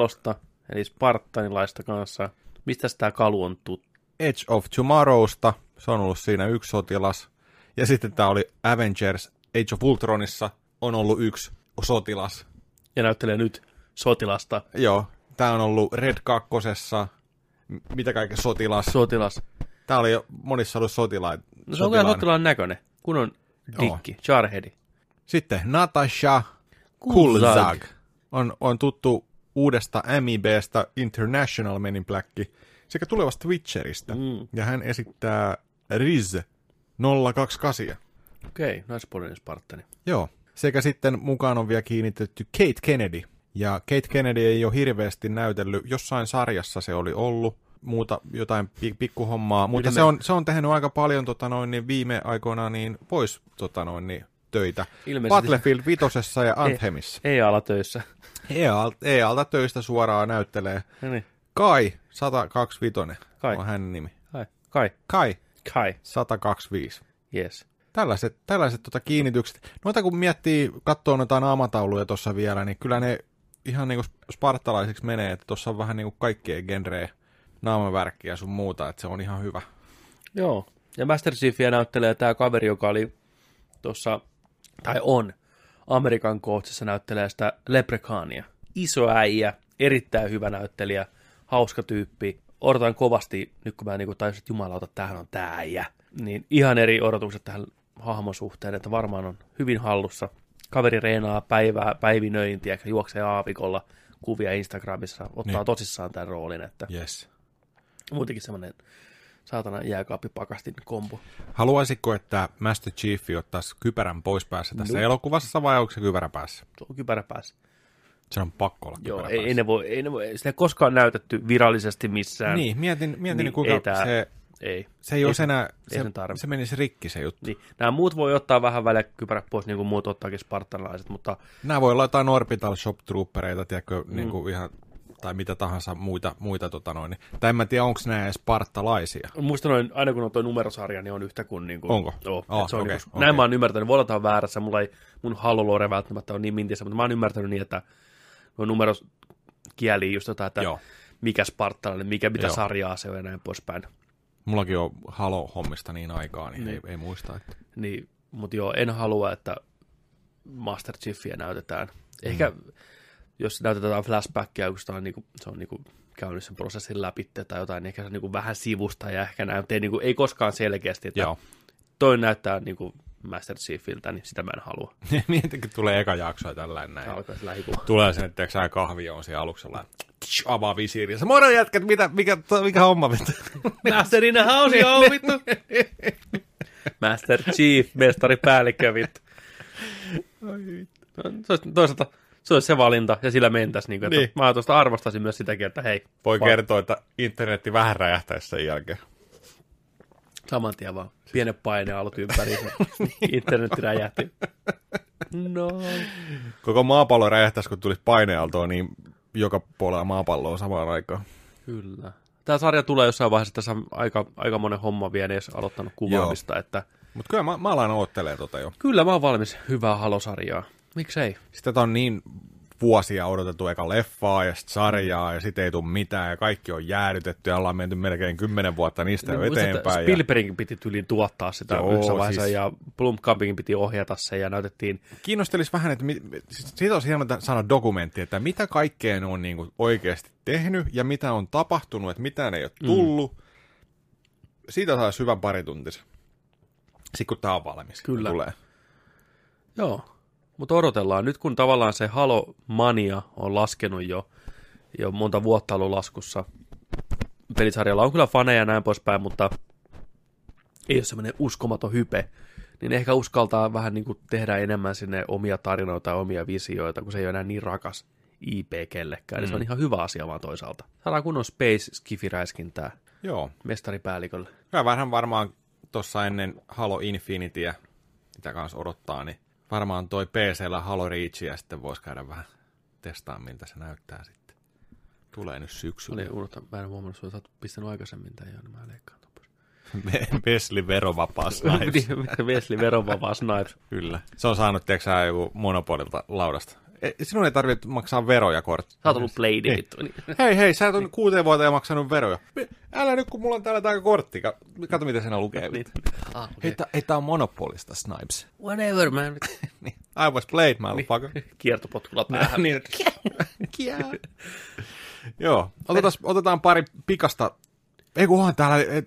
Speaker 1: eli Spartanilaista kanssa. Mistä tämä kalu on tuttu?
Speaker 3: Edge of Tomorrowsta. Se on ollut siinä yksi sotilas. Ja sitten tämä oli Avengers Age of Ultronissa. On ollut yksi sotilas.
Speaker 1: Ja näyttelee nyt sotilasta.
Speaker 3: Joo. Tämä on ollut Red 2. Mitä kaikkea sotilas.
Speaker 1: Sotilas.
Speaker 3: Tämä oli jo monissa ollut sotilaita.
Speaker 1: No se on kyllä sotilaan näköinen, kun on
Speaker 3: Joo.
Speaker 1: dikki, charhedi.
Speaker 3: Sitten Natasha
Speaker 1: Kulzag.
Speaker 3: Kulzag. On, on tuttu uudesta MIBstä International Men in Black sekä tulevasta Witcheristä.
Speaker 1: Mm.
Speaker 3: Mm. Ja hän esittää Riz 028.
Speaker 1: Okei, okay, naispuolinen Spartani.
Speaker 3: Joo. Sekä sitten mukaan on vielä kiinnitetty Kate Kennedy. Ja Kate Kennedy ei ole hirveästi näytellyt. Jossain sarjassa se oli ollut muuta jotain pi- pikkuhommaa, mutta
Speaker 1: Ylme-
Speaker 3: se on, se on tehnyt aika paljon tota noin, niin viime aikoina niin pois tota noin, niin töitä.
Speaker 1: Ilmeisesti
Speaker 3: Battlefield 5 ja Anthemissa.
Speaker 1: ei-alatöissä.
Speaker 3: EA-alta, EA-alta töistä suoraan näyttelee
Speaker 1: No niin,
Speaker 3: Kai 125,
Speaker 1: Kai.
Speaker 3: Kai. on hänen nimi.
Speaker 1: kai, kai,
Speaker 3: Kai
Speaker 1: kai,
Speaker 3: 125.
Speaker 1: yes.
Speaker 3: Tällaiset, tällaiset tota kiinnitykset. Noita kun miettii, katsoo noita naamatauluja tuossa vielä, niin kyllä ne ihan niinku spartalaisiksi menee, että tuossa on vähän niinku kaikkien genrejä naamavärkkiä sun muuta, että se on ihan hyvä.
Speaker 1: Joo, ja Master Chiefiä näyttelee tämä kaveri, joka oli tuossa, tai on, Amerikan kootsissa näyttelee sitä Leprechaunia. Iso äijä, erittäin hyvä näyttelijä, hauska tyyppi. Odotan kovasti, nyt kun mä niin tajusin, että jumalauta, tämähän on tämä äijä. Niin ihan eri odotukset tähän hahmon suhteen, että varmaan on hyvin hallussa. Kaveri reenaa päivää, päivinöintiä, juoksee aavikolla kuvia Instagramissa, ottaa
Speaker 3: Niin.
Speaker 1: tosissaan tämän roolin, että
Speaker 3: Yes.
Speaker 1: Muutenkin semmoinen saatana jääkaappipakastin kombo.
Speaker 3: Haluaisitko, että Master Chief ottaisi kypärän pois päässä tässä
Speaker 1: Nope.
Speaker 3: elokuvassa vai onko se kypärä päässä?
Speaker 1: Tuo on kypärä päässä.
Speaker 3: Se on pakko olla
Speaker 1: Joo,
Speaker 3: kypärä
Speaker 1: ei, ei,
Speaker 3: päässä.
Speaker 1: ne voi, ei ne voi, sitä ei koskaan näytetty virallisesti missään.
Speaker 3: Niin, mietin, mietin
Speaker 1: Niin,
Speaker 3: niin,
Speaker 1: ei
Speaker 3: kuinka
Speaker 1: tää-
Speaker 3: se
Speaker 1: Ei.
Speaker 3: Se ei,
Speaker 1: Ei
Speaker 3: olisi
Speaker 1: se-
Speaker 3: enää,
Speaker 1: ei sen tarvi.
Speaker 3: se, se menisi rikki se juttu.
Speaker 1: Niin. Nämä muut voi ottaa vähän välillä kypärät pois, niin kuin muut ottaakin spartanalaiset, mutta
Speaker 3: Nämä voi olla jotain Orbital Shop Troopereita, tiedätkö, mm. niin kuin ihan, tai mitä tahansa muita, muita tota noin. Tai en mä tiedä, onko nämä edes parttalaisia.
Speaker 1: muista noin, aina kun on tuo numerosarja, niin on yhtä kuin... Niin kuin
Speaker 3: Onko?
Speaker 1: Joo,
Speaker 3: Ah,
Speaker 1: Et se on
Speaker 3: okei,
Speaker 1: niin kuin,
Speaker 3: okei.
Speaker 1: Näin mä oon ymmärtänyt, voi olla että on väärässä, mulla ei, mun hallolore välttämättä on niin mintissä, mutta mä oon ymmärtänyt niin, että nuo numeros kieli just jotain, että
Speaker 3: Joo.
Speaker 1: mikä spartalainen, mikä, mitä
Speaker 3: Joo.
Speaker 1: sarjaa se on ja näin poispäin.
Speaker 3: Mullakin on Halo-hommista niin aikaa, niin ei, ei muista. Että.
Speaker 1: Niin, mutta joo, en halua, että Master Chiefiä näytetään. Ehkä mm. jos näytetään flashbackia, kun sitä on niinku, se on niinku käynyt sen prosessin läpi tai jotain, niin ehkä se on niinku vähän sivusta ja ehkä näin, mutta ei, niinku, ei koskaan selkeästi, että
Speaker 3: Joo.
Speaker 1: toi näyttää niinku Master Chiefiltä, niin sitä mä en halua.
Speaker 3: Mietin, kun tulee eka jakso ja tällainen näin.
Speaker 1: Tämä alkaa se lähikuva.
Speaker 3: Tulee sinne, tiedätkö sä, kahvi on siellä aluksella. Tsch, Avaa visiiri. Se moro jätkät, mitä, mikä, to- mikä homma vittu?
Speaker 1: Master in the house, joo, vittu! Master Chief, mestari päällikkö, vittu. Se olisi, toisaalta se olisi se valinta, ja sillä mentäisi. Niin kuin, että
Speaker 3: Niin.
Speaker 1: niin. Mä tuosta arvostaisin myös sitäkin, että hei,
Speaker 3: Voi
Speaker 1: vaan
Speaker 3: kertoa, että internetti vähän räjähtäisi sen jälkeen.
Speaker 1: saman tien vaan pienet painealut ympäri, internet räjähti. No,
Speaker 3: Koko maapallo räjähtäisi, kun tulisi paineaaltoa, niin joka puolella maapalloa samaan aikaan.
Speaker 1: kyllä. Tämä sarja tulee jossain vaiheessa, tässä on aika, aika monen homma vielä, en edes aloittanut kuvaamista, että
Speaker 3: Mutta kyllä mä, mä alan oottelee tota jo.
Speaker 1: kyllä mä oon valmis hyvää halosarjaa. Miksei?
Speaker 3: Sitten on niin vuosia odotettu eka leffaa ja sitten sarjaa ja sitten ei tule mitään ja kaikki on jäädytetty ja ollaan menty melkein kymmenen vuotta niistä
Speaker 1: Niin,
Speaker 3: jo
Speaker 1: muistat, että
Speaker 3: eteenpäin. Ja
Speaker 1: Spielbergin piti tyyliin tuottaa sitä
Speaker 3: Joo,
Speaker 1: Joo, yhdessä vaiheessa,
Speaker 3: siis-
Speaker 1: siis... ja Blomkampingin piti ohjata se, ja näytettiin
Speaker 3: kiinnostelis vähän, että mi- siis siitä olisi hieno sana dokumentti, että mitä kaikkea ne on niin kuin oikeasti tehnyt ja mitä on tapahtunut, että mitään ei ole tullut. Mm. Siitä saisi hyvän pari tuntisen. Sitten kun tämä on valmis. niin
Speaker 1: Kyllä.
Speaker 3: Tulee.
Speaker 1: Joo, mutta odotellaan. Nyt kun tavallaan se Halo Mania on laskenut jo, jo monta vuotta ollut laskussa, pelisarjalla on kyllä faneja ja näin poispäin, mutta ei ole semmoinen uskomaton hype, niin ehkä uskaltaa vähän niin kuin tehdä enemmän sinne omia tarinoita ja omia visioita, kun se ei ole enää niin rakas IP kellekään. Mm. Se on ihan hyvä asia vaan toisaalta. Saadaan kunnon space skifiräiskintää
Speaker 3: Joo.
Speaker 1: mestaripäällikölle.
Speaker 3: Hyvä vähän varmaan tuossa ennen Halo Infinityä, mitä kanssa odottaa, niin varmaan toi PCllä Halo Reachia sitten voisi käydä vähän testaa, miltä se näyttää sitten. Tulee nyt
Speaker 1: Oli
Speaker 3: syksyllä.
Speaker 1: unohtanut, mä en huomannut, että sä oot pistänyt aikaisemmin tämän jo, niin mä leikkaan tuon pois.
Speaker 3: Vesli verovapaa Snipes.
Speaker 1: Niin, Wesley verovapaa Snipes.
Speaker 3: Kyllä. Se on saanut, tiedätkö sä, joku monopolilta laudasta. E, sinun ei tarvitse maksaa veroja kortti.
Speaker 1: Sä oot ollut Blade vittu. niin.
Speaker 3: Hei, hei, sä et ole kuuteen vuoteen maksanut veroja. Me- Älä nyt, kun mulla on täällä tämä kortti. Ka- Kato, mitä siinä lukee.
Speaker 1: Niin. Ah,
Speaker 3: Hei,
Speaker 1: okay.
Speaker 3: tää- hei, tää on monopolista, Snipes.
Speaker 1: Whatever, man.
Speaker 3: Niin. I was played, motherfucker.
Speaker 1: Kiertopotkulla päähän.
Speaker 3: niin. Joo, otetaan, otetaan pari pikasta. Ei kun on täällä, ei,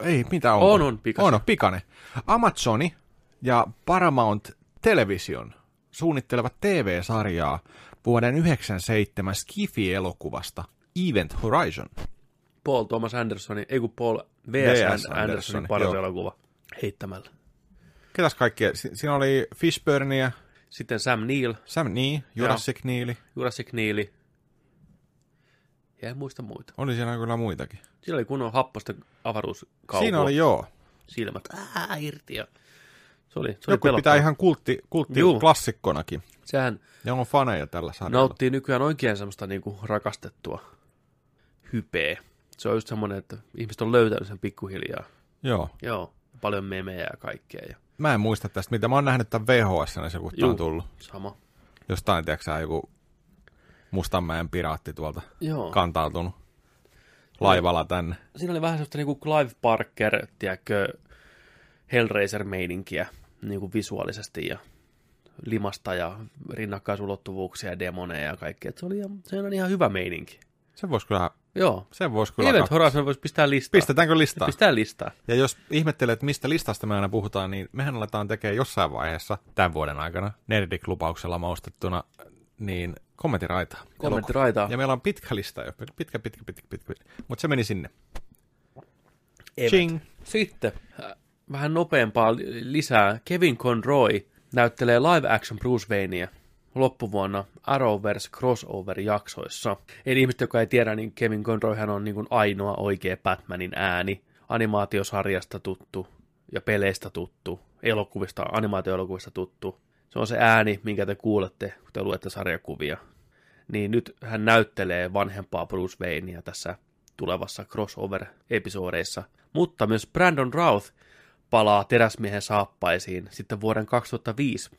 Speaker 3: ei mitä on.
Speaker 1: On, on pikasta.
Speaker 3: On, on pikane. Amazoni ja Paramount Television suunnittelevat TV-sarjaa vuoden 97 Skifi-elokuvasta Event Horizon.
Speaker 1: Paul Thomas Andersonin, ei kun Paul
Speaker 3: V.S.
Speaker 1: V.S. Andersonin,
Speaker 3: Andersonin,
Speaker 1: Andersonin
Speaker 3: joo.
Speaker 1: paras elokuva heittämällä.
Speaker 3: Ketäs kaikkia? Si- siinä oli Fishburnia,
Speaker 1: Sitten Sam Neill,
Speaker 3: Sam Nee, Jurassic Neili.
Speaker 1: Jurassic Neill. Ja en muista muita.
Speaker 3: Oli siinä kyllä muitakin.
Speaker 1: Siinä oli kunnon happosta avaruuskaukua.
Speaker 3: Siinä oli joo.
Speaker 1: Silmät ää, irti. Ja... Se oli, se oli
Speaker 3: Joku pitää
Speaker 1: pelottava.
Speaker 3: ihan kultti, kultti
Speaker 1: Juu.
Speaker 3: klassikkonakin.
Speaker 1: Sehän
Speaker 3: Ja on faneja tällä sarjalla.
Speaker 1: nauttii nykyään oikein semmoista niinku rakastettua hypeä. Se on just semmoinen, että ihmiset on löytänyt sen pikkuhiljaa.
Speaker 3: Joo.
Speaker 1: Joo, paljon memejä ja kaikkea. Ja
Speaker 3: Mä en muista tästä, mitä mä oon nähnyt tämän VHS, niin se kun tää on
Speaker 1: Juu.
Speaker 3: tullut.
Speaker 1: sama.
Speaker 3: Jostain, tiedätkö sä, joku Mustanmäen piraatti tuolta
Speaker 1: Joo.
Speaker 3: kantautunut laivalla tänne.
Speaker 1: Siinä oli vähän semmoista niinku Clive Parker, tiedätkö, Hellraiser-meininkiä niinku visuaalisesti ja limasta ja rinnakkaisulottuvuuksia ja demoneja ja kaikkea. Et Se oli ihan, se on ihan hyvä meininki.
Speaker 3: Sen vois kyllä,
Speaker 1: Joo.
Speaker 3: sen vois kyllä
Speaker 1: Event
Speaker 3: katsoa.
Speaker 1: Horizon voisi pistää listaa.
Speaker 3: Pistetäänkö listaa?
Speaker 1: Pistää listaa.
Speaker 3: Ja jos ihmettelee, että mistä listasta me aina puhutaan, niin mehän aletaan tekemään jossain vaiheessa tämän vuoden aikana Nerdiklubauksella maustettuna niin kommentiraitaa.
Speaker 1: Kommentti raitaa.
Speaker 3: Ja meillä on pitkä lista jo, pitkä, pitkä, pitkä, pitkä, pitkä. mutta se meni sinne.
Speaker 1: Event.
Speaker 3: Ching.
Speaker 1: Sitten äh, vähän nopeampaa li- lisää. Kevin Conroy näyttelee live action Bruce Wayneä loppuvuonna Arrowverse crossover-jaksoissa. Eli ihmiset, jotka ei tiedä, niin Kevin Conroyhan on niin kuin ainoa oikea Batmanin ääni. Animaatiosarjasta tuttu ja peleistä tuttu, elokuvista, animaatioelokuvista tuttu. Se on se ääni, minkä te kuulette, kun te luette sarjakuvia. Niin nyt hän näyttelee vanhempaa Bruce Wayneä tässä tulevassa crossover-episodeissa. Mutta myös Brandon Routh palaa teräsmiehen saappaisiin sitten vuoden 2005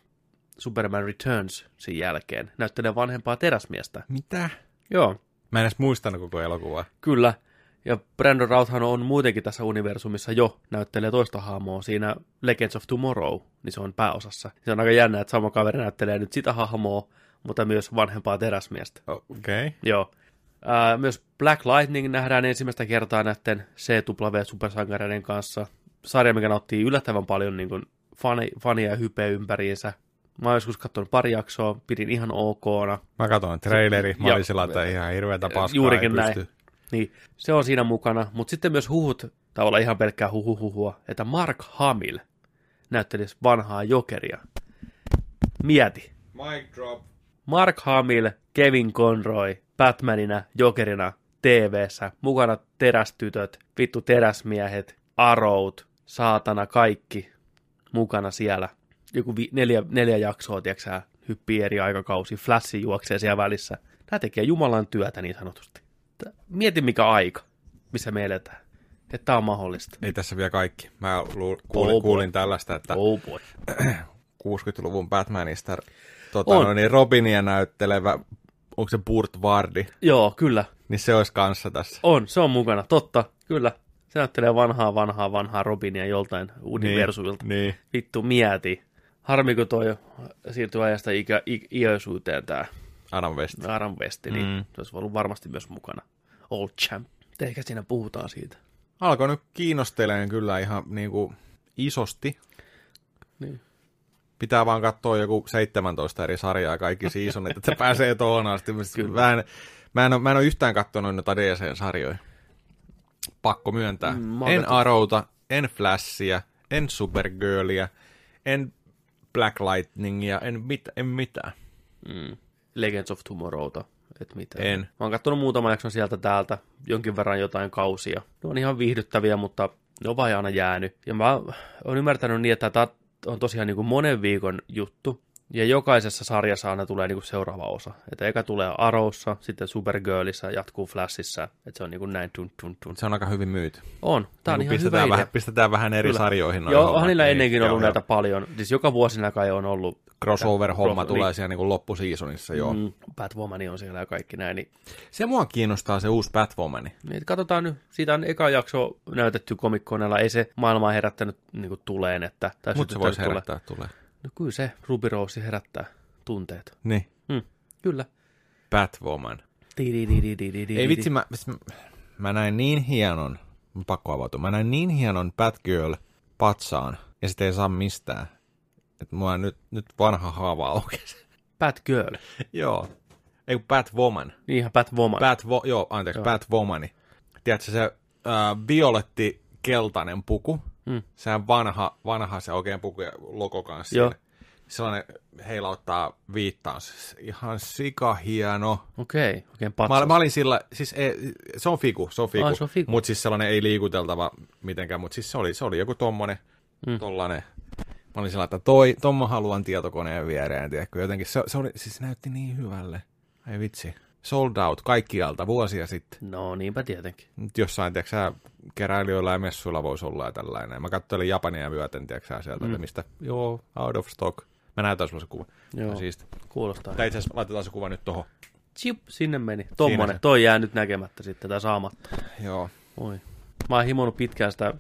Speaker 1: Superman Returns sen jälkeen. Näyttelee vanhempaa teräsmiestä.
Speaker 3: Mitä?
Speaker 1: Joo,
Speaker 3: Mä en edes muistanut koko elokuvaa.
Speaker 1: kyllä. Ja Brandon Routhhan on muutenkin tässä universumissa jo näyttelee toista hahmoa siinä Legends of Tomorrow, niin se on pääosassa. Se on aika jännä, että sama kaveri näyttelee nyt sitä hahmoa, mutta myös vanhempaa teräsmiestä.
Speaker 3: Okei. Okay.
Speaker 1: Joo. Ää, myös Black Lightning nähdään ensimmäistä kertaa näiden CW-supersankareiden kanssa. Sarja, mikä nautti yllättävän paljon niin kuin fani, fania ja hypeä ympäriinsä. Mä oon joskus katsonut pari jaksoa, pidin ihan okona.
Speaker 3: Mä katsoin traileri, mä
Speaker 1: Ja-
Speaker 3: olin sillä, että ihan hirveätä paskaa.
Speaker 1: Juurikin
Speaker 3: ei
Speaker 1: näin.
Speaker 3: pysty.
Speaker 1: Niin, se on siinä mukana. Mutta sitten myös huhut, tavallaan ihan pelkkää huhuhuhua, että Mark Hamill näyttelisi vanhaa jokeria. Mieti.
Speaker 3: Mic drop.
Speaker 1: Mark Hamill, Kevin Conroy, Batmanina, Jokerina, tv mukana terästytöt, vittu teräsmiehet, arout, saatana kaikki mukana siellä. Joku vi- neljä, neljä jaksoa, tiedätkö hyppii eri aikakausi, flashi juoksee siellä välissä. Nämä tekee Jumalan työtä niin sanotusti. Tää- Mieti mikä aika, missä me eletään. Että tämä on mahdollista.
Speaker 3: Ei tässä vielä kaikki. Mä luul, kuulin,
Speaker 1: Oh boy.
Speaker 3: kuulin tällaista, että
Speaker 1: Oh boy.
Speaker 3: 60-luvun Batmanista
Speaker 1: On.
Speaker 3: tota, niin Robinia näyttelevä, onko se Burt Vardi,
Speaker 1: Joo, kyllä.
Speaker 3: niin se olisi kanssa tässä.
Speaker 1: On, se on mukana, totta, kyllä. Se näyttelee vanhaa, vanhaa, vanhaa Robinia joltain universumilta.
Speaker 3: Niin.
Speaker 1: Vittu, mieti. Harmi, kun toi siirtyi ajasta ikä, i, iäisyyteen tää
Speaker 3: Adam West.
Speaker 1: Adam West, niin
Speaker 3: Mm.
Speaker 1: mm. se olisi ollut varmasti myös mukana. Old champ. Ehkä siinä puhutaan siitä.
Speaker 3: Alkoi nyt kiinnosteleen kyllä ihan niin kuin isosti.
Speaker 1: Niin.
Speaker 3: Pitää vaan katsoa joku 17 eri sarjaa kaikki seasonit, että pääsee tuohon asti. Mä en, mä, en ole, mä en ole yhtään katsonut noita DC-sarjoja. Pakko myöntää.
Speaker 1: Mm, mä
Speaker 3: Mm,
Speaker 1: oon
Speaker 3: en
Speaker 1: katsonut.
Speaker 3: Arrowta, en Flashia, en Supergirlia, en Black Lightningia, en, mit, en mitään.
Speaker 1: Mm. Legends of Tomorrowta, et mitä.
Speaker 3: En.
Speaker 1: Mä oon kattonut muutaman jakson sieltä täältä, jonkin verran jotain kausia. Ne on ihan viihdyttäviä, mutta ne on vaan aina jäänyt. Ja mä oon ymmärtänyt niin, että tää on tosiaan niin kuin monen viikon juttu. Ja jokaisessa sarjassa aina tulee niin kuin seuraava osa. Että eka tulee Arrowssa, sitten Supergirlissä, jatkuu Flashissa. Että se on niin kuin näin tun tun tun.
Speaker 3: Se on aika hyvin myyty.
Speaker 1: On, tää on
Speaker 3: Niin
Speaker 1: ihan hyvä
Speaker 3: kuin pistetään,
Speaker 1: idea.
Speaker 3: vähän, pistetään vähän eri
Speaker 1: Kyllä.
Speaker 3: sarjoihin. noi
Speaker 1: Joo,
Speaker 3: hommat,
Speaker 1: onhan niillä
Speaker 3: niin
Speaker 1: ennenkin
Speaker 3: joo,
Speaker 1: ollut
Speaker 3: joo.
Speaker 1: näitä paljon. Siis joka vuosina kai on ollut
Speaker 3: crossover-homma
Speaker 1: Crossover,
Speaker 3: tulee
Speaker 1: niin.
Speaker 3: siellä niin loppusiisonissa, joo. Mm.
Speaker 1: Mm, Batwoman on siellä ja kaikki näin, niin
Speaker 3: Se mua kiinnostaa se uusi Batwomani.
Speaker 1: Niin, katsotaan nyt. Siitä on eka jakso näytetty komikkoneella. Ei se maailmaa herättänyt niin kuin tuleen. Että, tai
Speaker 3: Mutta se
Speaker 1: sytyttänyt
Speaker 3: voisi
Speaker 1: tuleen.
Speaker 3: herättää tulee.
Speaker 1: No kyllä se Ruby Rose herättää tunteet.
Speaker 3: Niin.
Speaker 1: Mm, kyllä.
Speaker 3: Batwoman.
Speaker 1: Tididididididi.
Speaker 3: Ei vitsi, mä, siis mä näin niin hienon, mun pakko avautua, mä näin niin hienon Batgirl patsaan, ja sitä ei saa mistään. Että mua nyt, nyt vanha haava aukesi.
Speaker 1: Batgirl.
Speaker 3: joo. Ei kun Batwoman.
Speaker 1: Niin ihan Batwoman.
Speaker 3: Batwo, joo, anteeksi,
Speaker 1: Joo.
Speaker 3: Batwomani. Tiedätkö se ää, violetti keltainen puku?
Speaker 1: Mm.
Speaker 3: Sehän vanha, vanha se oikein puku ja logo kanssa.
Speaker 1: Joo.
Speaker 3: siinä. Sellainen heilauttaa viittaus. Ihan sika hieno.
Speaker 1: Okei, okay. oikein
Speaker 3: Mä,
Speaker 1: patsas.
Speaker 3: mä, olin sillä, siis ei, se on fiku, se on fiku.
Speaker 1: Ai, se on figu.
Speaker 3: Mutta siis sellainen ei liikuteltava mitenkään, mutta siis se oli, se oli joku tommonen, mm. tollanen. Mä olin sillä, että toi, ton mä haluan tietokoneen viereen, tiedätkö, jotenkin se, se oli, siis näytti niin hyvälle. Ai vitsi. Sold out kaikkialta vuosia sitten.
Speaker 1: No niinpä tietenkin.
Speaker 3: Nyt jossain, tiedätkö sä, keräilijöillä ja messuilla voisi olla ja tällainen. Mä katsoin Japania myöten, tiedätkö sä, sieltä, mm. että mistä, joo, out of stock. Mä näytän sulle se kuva.
Speaker 1: Joo.
Speaker 3: Siisti.
Speaker 1: Kuulostaa.
Speaker 3: Tai itse asiassa laitetaan se kuva nyt tohon.
Speaker 1: Chip, sinne meni.
Speaker 3: se.
Speaker 1: Tommonen. Toi jää nyt näkemättä sitten tai saamatta.
Speaker 3: Joo.
Speaker 1: Oi. Mä oon himonut pitkään sitä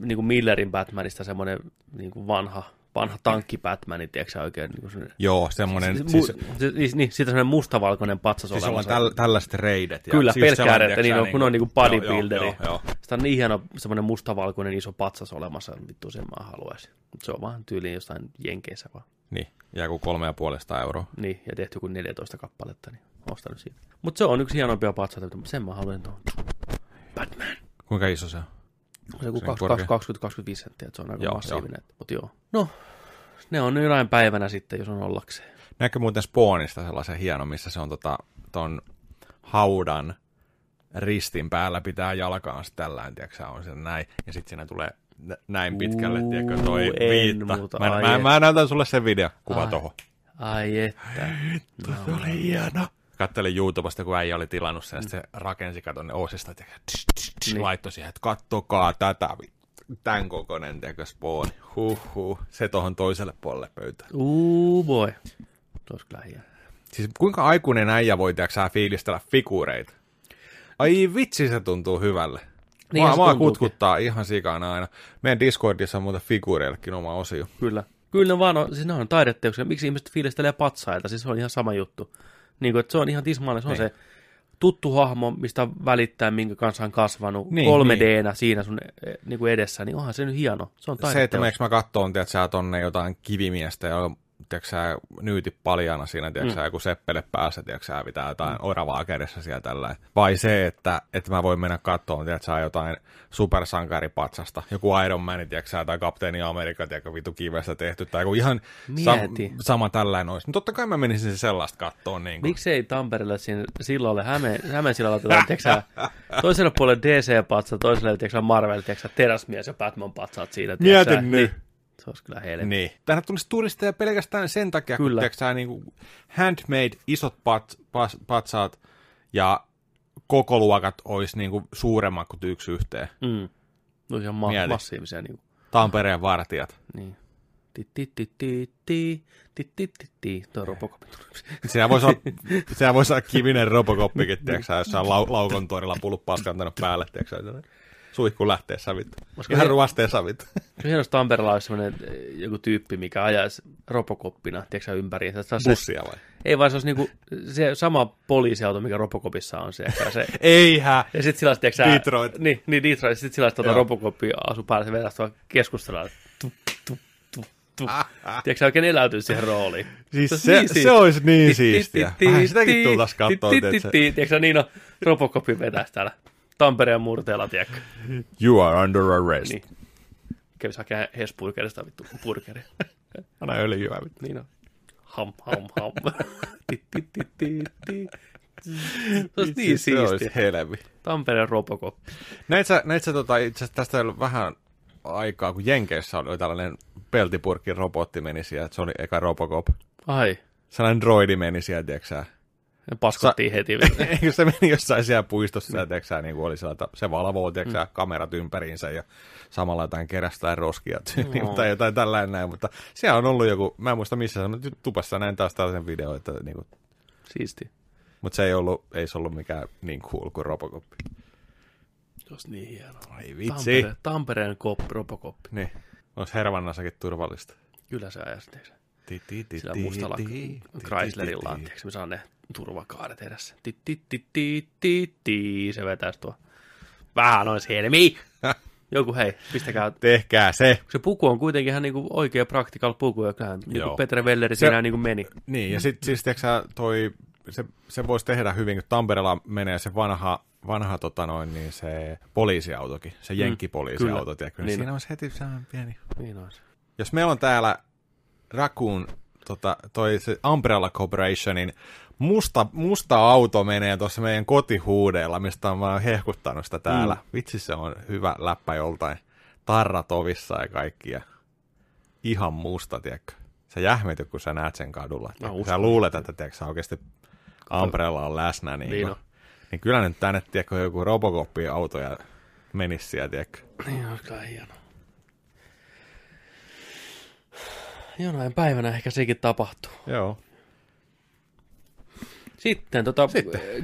Speaker 1: niin kuin Millerin Batmanista semmoinen niin kuin vanha, vanha tankki Batmanin, tiedätkö sä, oikein niin kuin semmoinen
Speaker 3: Joo, semmonen,
Speaker 1: Siis,
Speaker 3: siis,
Speaker 1: mu- siis, niin, niin, siitä semmoinen mustavalkoinen patsas
Speaker 3: Siis on
Speaker 1: olemassa.
Speaker 3: täl, tällaiset reidet. Ja,
Speaker 1: Kyllä,
Speaker 3: siis
Speaker 1: pelkkää
Speaker 3: sellainen,
Speaker 1: että niin
Speaker 3: tiedätkö
Speaker 1: on,
Speaker 3: sä,
Speaker 1: kun on niinku bodybuilderi.
Speaker 3: Joo, joo, joo, joo.
Speaker 1: Sitä on niin hieno semmoinen mustavalkoinen iso patsas olemassa, niin vittu sen mä haluaisin. Mutta se on vaan tyyliin jostain jenkeissä vaan.
Speaker 3: Niin, ja kun kolme ja puolesta euroa.
Speaker 1: Niin, ja tehty joku 14 kappaletta, niin ostanut siitä. Mutta se on yksi hienompia patsaita, mutta sen mä haluan tuon.
Speaker 3: Kuinka iso se on?
Speaker 1: Se on joku
Speaker 3: Se on korkea.
Speaker 1: 20-25 senttiä, että se on aika
Speaker 3: Joo,
Speaker 1: massiivinen. Mutta joo. No, ne on jonain päivänä sitten, jos on ollakseen.
Speaker 3: Näkö muuten Spawnista sellaisen hieno, missä se on tota, ton haudan ristin päällä pitää jalkaansa tällään, tiedätkö sä, on sen näin. Ja sitten siinä tulee nä- näin pitkälle,
Speaker 1: Uu,
Speaker 3: tiedätkö, toi
Speaker 1: en
Speaker 3: viitta.
Speaker 1: muuta,
Speaker 3: Mä,
Speaker 1: ai
Speaker 3: mä,
Speaker 1: et.
Speaker 3: mä, näytän sulle sen videokuva
Speaker 1: Ai.
Speaker 3: tohon.
Speaker 1: Ai että.
Speaker 3: Se No, oli hieno. Kattelin YouTubesta, kun äijä oli tilannut sen, ja sit se rakensi katonne osista, ja tsh, tsh, tsh,
Speaker 1: Niin.
Speaker 3: laittoi siihen, että kattokaa tätä, vi- tämän kokoinen, tiedätkö, spawn. Huhhuh, se tohon toiselle puolelle pöytään.
Speaker 1: Uu boy. Se olisi kyllä hieno.
Speaker 3: Siis kuinka aikuinen äijä voi, tiedätkö, sä, fiilistellä figureita? Ai vitsi, se tuntuu hyvälle.
Speaker 1: Niinhän
Speaker 3: Mua,
Speaker 1: Niin, se
Speaker 3: mua
Speaker 1: tuntuukin.
Speaker 3: kutkuttaa ihan sikana aina. Meidän Discordissa on muuten figuureillekin oma osio.
Speaker 1: Kyllä. Kyllä ne vaan on, siis ne on taideteoksia. Miksi ihmiset fiilistelee patsailta? Siis se on ihan sama juttu. Niin kuin, että se on ihan tismalle, se on
Speaker 3: Niin.
Speaker 1: se tuttu hahmo, mistä välittää, minkä kanssa on kasvanut
Speaker 3: Niin,
Speaker 1: niin, 3Dnä siinä sun eh, niin kuin edessä, niin onhan se nyt hieno. Se on
Speaker 3: se, että
Speaker 1: taideteos.
Speaker 3: meneekö mä kattoon, tiedät sä tonne jotain kivimiestä ja tiedätkö sä, nyyti paljana siinä, tiedätkö mm. joku seppele päässä, tiedätkö sä, pitää jotain mm. oravaa kädessä siellä tällä. Vai se, että, että mä voin mennä katsomaan, tiedätkö sä, jotain supersankaripatsasta, joku Iron Man, tiedätkö sä, tai Kapteeni Amerikka, tiedätkö, vitu kivestä tehty, tai joku ihan
Speaker 1: Mieti.
Speaker 3: sam- sama tällainen olisi. No totta kai mä menisin se sellaista kattoon. Niin kuin.
Speaker 1: Miksei Tampereelle siinä sillalle, Hämeen, Hämeen sillalle tätä, tiiäksä, toiselle puolelle DC-patsa, toiselle tiiäksä, Marvel, tiiäksä, teräsmies ja Batman-patsaat siinä. tiiäksä.
Speaker 3: Mieti nyt.
Speaker 1: Se olisi kyllä helvetti.
Speaker 3: Niin. Tänne tulisi turisteja pelkästään sen takia, Kyllä. kun
Speaker 1: Kyllä.
Speaker 3: tiedätkö, sä, niin kuin handmade isot pat, pas, patsaat ja koko luokat olisi niin kuin suuremmat kuin yksi yhteen.
Speaker 1: Mm. No ihan ma-
Speaker 3: Niin. Mieti.
Speaker 1: massiivisia niin kuin.
Speaker 3: Tampereen vartijat.
Speaker 1: Niin. Ti ti ti ti ti ti ti ti ti. Tuo Robocopin tulisi.
Speaker 3: Sehän voisi olla, sehän voisi olla kivinen robokoppikin, tiedätkö, sä, jossain lau, laukon torilla pullut paskantanut päälle, tiedätkö, sä, sellainen suihku lähtee savit.
Speaker 1: Olisiko
Speaker 3: Ihan
Speaker 1: se-
Speaker 3: ruvasteen savit.
Speaker 1: Kyllä hienosti Tampereella olisi sellainen eh, joku tyyppi, mikä ajaisi Robocoppina, tiedätkö sä, ympäri. Se, se, se,
Speaker 3: Bussia vai?
Speaker 1: ei vaan se olisi niinku se sama poliisiauto, mikä Robocopissa on. Se, ehkä se,
Speaker 3: Eihä!
Speaker 1: ja sitten sillä olisi, tiedätkö sä,
Speaker 3: Detroit.
Speaker 1: Niin, niin Detroit. Sitten sillä olisi tuota
Speaker 3: Joo.
Speaker 1: Robocopia asu päälle, se vedäisi tuolla keskustellaan. Tu, tu, tu, tu. Tiedätkö sä oikein eläytyy siihen rooliin.
Speaker 3: Siis
Speaker 1: olisi
Speaker 3: se,
Speaker 1: niin
Speaker 3: se,
Speaker 1: siisti.
Speaker 3: olisi niin siistiä.
Speaker 1: Ti- ti-
Speaker 3: Vähän
Speaker 1: ti-
Speaker 3: sitäkin
Speaker 1: ti-
Speaker 3: tultaisiin
Speaker 1: ti-
Speaker 3: katsoa,
Speaker 1: ti-
Speaker 3: tiedätkö,
Speaker 1: ti- ti- Tiedätkö, niin on Robocopin vetäisi täällä Tampereen murteella, tiedätkö.
Speaker 3: you are under arrest.
Speaker 1: Niin. Kävisi hakemaan Hesburgerista vittu burgeri.
Speaker 3: Anna öljyä. vittu.
Speaker 1: Niin on. Ham, ham, ham. Ti- ti- ti- ti- ti. Se olisi niin
Speaker 3: Siis Se olisi
Speaker 1: siistiä.
Speaker 3: helvi.
Speaker 1: Tampereen Robocop.
Speaker 3: Näit sä, näit sä tota, itse asiassa tästä ei ollut vähän aikaa, kun Jenkeissä oli tällainen peltipurkin robotti meni siellä, että se oli eka Robocop.
Speaker 1: Ai,
Speaker 3: Sellainen droidi meni siellä, tiedätkö sä?
Speaker 1: ne paskottiin heti.
Speaker 3: Eikö se meni jossain siellä puistossa, ja tiedätkö sä, niin kuin oli sillä, että se valvoo, tiedätkö sä, kamerat ympäriinsä ja samalla jotain kerästään roskia tyyliin,
Speaker 1: No.
Speaker 3: tai jotain tällainen näin, mutta siellä on ollut joku, mä en muista missä, mutta tupassa näin taas tällaisen videon, että niin kuin,
Speaker 1: Siisti.
Speaker 3: mutta se ei ollut, ei se ollut mikään niin cool kuin Robocop.
Speaker 1: Se olisi niin hienoa.
Speaker 3: Ai vitsi.
Speaker 1: Tampere, Tampereen kop, Robocop.
Speaker 3: Niin, olisi hervannassakin turvallista.
Speaker 1: Kyllä se ajaisi, tiedätkö sä.
Speaker 3: Ti- ti- ti-
Speaker 1: sillä
Speaker 3: ti-
Speaker 1: mustalla
Speaker 3: ti- ti-
Speaker 1: Chryslerilla on,
Speaker 3: ti-
Speaker 1: tiedätkö, me saan ne turvakaaret tehdä se. Ti, ti, ti, ti, ti, ti, se vetäisi tuo. Vähän olisi helmi. Joku hei, pistäkää. kun
Speaker 3: Ah, Tehkää se.
Speaker 1: Se puku on kuitenkin ihan niinku oikea practical puku, joka
Speaker 3: Joo.
Speaker 1: niinku Petre Velleri siinä niinku meni.
Speaker 3: Niin, ja sitten siis tiedätkö sä, toi, se, se voisi tehdä hyvin, kun Tampereella menee se vanha, vanha tota noin, niin se poliisiautokin, se jenkkipoliisiauto,
Speaker 1: Mm, kyllä.
Speaker 3: tiedätkö, niin,
Speaker 1: Niin.
Speaker 3: siinä olisi heti sellainen pieni.
Speaker 1: Niin olisi.
Speaker 3: Jos meillä on täällä Raccoon, tota, toi se Umbrella Corporationin musta, musta auto menee tuossa meidän kotihuudeella, mistä on vaan hehkuttanut sitä täällä. Mm. Vitsi, se on hyvä läppä joltain. Tarrat ovissa ja kaikkia. Ihan musta, tiedätkö? Sä jähmetyt, kun sä näet sen kadulla. No, sä
Speaker 1: uskon.
Speaker 3: luulet, että tiedätkö, sä oikeasti Umbrella on läsnä. Niin,
Speaker 1: Niin
Speaker 3: niin,
Speaker 1: on.
Speaker 3: niin kyllä nyt tänne, tiedätkö, joku Robocop-auto ja menisi siellä, tiedätkö?
Speaker 1: Niin olisi kyllä hieno. Jonain päivänä ehkä sekin tapahtuu.
Speaker 3: Joo.
Speaker 1: Sitten, tota,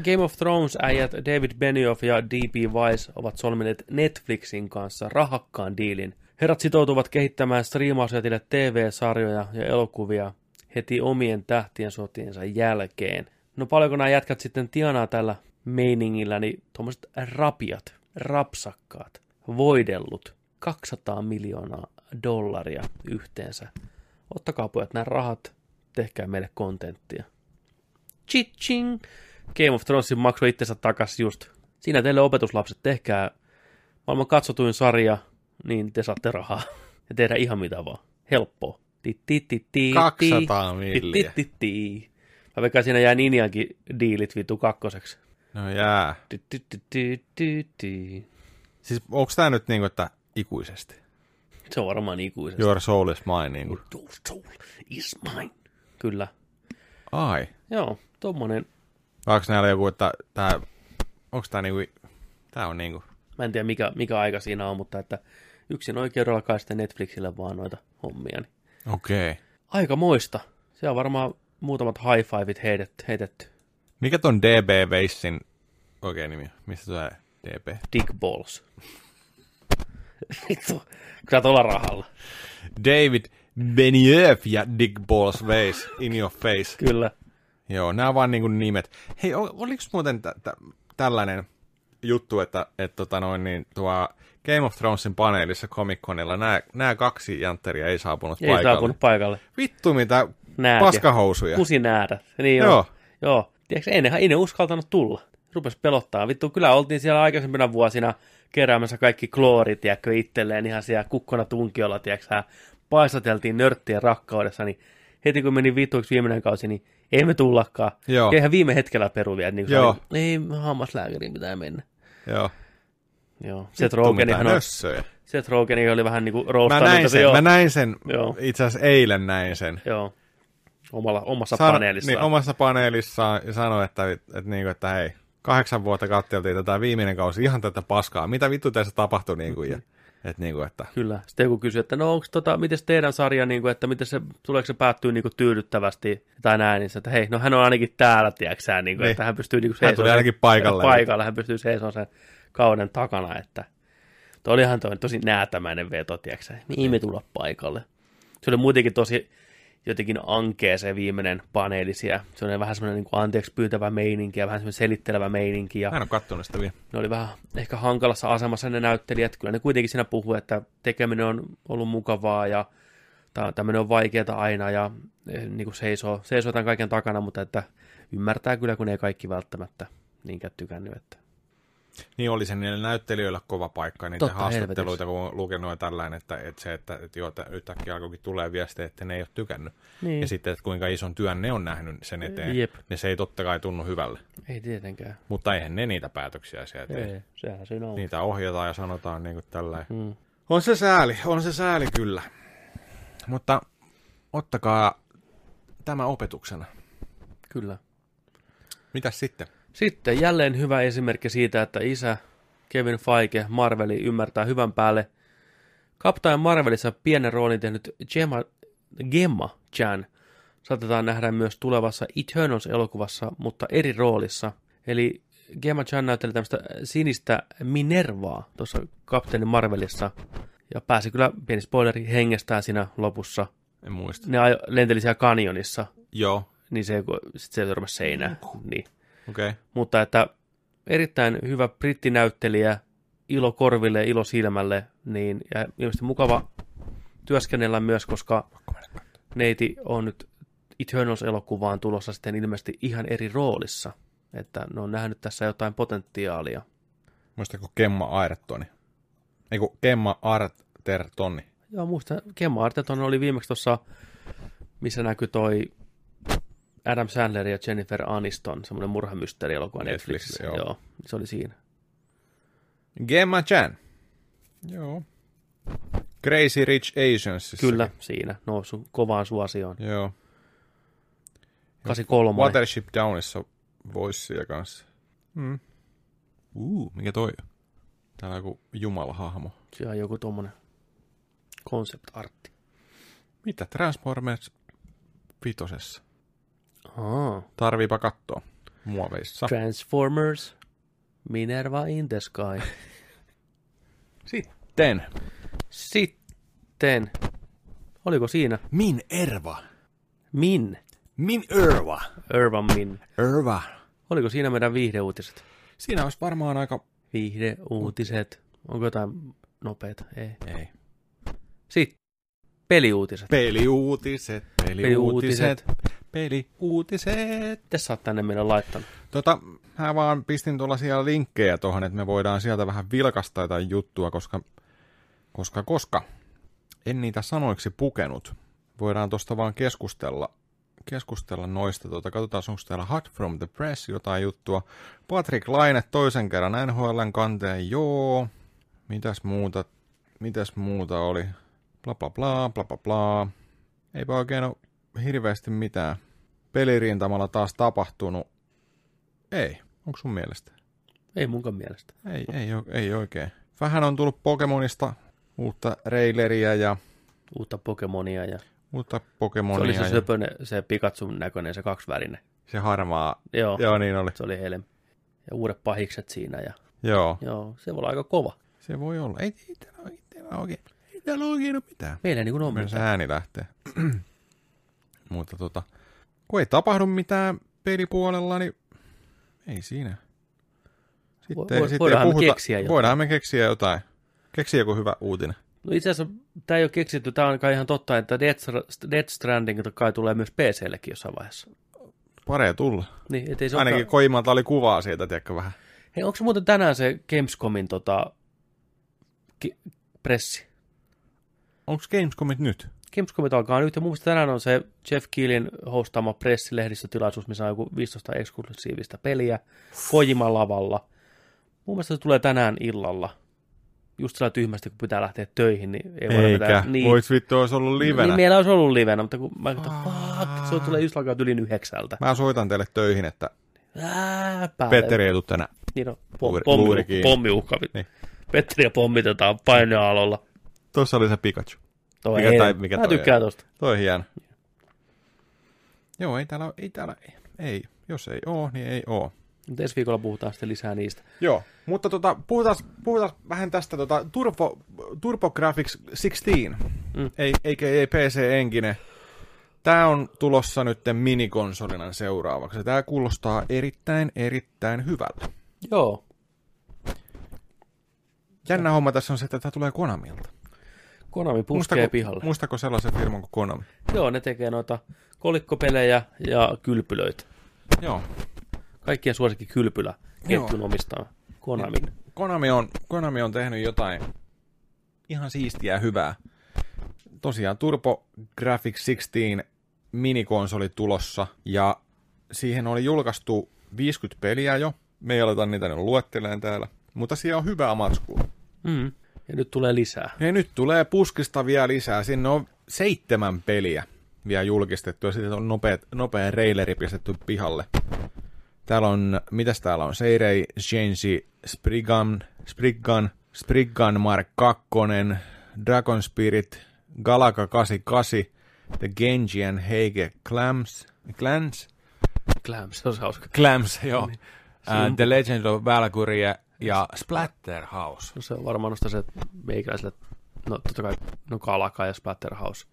Speaker 1: Game of Thrones-äijät David Benioff ja D.B. Weiss ovat solmineet Netflixin kanssa rahakkaan diilin. Herrat sitoutuvat kehittämään striimausjätille TV-sarjoja ja elokuvia heti omien tähtien sotiensa jälkeen. No paljonko nämä jätkät sitten tienaa tällä meiningillä, niin tuommoiset rapiat, rapsakkaat, voidellut, 200 miljoonaa dollaria yhteensä. Ottakaa pojat nämä rahat, tehkää meille kontenttia. Chiching. Game of Thrones maksoi itsensä takas just. Siinä teille opetuslapset, tehkää maailman katsotuin sarja, niin te saatte rahaa. Ja tehdä ihan mitä vaan. Helppoa. Ti, ti, ti, ti,
Speaker 3: 200
Speaker 1: ti,
Speaker 3: milliä.
Speaker 1: Ti, ti, ti. Mä veikkaan siinä jää Ninjankin diilit vittu kakkoseksi.
Speaker 3: No jää.
Speaker 1: Ti, ti, ti, ti, ti, ti.
Speaker 3: Siis onko tämä nyt niin kuin, että ikuisesti?
Speaker 1: Se on varmaan ikuisesti.
Speaker 3: Your soul is mine. Niin kuin.
Speaker 1: Your soul is mine. Kyllä.
Speaker 3: Ai.
Speaker 1: Joo, tommonen.
Speaker 3: Onko näillä joku, että tämä, onko tämä niin kuin, tämä on niin kuin,
Speaker 1: Mä en tiedä mikä, mikä aika siinä on, mutta että yksin oikeudella kai sitten Netflixille vaan noita hommia. Niin.
Speaker 3: Okei. Okay.
Speaker 1: Aika moista. Se on varmaan muutamat high fiveit heitetty. heitetty.
Speaker 3: Mikä ton DB Veissin oikein nimi on? Mistä tulee DB?
Speaker 1: Dick balls. Vittu. Kyllä tuolla rahalla.
Speaker 3: David Benioff ja Dick Balls Weiss in your face.
Speaker 1: Kyllä.
Speaker 3: Joo, nämä on vaan niin kuin nimet. Hei, ol, oliko muuten t- t- tällainen juttu, että et, tota noin, niin, tuo Game of Thronesin paneelissa Comic Conilla nämä kaksi jantteria ei saapunut
Speaker 1: Ei
Speaker 3: paikalle?
Speaker 1: saapunut paikalle.
Speaker 3: Vittu mitä
Speaker 1: näätiä.
Speaker 3: Paskahousuja.
Speaker 1: Kusinäädät. Niin
Speaker 3: Joo.
Speaker 1: joo. Joo. Tiedätkö, ennenhän ei ne uskaltanut tulla. Rupes pelottaa. Vittu, kyllä oltiin siellä aikaisempina vuosina keräämässä kaikki kloori, tiedätkö, itselleen ihan siellä kukkona tunkiolla, tiedätkö, hää. paistateltiin nörttien rakkaudessa, niin heti kun meni vittuiksi viimeinen kausi, niin ei me tullakaan.
Speaker 3: Joo.
Speaker 1: Ja ihan viime hetkellä peru vielä, niin
Speaker 3: Joo.
Speaker 1: joo. Oli, ei hammaslääkäriin pitää mennä.
Speaker 3: Joo.
Speaker 1: Joo. Seth
Speaker 3: Vittu, mitä
Speaker 1: Rogenihan on,
Speaker 3: nössöjä.
Speaker 1: Seth Rogeni oli vähän niinku
Speaker 3: Mä
Speaker 1: roustannut.
Speaker 3: näin
Speaker 1: tätä,
Speaker 3: sen,
Speaker 1: joo.
Speaker 3: mä näin sen,
Speaker 1: Joo.
Speaker 3: itse asiassa eilen näin sen.
Speaker 1: Joo. Omalla, omassa
Speaker 3: Sano-
Speaker 1: San, paneelissaan.
Speaker 3: Niin, omassa paneelissaan ja sanoi, että, että, niinku, että hei, kahdeksan vuotta katteltiin tätä viimeinen kausi, ihan tätä paskaa. Mitä vittu tässä tapahtui? Niinku, ja, et, niinku, että,
Speaker 1: Kyllä. Sitten joku kysyi, että no onko tota, miten teidän sarja, niin kuin, että miten se, tuleeko se päättyy niin kuin, tyydyttävästi tai näin, niin se, että hei, no hän on ainakin täällä, tiedätkö niin kuin,
Speaker 3: Niin.
Speaker 1: että hän pystyy niin kuin,
Speaker 3: Hän tuli ainakin paikalle.
Speaker 1: paikalle, hän pystyy seisomaan sen kauden takana, että toi olihan toi tosi näätämäinen veto, tiedätkö mihin
Speaker 3: Niin.
Speaker 1: me tulla paikalle. Se oli muutenkin tosi jotenkin ankea se viimeinen paneeli siellä. Se oli vähän semmoinen niin anteeksi pyytävä meininki ja vähän semmoinen selittelevä meininki. Ja
Speaker 3: mä en ole kattonut sitä vielä.
Speaker 1: ne oli vähän ehkä hankalassa asemassa ne näyttelijät. Kyllä ne kuitenkin siinä puhuu, että tekeminen on ollut mukavaa ja tää- tämmöinen on vaikeaa aina ja eh, niin kuin seisoo, seisoo tämän kaiken takana, mutta että ymmärtää kyllä, kun ei kaikki välttämättä niinkään tykännyt. Että.
Speaker 3: Niin oli se niillä näyttelijöillä kova paikka, niitä
Speaker 1: Totta
Speaker 3: haastatteluita, kun on lukenut ja tällainen, että, että se, että, että joo, että yhtäkkiä alkoikin tulee viestejä, että ne ei ole tykännyt.
Speaker 1: Niin.
Speaker 3: Ja sitten, että kuinka ison työn ne on nähnyt sen eteen,
Speaker 1: Jep.
Speaker 3: niin se ei totta kai tunnu hyvälle.
Speaker 1: Ei tietenkään.
Speaker 3: Mutta eihän ne niitä päätöksiä sieltä tee.
Speaker 1: Ei, Niin. sehän siinä on.
Speaker 3: Niitä ohjataan ja sanotaan niin kuin tällä.
Speaker 1: Mm.
Speaker 3: On se sääli, on se sääli kyllä. Mutta ottakaa tämä opetuksena.
Speaker 1: Kyllä.
Speaker 3: Mitäs sitten?
Speaker 1: Sitten jälleen hyvä esimerkki siitä, että isä Kevin Feige Marveli ymmärtää hyvän päälle. Captain Marvelissa pienen roolin tehnyt Gemma, Gemma Chan saatetaan nähdä myös tulevassa Eternals-elokuvassa, mutta eri roolissa. Eli Gemma Chan näytteli tämmöistä sinistä Minervaa tuossa Kapteeni Marvelissa. Ja pääsi kyllä, pieni spoileri, hengestään siinä lopussa.
Speaker 3: En muista.
Speaker 1: Ne ajo- lenteli siellä kanjonissa,
Speaker 3: Joo,
Speaker 1: niin se, kun- sit se törmäsi seinään. Niin
Speaker 3: okei. Okay.
Speaker 1: mutta että erittäin hyvä brittinäyttelijä, ilo korville, ilo silmälle, niin ja ilmeisesti mukava työskennellä myös, koska neiti on nyt Eternals-elokuvaan tulossa sitten ilmeisesti ihan eri roolissa, että ne on nähnyt tässä jotain potentiaalia.
Speaker 3: Muistako Kemma Aertoni? Ei kun Kemma Artertoni.
Speaker 1: Joo, muista, Gemma Arterton oli viimeksi tuossa, missä näkyi toi Adam Sandler ja Jennifer Aniston, semmoinen murhamysteerielokuva
Speaker 3: Netflixissä,
Speaker 1: Netflixissä.
Speaker 3: joo.
Speaker 1: Joo. joo, se oli siinä.
Speaker 3: Gemma Chan. Joo. Crazy Rich Asians.
Speaker 1: Kyllä, siinä noussut kovaan suosioon.
Speaker 3: Joo.
Speaker 1: 83.
Speaker 3: Watership Downissa voisi siellä kanssa. Mm. Uu, mikä toi? on? Täällä on joku jumalahahmo.
Speaker 1: Se on joku tuommoinen konsept-artti.
Speaker 3: Mitä Transformers vitosessa?
Speaker 1: Aa.
Speaker 3: Tarviipa kattoo. Muoveissa.
Speaker 1: Transformers, Minerva in the sky.
Speaker 3: Sitten.
Speaker 1: Sitten, oliko siinä
Speaker 3: Min Erva.
Speaker 1: Min,
Speaker 3: Min Erva.
Speaker 1: Irvan Min,
Speaker 3: Erva.
Speaker 1: oliko siinä meidän viihdeuutiset?
Speaker 3: Siinä olisi varmaan aika...
Speaker 1: Viihdeuutiset, onko jotain nopeita? Ei.
Speaker 3: Ei.
Speaker 1: Sitten, peliuutiset.
Speaker 3: Peliuutiset. Peliuutiset. Peliuutiset.
Speaker 1: Mitä sä oot tänne meille laittanut?
Speaker 3: Tota, mä vaan pistin tuollaisia linkkejä tuohon, että me voidaan sieltä vähän vilkastaa jotain juttua, koska, koska, koska en niitä sanoiksi pukenut. Voidaan tuosta vaan keskustella, keskustella noista. Tota, katsotaan, onko täällä Hot from the Press jotain juttua. Patrick Laine toisen kerran NHLn kanteen, joo. Mitäs muuta, mitäs muuta oli? Bla bla bla, bla bla bla. Eipä oikein ole hirveästi mitään. Pelirintamalla taas tapahtunut. Ei. Onko sun mielestä?
Speaker 1: Ei munkaan mielestä.
Speaker 3: Ei, ei, oo- ei oikein. Vähän on tullut Pokemonista uutta traileria ja
Speaker 1: Uutta Pokemonia ja
Speaker 3: uutta
Speaker 1: se oli
Speaker 3: Pokemonia.
Speaker 1: se
Speaker 3: ja
Speaker 1: söpönen, se Pikachun näköinen, se kaksivärinen.
Speaker 3: se harmaa.
Speaker 1: Joo,
Speaker 3: Oh. Joo, niin oli.
Speaker 1: se oli heille. Ja uudet pahikset siinä ja
Speaker 3: Joo.
Speaker 1: joo, se voi olla aika kova.
Speaker 3: Se voi olla. Ei, ei täällä ei täällä oikein. Ei täällä oikein ole mitään.
Speaker 1: Meillä ei niin kuin on
Speaker 3: Myös
Speaker 1: mitään.
Speaker 3: ääni lähtee. Mutta tota, kun ei tapahdu mitään pelipuolella, niin ei siinä. Sitten,
Speaker 1: vo-
Speaker 3: sitten
Speaker 1: voidaanhan
Speaker 3: ei
Speaker 1: me
Speaker 3: puhuta,
Speaker 1: keksiä jotain.
Speaker 3: Voidaan me keksiä jotain. Keksiä joku hyvä uutinen.
Speaker 1: No itse asiassa tämä ei ole keksitty, tämä on kai ihan totta, että Death, Stra- Death Stranding kai tulee myös PCllekin jossain vaiheessa.
Speaker 3: Paree tulla.
Speaker 1: Niin, ettei se
Speaker 3: Ainakin
Speaker 1: olekaan-
Speaker 3: Koimalta oli kuvaa siitä, tiedätkö vähän.
Speaker 1: Hei, onko muuten tänään se Gamescomin tota, ki- pressi?
Speaker 3: Onko Gamescomit nyt?
Speaker 1: Gamescomit alkaa nyt, ja mun mielestä tänään on se Jeff Keelin hostaama pressilehdistötilaisuus, missä on joku 15 eksklusiivista peliä Kojiman lavalla. Mun mielestä se tulee tänään illalla. Just sillä tyhmästi, kun pitää lähteä töihin, niin ei voida
Speaker 3: Eikä.
Speaker 1: mitään-
Speaker 3: Niin. Voit vittu, olisi ollut livenä.
Speaker 1: Niin meillä olisi ollut livenä, mutta kun mä katsoin, fuck, se tulee just alkaa tylin yhdeksältä.
Speaker 3: Mä soitan teille töihin, että
Speaker 1: Ää, päälle.
Speaker 3: Petteri ei tule tänään.
Speaker 1: Niin on,
Speaker 3: Luuri-
Speaker 1: pom, pommi,
Speaker 3: luuri kiinni.
Speaker 1: pommiuhka.
Speaker 3: Niin.
Speaker 1: Petteriä pommitetaan painoalolla.
Speaker 3: Tuossa oli se Pikachu.
Speaker 1: Toi
Speaker 3: Mikä
Speaker 1: ei-
Speaker 3: tai- mikä
Speaker 1: mä
Speaker 3: toi
Speaker 1: tykkään
Speaker 3: ei?
Speaker 1: tosta.
Speaker 3: Toi on hieno. Joo, ei täällä, ei täällä, ei. Jos ei oo, niin ei oo.
Speaker 1: Mutta ensi viikolla puhutaan sitten lisää niistä.
Speaker 3: Joo, mutta tota, puhutaan, puhutaan vähän tästä tota, Turbo, Turbo Graphics 16, mm. a.k.a. PC Engine. Tämä on tulossa nyt minikonsolina seuraavaksi. Tämä kuulostaa erittäin, erittäin hyvältä.
Speaker 1: Joo.
Speaker 3: Jännä homma tässä on se, että tämä tulee Konamilta.
Speaker 1: Konami puskee pihalle.
Speaker 3: Muistako sellaisen firman kuin Konami?
Speaker 1: Joo, ne tekee noita kolikkopelejä ja kylpylöitä.
Speaker 3: Joo.
Speaker 1: Kaikkien suosikki kylpylä ketjun omistaa Konamin.
Speaker 3: Konami on, Konami on tehnyt jotain ihan siistiä ja hyvää. Tosiaan Turbo Graphics 16 minikonsoli tulossa ja siihen oli julkaistu 50 peliä jo. Me ei aleta niitä nyt luetteleen täällä, mutta siellä on hyvää matskua.
Speaker 1: Mm. Ja nyt tulee lisää.
Speaker 3: Ja nyt tulee puskista vielä lisää. Sinne on seitsemän peliä vielä julkistettu ja sitten on nopea, nopea reileri pistetty pihalle. Täällä on, mitäs täällä on? Seirei, Shensi, Spriggan, Spriggan, Spriggan Mark 2, Dragon Spirit, Galaga 88, The Genji and Heike Clams, Clans,
Speaker 1: Glam, se on se hauska.
Speaker 2: Clams, joo. Uh, The Legend of Valkyrie ja Splatterhouse.
Speaker 1: No se on varmaan nosta se meikäläiselle, no totta kai, no Kalaka ja Splatterhouse.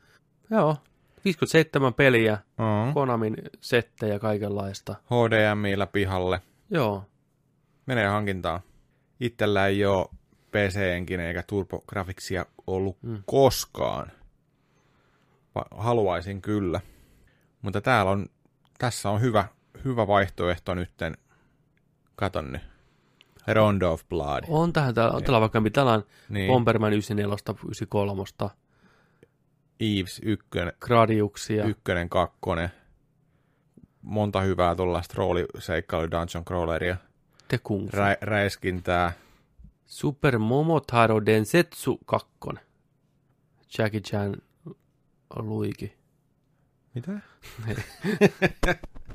Speaker 1: Joo, 57 peliä,
Speaker 3: uh-huh.
Speaker 1: Konamin settejä kaikenlaista.
Speaker 3: HDMillä pihalle.
Speaker 1: Joo,
Speaker 3: menee hankintaan. Itsellä ei ole pc enkinen eikä turbografiksia ollut mm. koskaan. Va- haluaisin kyllä. Mutta täällä on, tässä on hyvä, hyvä vaihtoehto nytten. Katon nyt. Rondo of Blood.
Speaker 1: on tähän, täällä on, täällä on vaikka mitä, täällä on
Speaker 3: Niin.
Speaker 1: Bomberman 94, 93,
Speaker 3: Eves 1,
Speaker 1: Gradiuksia.
Speaker 3: 1, 2. Monta hyvää tuollaista rooliseikkailu Dungeon Crawleria.
Speaker 1: Sitten Kung Fu.
Speaker 3: Rä- räiskintää.
Speaker 1: Super Momotaro Densetsu 2. Jackie Chan Luigi.
Speaker 3: Mitä?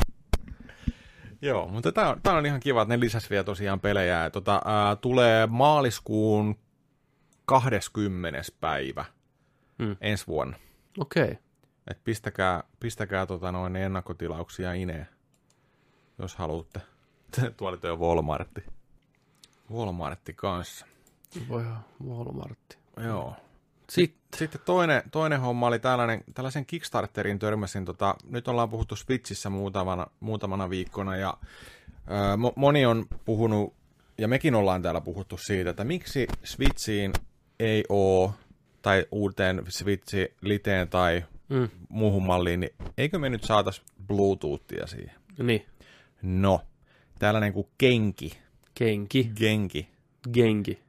Speaker 3: Joo, mutta tämä on, tää on ihan kiva, että ne lisäs vielä tosiaan pelejä. Ja Tota, ää, tulee maaliskuun 20. päivä
Speaker 1: Mm.
Speaker 3: mm. ensi vuonna.
Speaker 1: Okei. Okay.
Speaker 3: Et pistäkää, pistäkää tota noin ennakkotilauksia ineen, jos haluatte. Tuolla toi on Volmartti. Volmartti kanssa.
Speaker 1: Voi ihan Walmartti.
Speaker 3: Joo.
Speaker 1: Sitten
Speaker 3: Sitten toinen, toinen homma oli tällainen, tällaisen Kickstarterin törmäsin. Tota, nyt ollaan puhuttu Switchissä muutamana, muutamana viikkona ja ö, mo- moni on puhunut, ja mekin ollaan täällä puhuttu siitä, että miksi Switchiin ei oo tai uuteen Switchi liteen tai
Speaker 1: Mm.
Speaker 3: mm. muuhun malliin, niin eikö me nyt saatais Bluetoothia siihen?
Speaker 1: niin.
Speaker 3: No, tällainen kuin Genki,
Speaker 1: Kenki.
Speaker 3: Genki,
Speaker 1: Genki.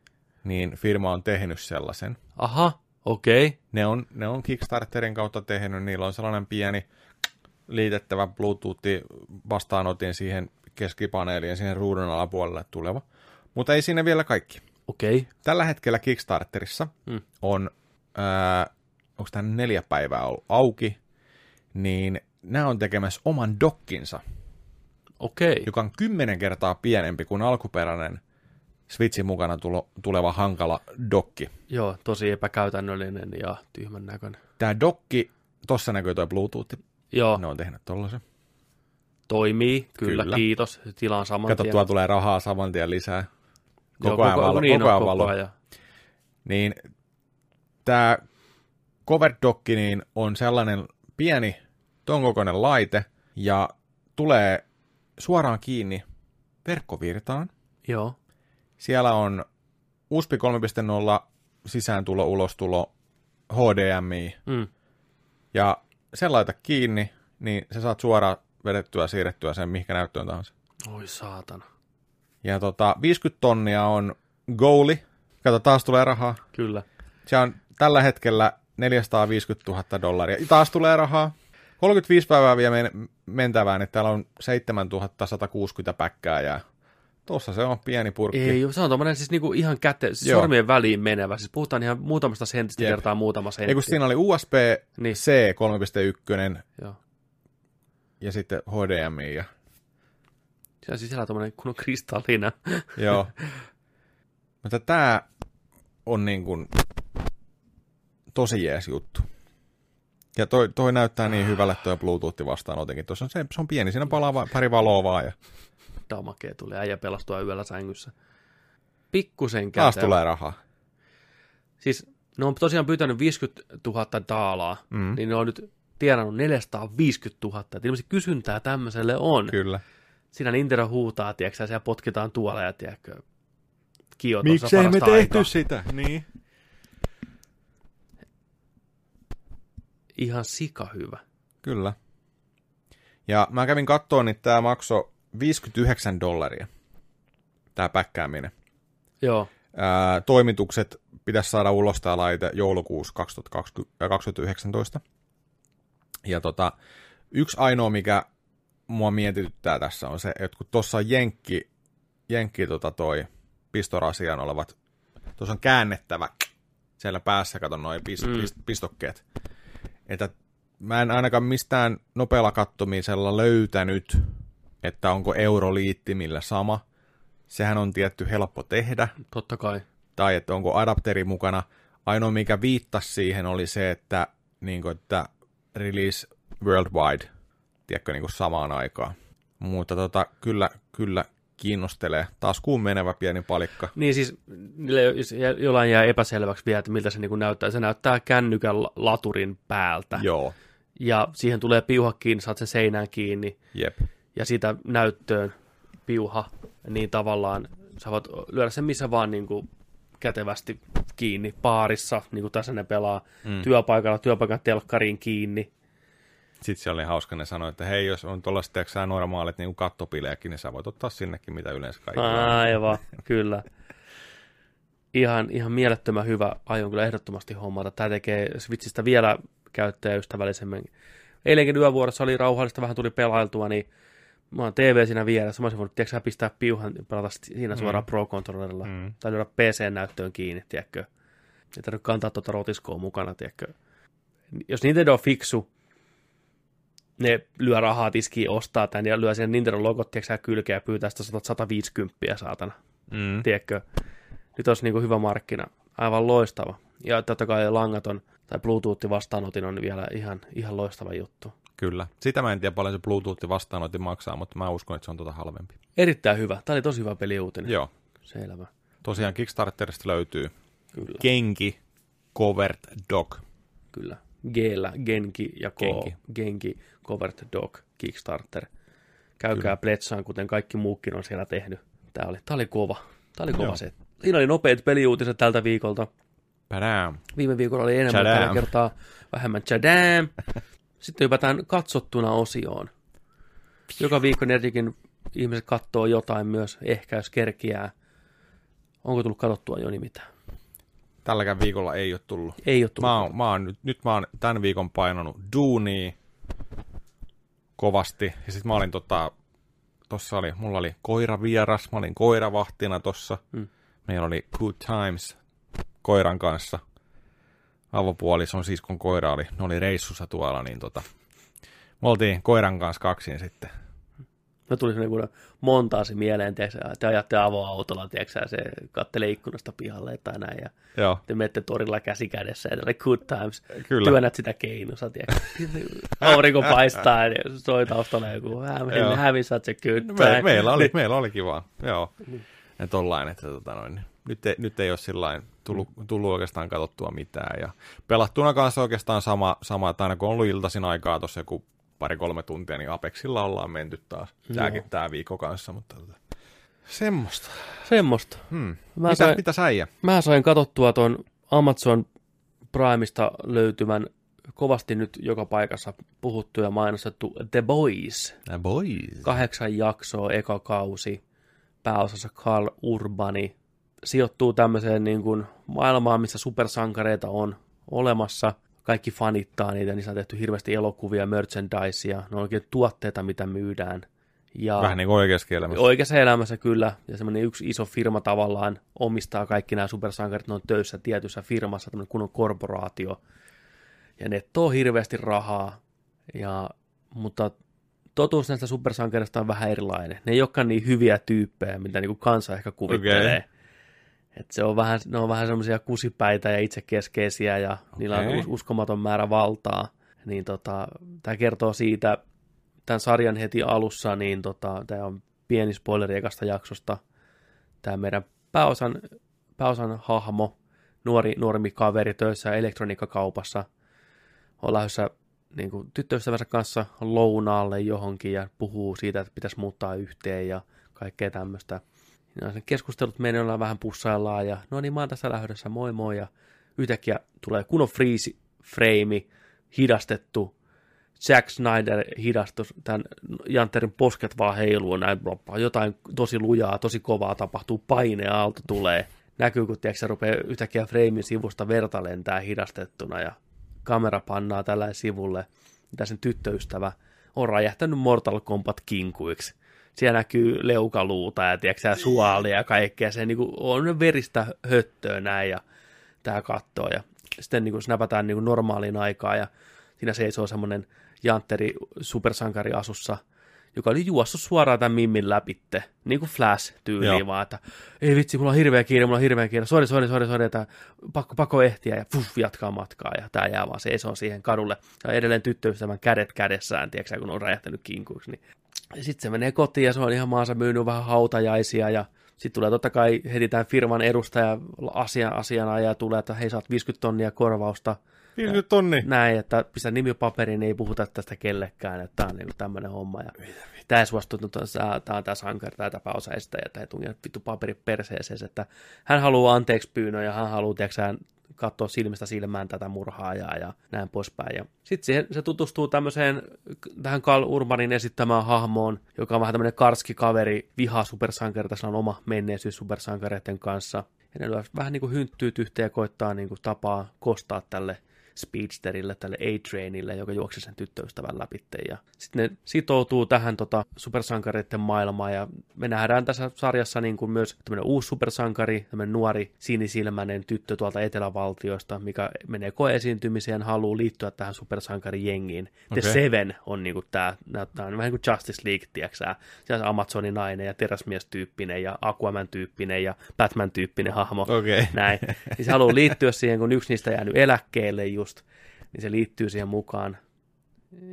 Speaker 3: niin firma on tehnyt sellaisen.
Speaker 1: Aha. Okei. Okay.
Speaker 3: ne on, ne on Kickstarterin kautta tehnyt, niillä on sellainen pieni liitettävä Bluetooth-vastaanotin siihen keskipaneeliin, siihen ruudun alapuolelle tuleva. Mutta ei siinä vielä kaikki.
Speaker 1: Okei. Okay.
Speaker 3: Tällä hetkellä Kickstarterissa
Speaker 1: Mm.
Speaker 3: mm. on, öö, onko tämä neljä päivää ollut auki, niin nämä on tekemässä oman dokkinsa,
Speaker 1: Okei. Okay.
Speaker 3: joka on kymmenen kertaa pienempi kuin alkuperäinen Switchin mukana tulo, tuleva hankala dokki.
Speaker 1: Joo, tosi epäkäytännöllinen ja tyhmän näköinen.
Speaker 3: Tämä dokki, tossa näkyy tuo Bluetooth,
Speaker 1: Joo,
Speaker 3: ne
Speaker 1: no.
Speaker 3: on tehnyt tollasen.
Speaker 1: toimii. Kyllä, kyllä,
Speaker 3: Kyllä.
Speaker 1: kiitos. Tilaan saman
Speaker 3: Kato,
Speaker 1: tien.
Speaker 3: tuolla tulee rahaa saman tien lisää. Koko,
Speaker 1: Joo,
Speaker 3: ajan valo,
Speaker 1: niin
Speaker 3: koko
Speaker 1: on,
Speaker 3: ajan valo.
Speaker 1: ajan.
Speaker 3: Niin tämä cover docki niin on sellainen pieni ton kokoinen laite ja tulee suoraan kiinni verkkovirtaan.
Speaker 1: Joo.
Speaker 3: Siellä on USB 3.0 sisääntulo, ulostulo, HDMI
Speaker 1: Mm.
Speaker 3: ja sen laita kiinni, niin sä saat suoraan vedettyä, siirrettyä sen mihinkä näyttöön tahansa.
Speaker 1: Oi saatana.
Speaker 3: Ja tota, 50 tonnia on goali. Kato, taas tulee rahaa.
Speaker 1: Kyllä.
Speaker 3: Se on tällä hetkellä 450 000 dollaria. Taas tulee rahaa. 35 päivää vielä men- mentävään, että täällä on 7160 päkkää ja tuossa se on pieni purkki.
Speaker 1: Ei, se on tuommoinen siis niinku ihan käte, siis
Speaker 3: Joo.
Speaker 1: sormien väliin menevä. Siis puhutaan ihan muutamasta sentistä
Speaker 3: Jep.
Speaker 1: kertaa muutama sentti.
Speaker 3: Ei kun siinä oli USB-C
Speaker 1: Niin,
Speaker 3: 3.1
Speaker 1: joo.
Speaker 3: ja sitten HDMI. Ja,
Speaker 1: Siellä sisällä tuommoinen kunnon kristallina.
Speaker 3: joo. Mutta tämä on niin kuin tosi jees juttu. Ja toi, toi näyttää niin hyvälle tuo Bluetooth vastaan jotenkin. Tuossa on, se, se on pieni, siinä on palaa, pari valoa vaan ja
Speaker 1: Damakee tuli äijä pelastua yöllä sängyssä. Pikkusen
Speaker 3: taas
Speaker 1: kätevä.
Speaker 3: tulee rahaa.
Speaker 1: Siis ne on tosiaan pyytänyt 50 000 daalaa,
Speaker 3: Mm.
Speaker 1: mm. niin ne on nyt tienannut 450 000. Et ilmeisesti kysyntää tämmöiselle on. Kyllä.
Speaker 3: Kyllä.
Speaker 1: Siinä Nintendo huutaa, tiedätkö, ja siellä potkitaan tuolla ja tiedätkö, kiotossa
Speaker 3: sitä? Niin.
Speaker 1: Ihan sika hyvä.
Speaker 3: Kyllä. Ja mä kävin kattoon, niin tämä maksoi 59 dollaria. Tämä päkkääminen.
Speaker 1: Joo,
Speaker 3: Ää, toimitukset pitäisi saada ulos tämä laite joulukuussa 2020, äh, 2019. Ja tota, yksi ainoa, mikä mua mietityttää tässä on se, että kun tuossa on jenkki, jenkki tota toi pistorasian olevat, tuossa on käännettävä siellä päässä, kato noin pist,
Speaker 1: Mm.
Speaker 3: pist, pistokkeet. Että mä en ainakaan mistään nopealla kattomisella löytänyt, että onko euroliittimillä sama. Sehän on tietty helppo tehdä
Speaker 1: totta kai.
Speaker 3: tai että onko adapteri mukana. Ainoa mikä viittasi siihen oli se, että, niin kuin, että release worldwide, tiedätkö, niin kuin samaan aikaan. Mutta tota, kyllä, kyllä kiinnostelee. Taas kuun menevä pieni palikka.
Speaker 1: Niin siis niille, jos jä- jollain jää epäselväksi vielä, että miltä se niin näyttää. Se näyttää kännykän la- laturin päältä.
Speaker 3: Joo,
Speaker 1: Ja siihen tulee piuha kiinni, saat sen seinään kiinni.
Speaker 3: jep.
Speaker 1: ja siitä näyttöön piuha, niin tavallaan sä voit lyödä sen missä vaan niin kuin kätevästi kiinni paarissa, niin kuin tässä ne pelaa, mm. työpaikalla, työpaikan telkkariin kiinni.
Speaker 3: Sitten se oli hauska, ne sanoi, että hei, jos on tuollaiset tiedätkö, normaalit niin kattopilejäkin, niin sä voit ottaa sinnekin, mitä yleensä kaikki.
Speaker 1: Aivan, kyllä. Ihan, ihan mielettömän hyvä, aion kyllä ehdottomasti hommata. Tämä tekee Switchistä vielä käyttäjäystävällisemmän. Eilenkin yövuorossa oli rauhallista, vähän tuli pelailtua, niin mä oon TV siinä vieressä, mä olisin voinut tiedätkö, sä pistää piuhan ja pelata sit siinä suoraan mm. Pro-controllerilla.
Speaker 3: Mm.
Speaker 1: Mm. Tai lyödä PC-näyttöön kiinni, tiedätkö. Ei tarvitse kantaa tuota rotiskoa mukana, tiedätkö. Jos Nintendo on fiksu, ne lyö rahaa tiskiin, ostaa tämän ja lyö sen Nintendo logot, tiedätkö sä, kylkeä ja pyytää sitä 150, saatana.
Speaker 3: Mm.
Speaker 1: Tiedätkö, nyt olisi niin kuin hyvä markkina. Aivan loistava. Ja totta kai langaton tai Bluetooth-vastaanotin on vielä ihan, ihan loistava juttu.
Speaker 3: Kyllä. Sitä mä en tiedä paljon se Bluetooth vastaanotti maksaa, mutta mä uskon, että se on tota halvempi.
Speaker 1: Erittäin hyvä. Tämä oli tosi hyvä peliuutinen.
Speaker 3: Joo.
Speaker 1: Selvä.
Speaker 3: Tosiaan Kickstarterista löytyy
Speaker 1: Kyllä,
Speaker 3: kenki Covert Dog.
Speaker 1: kyllä. G-llä, Genki ja K.
Speaker 3: Genki.
Speaker 1: Genki, Genki Covert Dog, Kickstarter. Käykää kyllä. pletsaan, kuten kaikki muukin on siellä tehnyt. Tämä oli, tämä oli kova. Tämä oli
Speaker 3: Joo.
Speaker 1: kova se. Siinä oli nopeat peliuutiset tältä viikolta.
Speaker 3: Padam.
Speaker 1: Viime viikolla oli enemmän,
Speaker 3: Tchadam.
Speaker 1: tällä kertaa vähemmän chadam. Sitten hypätään katsottuna osioon. Joka viikko Nerdikin ihmiset katsoo jotain myös, ehkä jos kerkiää. Onko tullut katsottua jo niin mitään?
Speaker 3: Tälläkään viikolla ei ole tullut.
Speaker 1: Ei ole tullut.
Speaker 3: Mä oon, mä oon, nyt, nyt mä oon tämän viikon painanut duunia kovasti. Ja sit mä olin tota, tossa oli, mulla oli koiravieras, mä olin koiravahtina tossa. Mm.
Speaker 1: Mm.
Speaker 3: Meillä oli Good Times koiran kanssa. Avopuolison siskon koira oli, ne oli reissussa tuolla, niin tota, me oltiin koiran kanssa kaksin sitten.
Speaker 1: No tuli semmoinen montaasi mieleen, tiedätkö, sä, te ajatte avoautolla, tiedätkö, sä, se kattelee ikkunasta pihalle tai näin, ja
Speaker 3: Joo,
Speaker 1: te menette torilla käsi kädessä, ja tälle good times,
Speaker 3: Kyllä.
Speaker 1: Kyllä. työnnät sitä keinossa, tiedätkö. aurinko paistaa, ja soi taustalla joku,
Speaker 3: Joo.
Speaker 1: having, having such a good time.
Speaker 3: Me, meillä, oli, meillä oli kivaa, joo.
Speaker 1: Niin.
Speaker 3: Ja tollain, että tota noin, nyt, ei, nyt ei ole sillain tullut, tullut oikeastaan katsottua mitään. Ja pelattuna kanssa oikeastaan sama, sama että aina kun on ollut iltaisin aikaa tuossa joku pari-kolme tuntia, niin Apexilla ollaan menty taas. Tääkin tää viikko kanssa, mutta tota. semmoista.
Speaker 1: Semmoista.
Speaker 3: Hmm.
Speaker 1: Mä
Speaker 3: mitä,
Speaker 1: sain-
Speaker 3: mitä säijä?
Speaker 1: Mä sain katottua ton Amazon Primeista löytyvän kovasti nyt joka paikassa puhuttu ja mainostettu The Boys.
Speaker 2: Boys.
Speaker 1: Kahdeksan jaksoa, eka kausi, pääosassa Carl Urbani. Sijoittuu tämmöiseen niin kuin maailmaan, missä supersankareita on olemassa. Kaikki fanittaa niitä, niissä on tehty hirveästi elokuvia, merchandisea, ne on oikein tuotteita, mitä myydään. Ja
Speaker 3: Vähän niin kuin oikeassa kielämässä.
Speaker 1: Oikeassa elämässä kyllä, ja semmoinen yksi iso firma tavallaan omistaa kaikki nämä supersankarit, ne on töissä tietyssä firmassa, tämmöinen kunnon korporaatio, ja ne too hirveästi rahaa, ja, mutta totuus näistä supersankareista on vähän erilainen. Ne ei olekaan niin hyviä tyyppejä, mitä niin kuin kansa ehkä kuvittelee.
Speaker 3: Okei.
Speaker 1: Et se on vähän, ne on vähän semmoisia kusipäitä ja itsekeskeisiä ja niillä on
Speaker 2: Okei.
Speaker 1: us- uskomaton määrä valtaa. Niin tota, tämä kertoo siitä, tämän sarjan heti alussa, niin tota, tämä on pieni spoileri ekasta jaksosta. Tämä meidän pääosan, pääosan hahmo, nuori, nuorempi kaveri töissä elektroniikkakaupassa, on lähdössä niin kuin, tyttöystävänsä kanssa lounaalle johonkin ja puhuu siitä, että pitäisi muuttaa yhteen ja kaikkea tämmöistä. Ja sen keskustelut meneillään vähän pussaillaan ja no niin mä oon tässä lähdössä, moi moi ja yhtäkkiä tulee kunnon freeze frame, hidastettu, Zack Snyder hidastus, tämän Janterin posket vaan heiluu näin, bloppa. jotain tosi lujaa, tosi kovaa tapahtuu, paine aalto tulee. Näkyy, kun tiedätkö, se rupeaa yhtäkkiä freimin sivusta verta lentää hidastettuna ja kamera pannaa tällä sivulle, mitä sen tyttöystävä on räjähtänyt Mortal Kombat kinkuiksi. Siellä näkyy leukaluuta ja tiedätkö, suolia ja kaikkea. Se niin kuin, on veristä höttöä näin ja tämä kattoo. Ja sitten niin kuin, snapataan niin kuin normaaliin aikaan ja siinä seisoo semmoinen jantteri supersankari asussa, joka oli juossut suoraan tämän mimmin läpitte, niin kuin Flash-tyyliin
Speaker 3: Joo.
Speaker 1: vaan, että ei vitsi, mulla on hirveä kiire, mulla on hirveä kiire, sori, sori, sori, sori, että pakko, pakko ehtiä ja puff, jatkaa matkaa ja tämä jää vaan seisoo siihen kadulle. Ja edelleen tyttöystävän kädet kädessään, tiedätkö, sä, kun on räjähtänyt kinkuiksi, niin sitten se menee kotiin ja se on ihan maansa myynyt vähän hautajaisia ja sitten tulee totta kai heti tämän firman edustaja asia, asianajaja tulee, että hei saat 50 tonnia korvausta
Speaker 3: 50 tonni.
Speaker 1: näin, että pistä nimi paperiin, ei puhuta tästä kellekään, että tämä on niinku tämmöinen homma. Ja tämä ei suostunut, tämä on tämä sankari, tämä tapaosa estäjä, tämä ei tunne vittu paperi perseeseen, että hän haluaa anteeksi pyynnön ja hän haluaa, tiedätkö katsoa silmistä silmään tätä murhaajaa ja näin poispäin. Sitten se tutustuu tämmöiseen, k- tähän Karl Urbanin esittämään hahmoon, joka on vähän tämmöinen karski kaveri, vihaa supersankareita, sillä on oma menneisyys supersankareiden kanssa. Ja ne lyö vähän niin kuin hynttyyt yhteen ja koittaa niin kuin tapaa kostaa tälle speedsterille, tälle A-trainille, joka juoksi sen tyttöystävän läpi. Ja sitten ne sitoutuu tähän tota, supersankareiden maailmaan ja me nähdään tässä sarjassa niin kuin myös tämmöinen uusi supersankari, tämmöinen nuori sinisilmäinen tyttö tuolta etelävaltioista, mikä menee koeesiintymiseen, haluaa liittyä tähän supersankarijengiin. The
Speaker 2: Okei.
Speaker 1: Seven on niin kuin tämä, näyttää on vähän niin kuin Justice League, tiedäksä, siellä on Amazonin nainen ja teräsmies-tyyppinen ja Aquaman-tyyppinen ja Batman-tyyppinen hahmo
Speaker 3: No. Okei.
Speaker 1: näin. Niin se haluaa liittyä siihen, kun yksi niistä jäänyt eläkkeelle just, niin se liittyy siihen mukaan.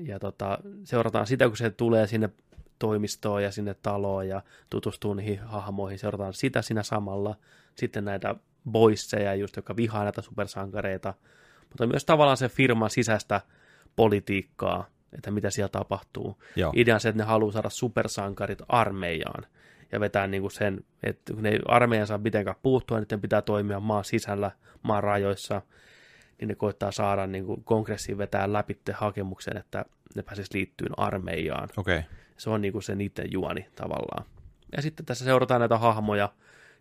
Speaker 1: Ja tota, seurataan sitä, kun se tulee sinne toimistoon ja sinne taloon ja tutustuu niihin hahmoihin. Seurataan sitä siinä samalla. Sitten näitä boisseja just, jotka vihaa näitä supersankareita. Mutta myös tavallaan se firman sisäistä politiikkaa, että mitä siellä tapahtuu
Speaker 3: Joo.
Speaker 1: idea on se, että ne haluaa saada supersankarit armeijaan ja vetää niin kuin sen, että kun ne ei armeijan saa mitenkään puuttua, niin niiden pitää toimia maan sisällä, maan rajoissa, niin ne koittaa saada niin kuin kongressiin vetää läpi hakemuksen, että ne pääsisi liittyyn armeijaan
Speaker 3: Okei.
Speaker 1: se on niinku se niiden juoni tavallaan. Ja sitten tässä seurataan näitä hahmoja,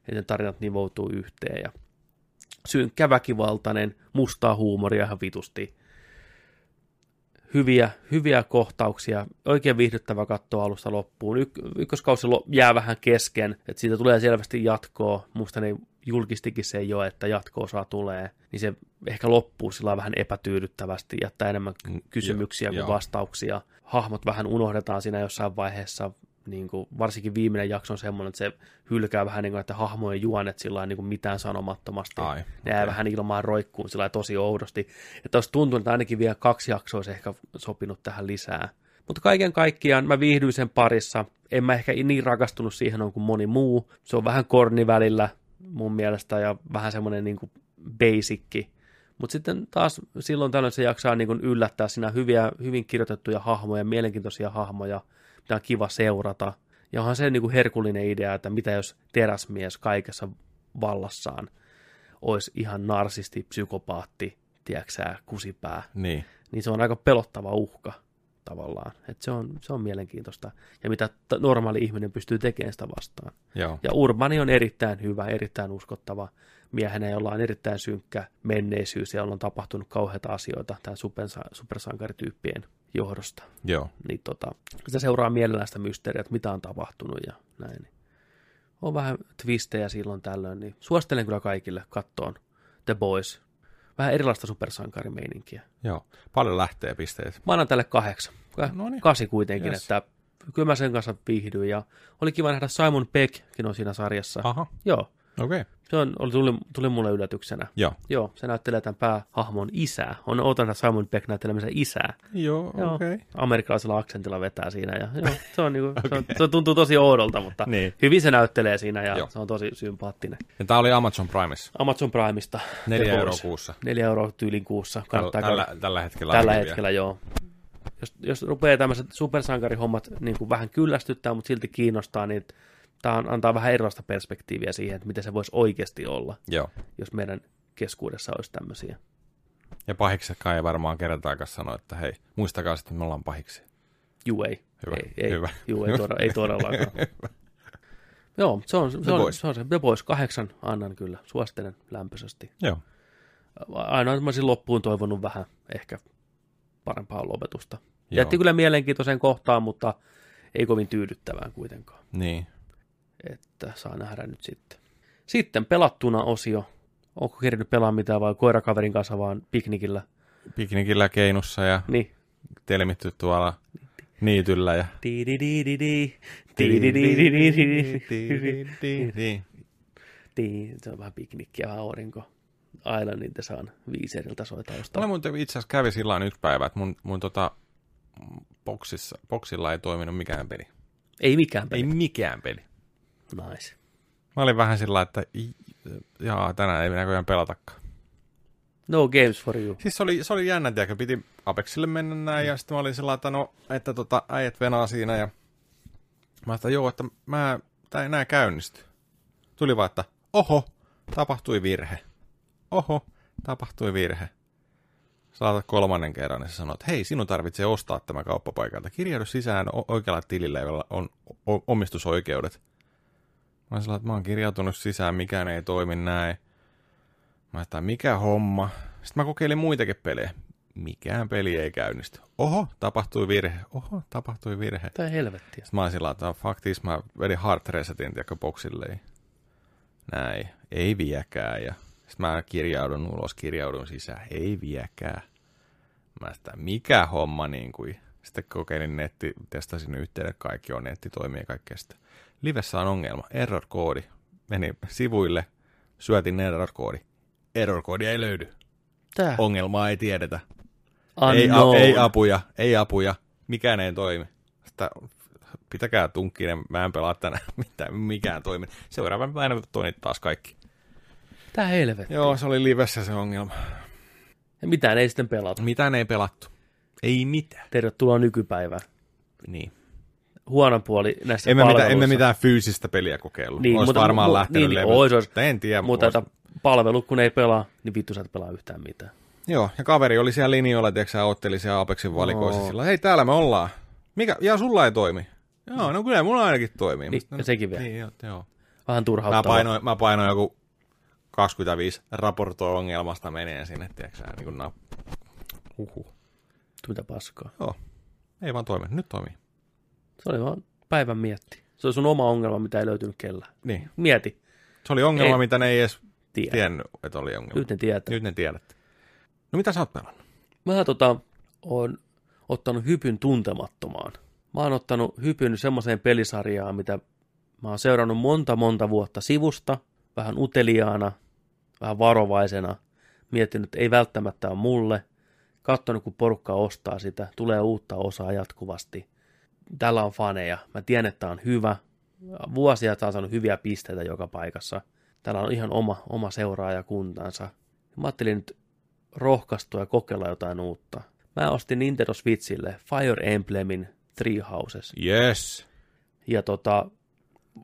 Speaker 1: ja ne tarinat nivoutuu yhteen, ja synkkä, väkivaltainen, mustaa huumoria ihan vitusti. Hyviä, hyviä kohtauksia, oikein viihdyttävä katsoa alusta loppuun. Yk- ykköskausi lo- jää vähän kesken, että siitä tulee selvästi jatkoa. Musta ne julkistikin se jo, että jatkoa saa tulee, niin se ehkä loppuu sillä vähän epätyydyttävästi, jättää enemmän ky-
Speaker 2: Mm,
Speaker 1: kysymyksiä
Speaker 3: joo.
Speaker 1: kuin vastauksia. Hahmot vähän unohdetaan siinä jossain vaiheessa, niin kuin, varsinkin viimeinen jakso on semmoinen, että se hylkää vähän niin kuin, että hahmojen juonet sillä lailla niin kuin mitään sanomattomasti.
Speaker 3: Ai,
Speaker 1: Ne jää vähän ilmaan roikkuun sillä lailla tosi oudosti. Että olisi tuntunut, että ainakin vielä kaksi jaksoa olisi ehkä sopinut tähän lisää. Mutta kaiken kaikkiaan mä viihdyin sen parissa. En mä ehkä niin rakastunut siihen on kuin moni muu. Se on vähän korni välillä mun mielestä ja vähän semmoinen niin kuin basicki. Mutta sitten taas silloin tällöin se jaksaa niin kuin yllättää siinä hyviä, hyvin kirjoitettuja hahmoja, mielenkiintoisia hahmoja, mitä on kiva seurata. Ja niinku onhan se niin kuin herkullinen idea, että mitä jos teräsmies kaikessa vallassaan olisi ihan narsisti, psykopaatti, tiedäksää, kusipää,
Speaker 3: Niin.
Speaker 1: niin se on aika pelottava uhka tavallaan. Et se, on, se on mielenkiintoista. Ja mitä t- normaali ihminen pystyy tekemään sitä vastaan.
Speaker 3: Joo.
Speaker 1: Ja Urbani on erittäin hyvä, erittäin uskottava miehenä, jolla on erittäin synkkä menneisyys ja jolla on tapahtunut kauheita asioita tämän supersa- supersankarityyppien johdosta.
Speaker 3: Joo.
Speaker 1: Niin tota, sitä seuraa mielellään sitä mysteeriä, että mitä on tapahtunut ja näin. niin On vähän twistejä silloin tällöin, niin suosittelen kyllä kaikille kattoon The Boys. Vähän erilaista supersankarimeininkiä.
Speaker 3: Joo. Paljon lähtee pisteet.
Speaker 1: Mä annan tälle kahdeksan. Ka-
Speaker 3: Noniin.
Speaker 1: Kasi kuitenkin,
Speaker 3: No niin. Yes.
Speaker 1: yes. että kyllä mä sen kanssa viihdyin. Ja oli kiva nähdä Simon Peckkin on siinä sarjassa.
Speaker 3: Aha.
Speaker 1: Joo,
Speaker 3: Okei. Okay.
Speaker 1: se on, oli, tuli, tuli mulle yllätyksenä.
Speaker 3: Joo.
Speaker 1: Joo, se näyttelee tämän päähahmon isää. On outon nähdä Simon Peck näyttelemänsä isää.
Speaker 3: Joo,
Speaker 1: Joo.
Speaker 3: okei. Okay.
Speaker 1: Amerikkalaisella aksentilla vetää siinä. Ja, joo, se, on niinku, okay. se, on, se tuntuu tosi oudolta, mutta
Speaker 3: Niin.
Speaker 1: hyvin se näyttelee siinä ja
Speaker 3: Joo.
Speaker 1: joo. se on tosi sympaattinen.
Speaker 3: Ja tää oli Amazon Primessa.
Speaker 1: Amazon Primeista.
Speaker 3: Neljä
Speaker 1: The
Speaker 3: euroa
Speaker 1: Boys.
Speaker 3: kuussa.
Speaker 1: Neljä euroa tyylin kuussa. Kannattaa käydä-
Speaker 3: Tällä, tällä hetkellä.
Speaker 1: Tällä
Speaker 3: ainakin
Speaker 1: hetkellä, joo. Jos, jos rupeaa tämmöiset supersankarihommat niin kuin vähän kyllästyttää, mutta silti kiinnostaa, niin tämä antaa vähän erilaista perspektiiviä siihen, että mitä se voisi oikeasti olla,
Speaker 3: Vielä. Joo.
Speaker 1: jos meidän keskuudessa olisi tämmöisiä.
Speaker 3: Ja pahiksetkaan ei varmaan kertaakaan sano, että hei, muistakaa sitten, että me ollaan pahiksi.
Speaker 1: Juu, ei.
Speaker 3: Hyvä,
Speaker 1: Ei, ei,
Speaker 3: hyvä.
Speaker 1: Juu, ei, todella, ei todellakaan. joo, se on se,
Speaker 3: The
Speaker 1: on,
Speaker 3: Boys.
Speaker 1: se, on se. The Boys kahdeksan annan kyllä, suosittelen lämpöisesti.
Speaker 3: Joo.
Speaker 1: Ainoa, että mä olisin loppuun toivonut vähän ehkä parempaa lopetusta.
Speaker 3: Joo.
Speaker 1: Jätti kyllä mielenkiintoisen kohtaan, mutta ei kovin tyydyttävään kuitenkaan.
Speaker 3: Niin.
Speaker 1: että saa nähdä nyt sitten. Sitten pelattuna osio. Onko kerännyt pelaa mitään vai koirakaverin kanssa vaan piknikillä?
Speaker 3: Piknikillä keinussa ja
Speaker 1: Niin.
Speaker 3: telmitty tuolla niityllä ja...
Speaker 1: Tididididi, tidididididi,
Speaker 3: Niin.
Speaker 1: ti- Niin, Se on vähän piknikkiä, vähän aurinko. Islandin te saan viiseriltä soi
Speaker 3: Mulla
Speaker 1: taustalla.
Speaker 3: muuten itse asiassa kävi sillä lailla yksi päivä, että mun, mun tota, boksissa, boksilla ei toiminut mikään peli.
Speaker 1: Ei mikään
Speaker 3: Ei
Speaker 1: peli.
Speaker 3: mikään peli.
Speaker 1: Nice.
Speaker 3: Mä olin vähän sillä lailla, että i- jaa, tänään ei näköjään pelatakaan.
Speaker 1: No games for you.
Speaker 3: Siis se oli, se oli jännä, tiedäkö, piti Apexille mennä näin, ja sitten mä olin sillä lailla, että no, että tota, äijät venaa siinä, ja mä että joo, että mä, tää ei enää käynnisty. Tuli vaan, että oho, tapahtui virhe. Oho, tapahtui virhe. Saata kolmannen kerran, niin sä sanoo, että hei, sinun tarvitsee ostaa tämä kauppapaikalta. Kirjaudu sisään o- oikealla tilillä, jolla on o- omistusoikeudet. Mä olin sillä lailla, että mä oon kirjautunut sisään, mikään ei toimi näin. Mä ajattelin, mikä homma. Sitten mä kokeilin muitakin pelejä. Mikään peli ei käynnisty. Oho, tapahtui virhe. Oho, tapahtui virhe.
Speaker 1: Tää helvettiä.
Speaker 3: Sitten mä olin sillä lailla, että no, fuck this, mä vedin hard resetin, tiedätkö, boksille. Näin, ei viekään. Ja sitten mä kirjaudun ulos, kirjaudun sisään, ei viekään. Mä sitä, mikä homma niin kuin. Sitten kokeilin netti, testasin yhteyden, kaikki on netti, toimii kaikkea sitä. Livessä on ongelma, error-koodi. Menin sivuille, syötin error-koodi. Error-koodi ei löydy.
Speaker 1: Tää.
Speaker 3: Ongelmaa ei tiedetä. Oh, Ei, a,
Speaker 1: Unknown.
Speaker 3: ei apuja, ei apuja. Mikään ei toimi. Sitä, pitäkää tunkkinen, mä en pelaa tänään mitään, mikään toimi. Seuraavan päivänä toinen taas kaikki.
Speaker 1: Tää helvetti.
Speaker 3: Joo, se oli livessä se ongelma.
Speaker 1: Ja mitään ei sitten pelata.
Speaker 3: Mitään ei pelattu. Ei mitään.
Speaker 1: Tervetuloa nykypäivään.
Speaker 3: Niin.
Speaker 1: Huono puoli näissä
Speaker 3: Emme mitään, emme
Speaker 1: palveluissa.
Speaker 3: mitään fyysistä peliä kokeillut. Niin,
Speaker 1: Niin,
Speaker 3: olisi
Speaker 1: mutta-
Speaker 3: varmaan
Speaker 1: mu-
Speaker 3: lähtenyt
Speaker 1: niin, niin,
Speaker 3: levylle.
Speaker 1: ois, ois.
Speaker 3: Mutta En tiedä.
Speaker 1: Mutta
Speaker 3: ois-
Speaker 1: että palvelu, kun ei pelaa, niin vittu sä et pelaa yhtään mitään.
Speaker 3: Joo, ja kaveri oli siellä linjoilla, tiedätkö sä, otteli siellä Apexin valikoissa.
Speaker 1: Oo.
Speaker 3: Sillä, hei, täällä me ollaan. Mikä? Ja sulla ei toimi. Joo, no kyllä mulla ainakin toimii.
Speaker 1: Niin,
Speaker 3: mutta-
Speaker 1: ja sekin vielä.
Speaker 3: Niin, joo, joo.
Speaker 1: Vähän
Speaker 3: Mä
Speaker 1: turhauttavaa.
Speaker 3: painoin, mä painoin joku 25 raportoi ongelmasta menee sinne, tiedätkö sä, niin kuin nap- Huhu.
Speaker 1: Mitä paskaa.
Speaker 3: Joo. Ei vaan toimi. Nyt toimii.
Speaker 1: Se oli vaan päivän mietti. Se on sun oma ongelma, mitä ei löytynyt kellään.
Speaker 3: Niin.
Speaker 1: Mieti.
Speaker 3: Se oli ongelma,
Speaker 1: Ei-
Speaker 3: mitä ne ei edes
Speaker 1: Tiedä.
Speaker 3: tiennyt, että oli ongelma.
Speaker 1: Nyt ne tietää.
Speaker 3: Nyt ne tiedätte. No mitä sä oot pelannut?
Speaker 1: Mä tota, oon ottanut hypyn tuntemattomaan. Mä oon ottanut hypyn semmoiseen pelisarjaan, mitä mä oon seurannut monta monta vuotta sivusta, vähän uteliaana, vähän varovaisena, miettinyt, että ei välttämättä ole mulle, katsonut, kun porukka ostaa sitä, tulee uutta osaa jatkuvasti. Täällä on faneja, mä tiedän, että tää on hyvä. Vuosia tää on saanut hyviä pisteitä joka paikassa. Täällä on ihan oma, oma seuraajakuntansa. Mä ajattelin nyt rohkaistua ja kokeilla jotain uutta. Mä ostin Nintendo Switchille Fire Emblemin Three Houses.
Speaker 3: Yes.
Speaker 1: Ja tota,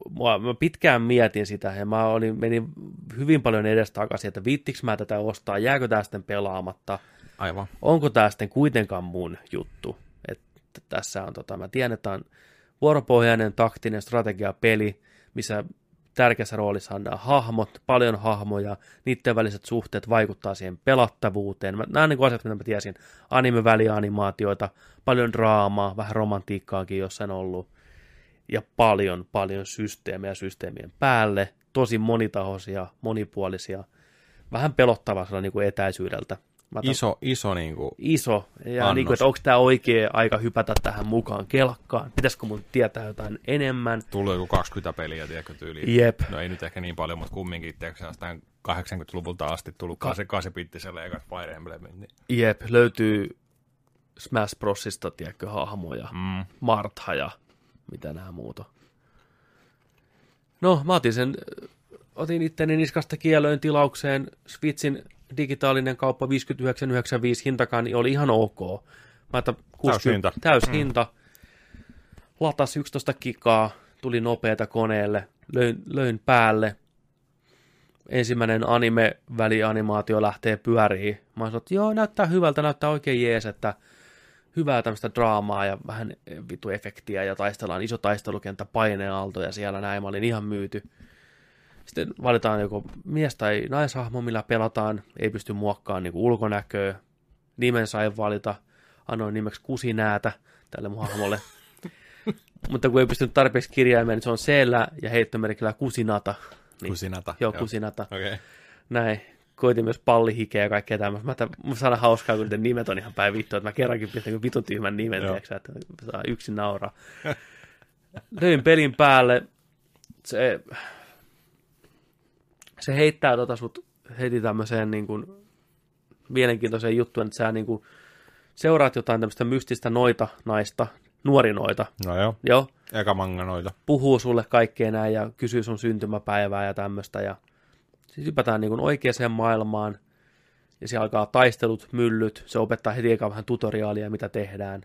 Speaker 1: mua, mä pitkään mietin sitä ja mä olin, menin hyvin paljon edestakaisin, että viittikö mä tätä ostaa, jääkö tää sitten pelaamatta,
Speaker 3: Aivan.
Speaker 1: onko tää sitten kuitenkaan mun juttu. Että tässä on, tota, mä tiedän, että tää on vuoropohjainen taktinen strategiapeli, missä tärkeässä roolissa on nämä hahmot, paljon hahmoja, niiden väliset suhteet vaikuttaa siihen pelattavuuteen. Mä, nämä on niin kuin asiat, mitä mä tiesin. Anime-välianimaatioita, paljon draamaa, vähän romantiikkaakin jossain ollut ja paljon, paljon systeemejä systeemien päälle, tosi monitahoisia, monipuolisia, vähän pelottavaa sellainen niin kuin etäisyydeltä. Mä otan-
Speaker 3: Iso, iso niin kuin,
Speaker 1: iso, ja
Speaker 3: annos.
Speaker 1: niin kuin, että onko tämä oikea aika hypätä tähän mukaan kelkkaan, pitäisikö mun tietää jotain enemmän,
Speaker 2: Tullut joku 20 peliä, tiedätkö, tyyliin.
Speaker 1: jep,
Speaker 2: No ei nyt ehkä niin paljon, mutta kumminkin, tiedätkö, jostain 80-luvulta asti tullut
Speaker 1: Ka-
Speaker 2: 8-pittiselle ekat Fire Emblemit. Niin.
Speaker 1: jep, löytyy Smash Brosista, tiedätkö, hahmoja,
Speaker 2: Mm.
Speaker 1: Martha ja mitä nämä muuta. No, mä otin sen, ö, otin itteni niskasta kielöin tilaukseen. Switchin digitaalinen kauppa 59,95 hintakaan niin oli ihan ok. Mä että 60,
Speaker 3: Täyshinta.
Speaker 1: täyshinta. Latas 11 gigaa, tuli nopeeta koneelle, löin, löin päälle. Ensimmäinen anime-välianimaatio lähtee pyöriin. Mä sanoin, että joo, näyttää hyvältä, näyttää oikein jees, että hyvää tämmöistä draamaa ja vähän vitu efektiä ja taistellaan iso taistelukenttä, paineaalto ja siellä näin, mä olin ihan myyty. Sitten valitaan joko mies- tai naishahmo, millä pelataan, ei pysty muokkaamaan niin ulkonäköä. Nimen sain valita, annoin nimeksi kusinäätä tälle mun hahmolle. Mutta kun ei pystynyt tarpeeksi kirjaimeen, niin se on siellä ja heittomerkillä kusinata. Niin,
Speaker 3: kusinata.
Speaker 1: joo, kusinata
Speaker 3: Okei.
Speaker 1: näin. Koitin myös pallihikeä ja kaikkea tämmöistä. Mä, että musta aina hauskaa, kun niiden nimet on ihan päin vittua, että mä kerrankin pistän kun vitun tyhmän nimen,
Speaker 3: Joo.
Speaker 1: tiiäksä, että saa yksin nauraa. Löin pelin päälle. Se, se heittää tota sut heti tämmöiseen niin kuin, mielenkiintoiseen juttuun, että sä niin kuin, seuraat jotain tämmöistä mystistä noita naista, nuori noita,
Speaker 3: No joo,
Speaker 1: joo,
Speaker 3: eka manga noita.
Speaker 1: puhuu sulle kaikkea näin ja kysyy sun syntymäpäivää ja tämmöistä. Ja siis hypätään niin oikeaan maailmaan ja siellä alkaa taistelut, myllyt. Se opettaa heti eka vähän tutoriaalia, mitä tehdään.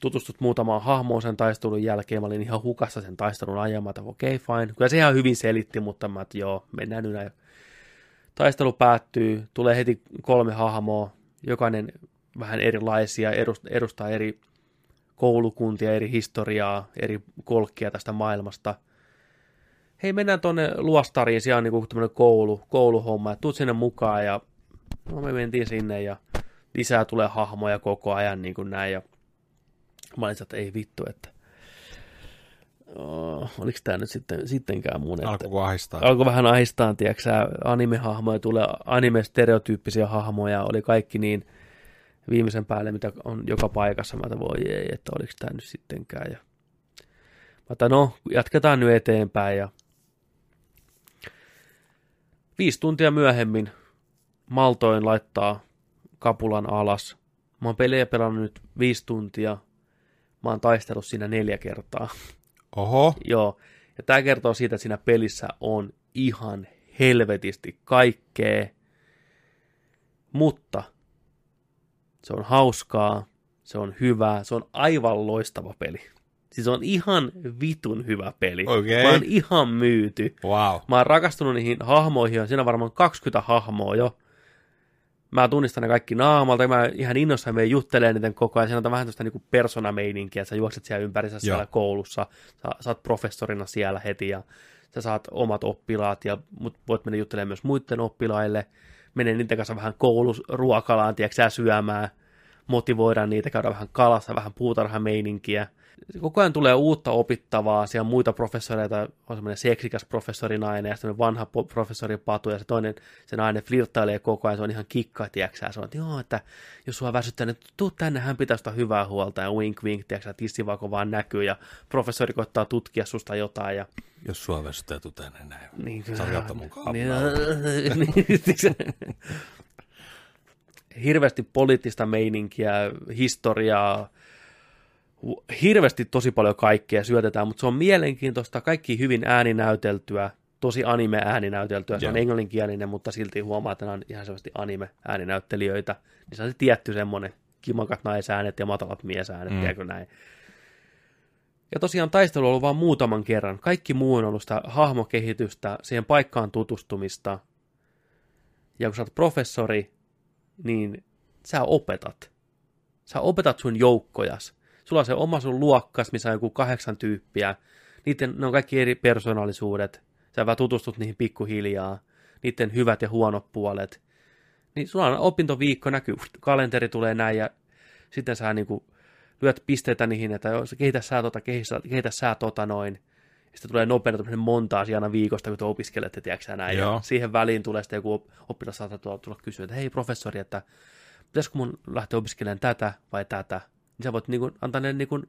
Speaker 1: Tutustut muutamaan hahmoon sen taistelun jälkeen. Mä olin ihan hukassa sen taistelun ajan. Mä ajattelin, okei, okay, fine. Kyllä se ihan hyvin selitti, mutta mä, että joo, mennään nyt näin. Taistelu päättyy, tulee heti kolme hahmoa, jokainen vähän erilaisia, edus- edustaa eri koulukuntia, eri historiaa, eri kolkkia tästä maailmasta. Hei, mennään tuonne Luostariin, siellä on niinku tämmöinen koulu, kouluhomma, ja tuut sinne mukaan, ja no, me mentiin sinne, ja lisää tulee hahmoja koko ajan, niin kuin näin, ja mä olin, sieltä, että ei vittu, että oh, oliko tämä nyt sitten, sittenkään mun, että
Speaker 3: Alkuko ahistaa.
Speaker 1: alkoi vähän ahistaa, tiedätkö sä, animehahmoja, tulee anime-stereotyyppisiä hahmoja, oli kaikki niin viimeisen päälle, mitä on joka paikassa. Mä ajattelin, voi ei, että oliko tämä nyt sittenkään. Ja... Mä ajattelin, no, jatketaan nyt eteenpäin. Ja... Viisi tuntia myöhemmin maltoin laittaa kapulan alas. Mä oon pelejä pelannut nyt viisi tuntia. Mä oon taistellut siinä neljä kertaa.
Speaker 3: Oho,
Speaker 1: Joo, ja tämä kertoo siitä, että siinä pelissä on ihan helvetisti kaikkea, mutta se on hauskaa, se on hyvää, se on aivan loistava peli. Siis se on ihan vitun hyvä peli.
Speaker 3: Okei.
Speaker 1: Mä oon ihan myyty.
Speaker 3: wow.
Speaker 1: Mä oon rakastunut niihin hahmoihin, ja siinä on varmaan 20 hahmoa jo. Mä tunnistan ne kaikki naamalta, ja mä ihan innossa menen juttelemaan niiden koko ajan. Siinä on vähän tämmöistä niinku persoonameininkiä, että sä juokset siellä ympärissä siellä
Speaker 3: Joo.
Speaker 1: koulussa, sä, sä oot professorina siellä heti, ja sä saat omat oppilaat, ja mut voit mennä juttelemaan myös muiden oppilaille. Mene niiden kanssa vähän kouluruokalaan, tiedätkö sä, syömään, motivoida niitä, käydä vähän kalassa, vähän puutarhameininkiä koko ajan tulee uutta opittavaa, siellä on muita professoreita, on semmoinen seksikäs professorinainen ja semmoinen vanha po- professori Patu ja se toinen, se nainen flirttailee koko ajan, se on ihan kikka, tiiäksä, se on, että joo, että jos sua väsyttää, niin tuu tänne, hän pitää sitä hyvää huolta ja wink wink, tiiäksä, tissivako vaan näkyy ja professori koittaa tutkia susta jotain ja
Speaker 2: Jos sua väsyttää, tuu tänne näin.
Speaker 1: niin,
Speaker 2: Sä oot mun kaapin
Speaker 1: niin, niin, tiiäksä. hirveästi poliittista meininkiä, historiaa, hu- hirveästi tosi paljon kaikkea syötetään, mutta se on mielenkiintoista, kaikki hyvin ääninäyteltyä, tosi anime ääninäyteltyä, se on
Speaker 2: Joo.
Speaker 1: englanninkielinen, mutta silti huomaa, että nämä on ihan selvästi anime ääninäyttelijöitä, niin se on se tietty semmoinen kimakat naisäänet ja matalat miesäänet, mm. tiedätkö näin. Ja tosiaan taistelu on ollut vain muutaman kerran. Kaikki muu on ollut sitä hahmokehitystä, siihen paikkaan tutustumista. Ja kun sä oot professori, niin sä opetat. Sä opetat sun joukkojas. Sulla on se oma sun luokkas, missä on joku kahdeksan tyyppiä. Niiden, ne on kaikki eri persoonallisuudet. Sä vaan tutustut niihin pikkuhiljaa. Niiden hyvät ja huonot puolet. Niin sulla on opintoviikko näkyy, kalenteri tulee näin ja sitten sä niinku lyöt pisteitä niihin, että joo, kehitä sä tota, kehitä, kehitä sä tota noin. Sitten tulee nopeana tämmöinen montaasi aina viikosta, kun te opiskelette, tiedätkö näin.
Speaker 2: Joo.
Speaker 1: Ja siihen väliin tulee sitten joku op- oppilas saattaa tulla, tulla kysyä, että hei professori, että pitäisikö mun lähteä opiskelemaan tätä vai tätä. Niin sä voit niinku antaa ne niinku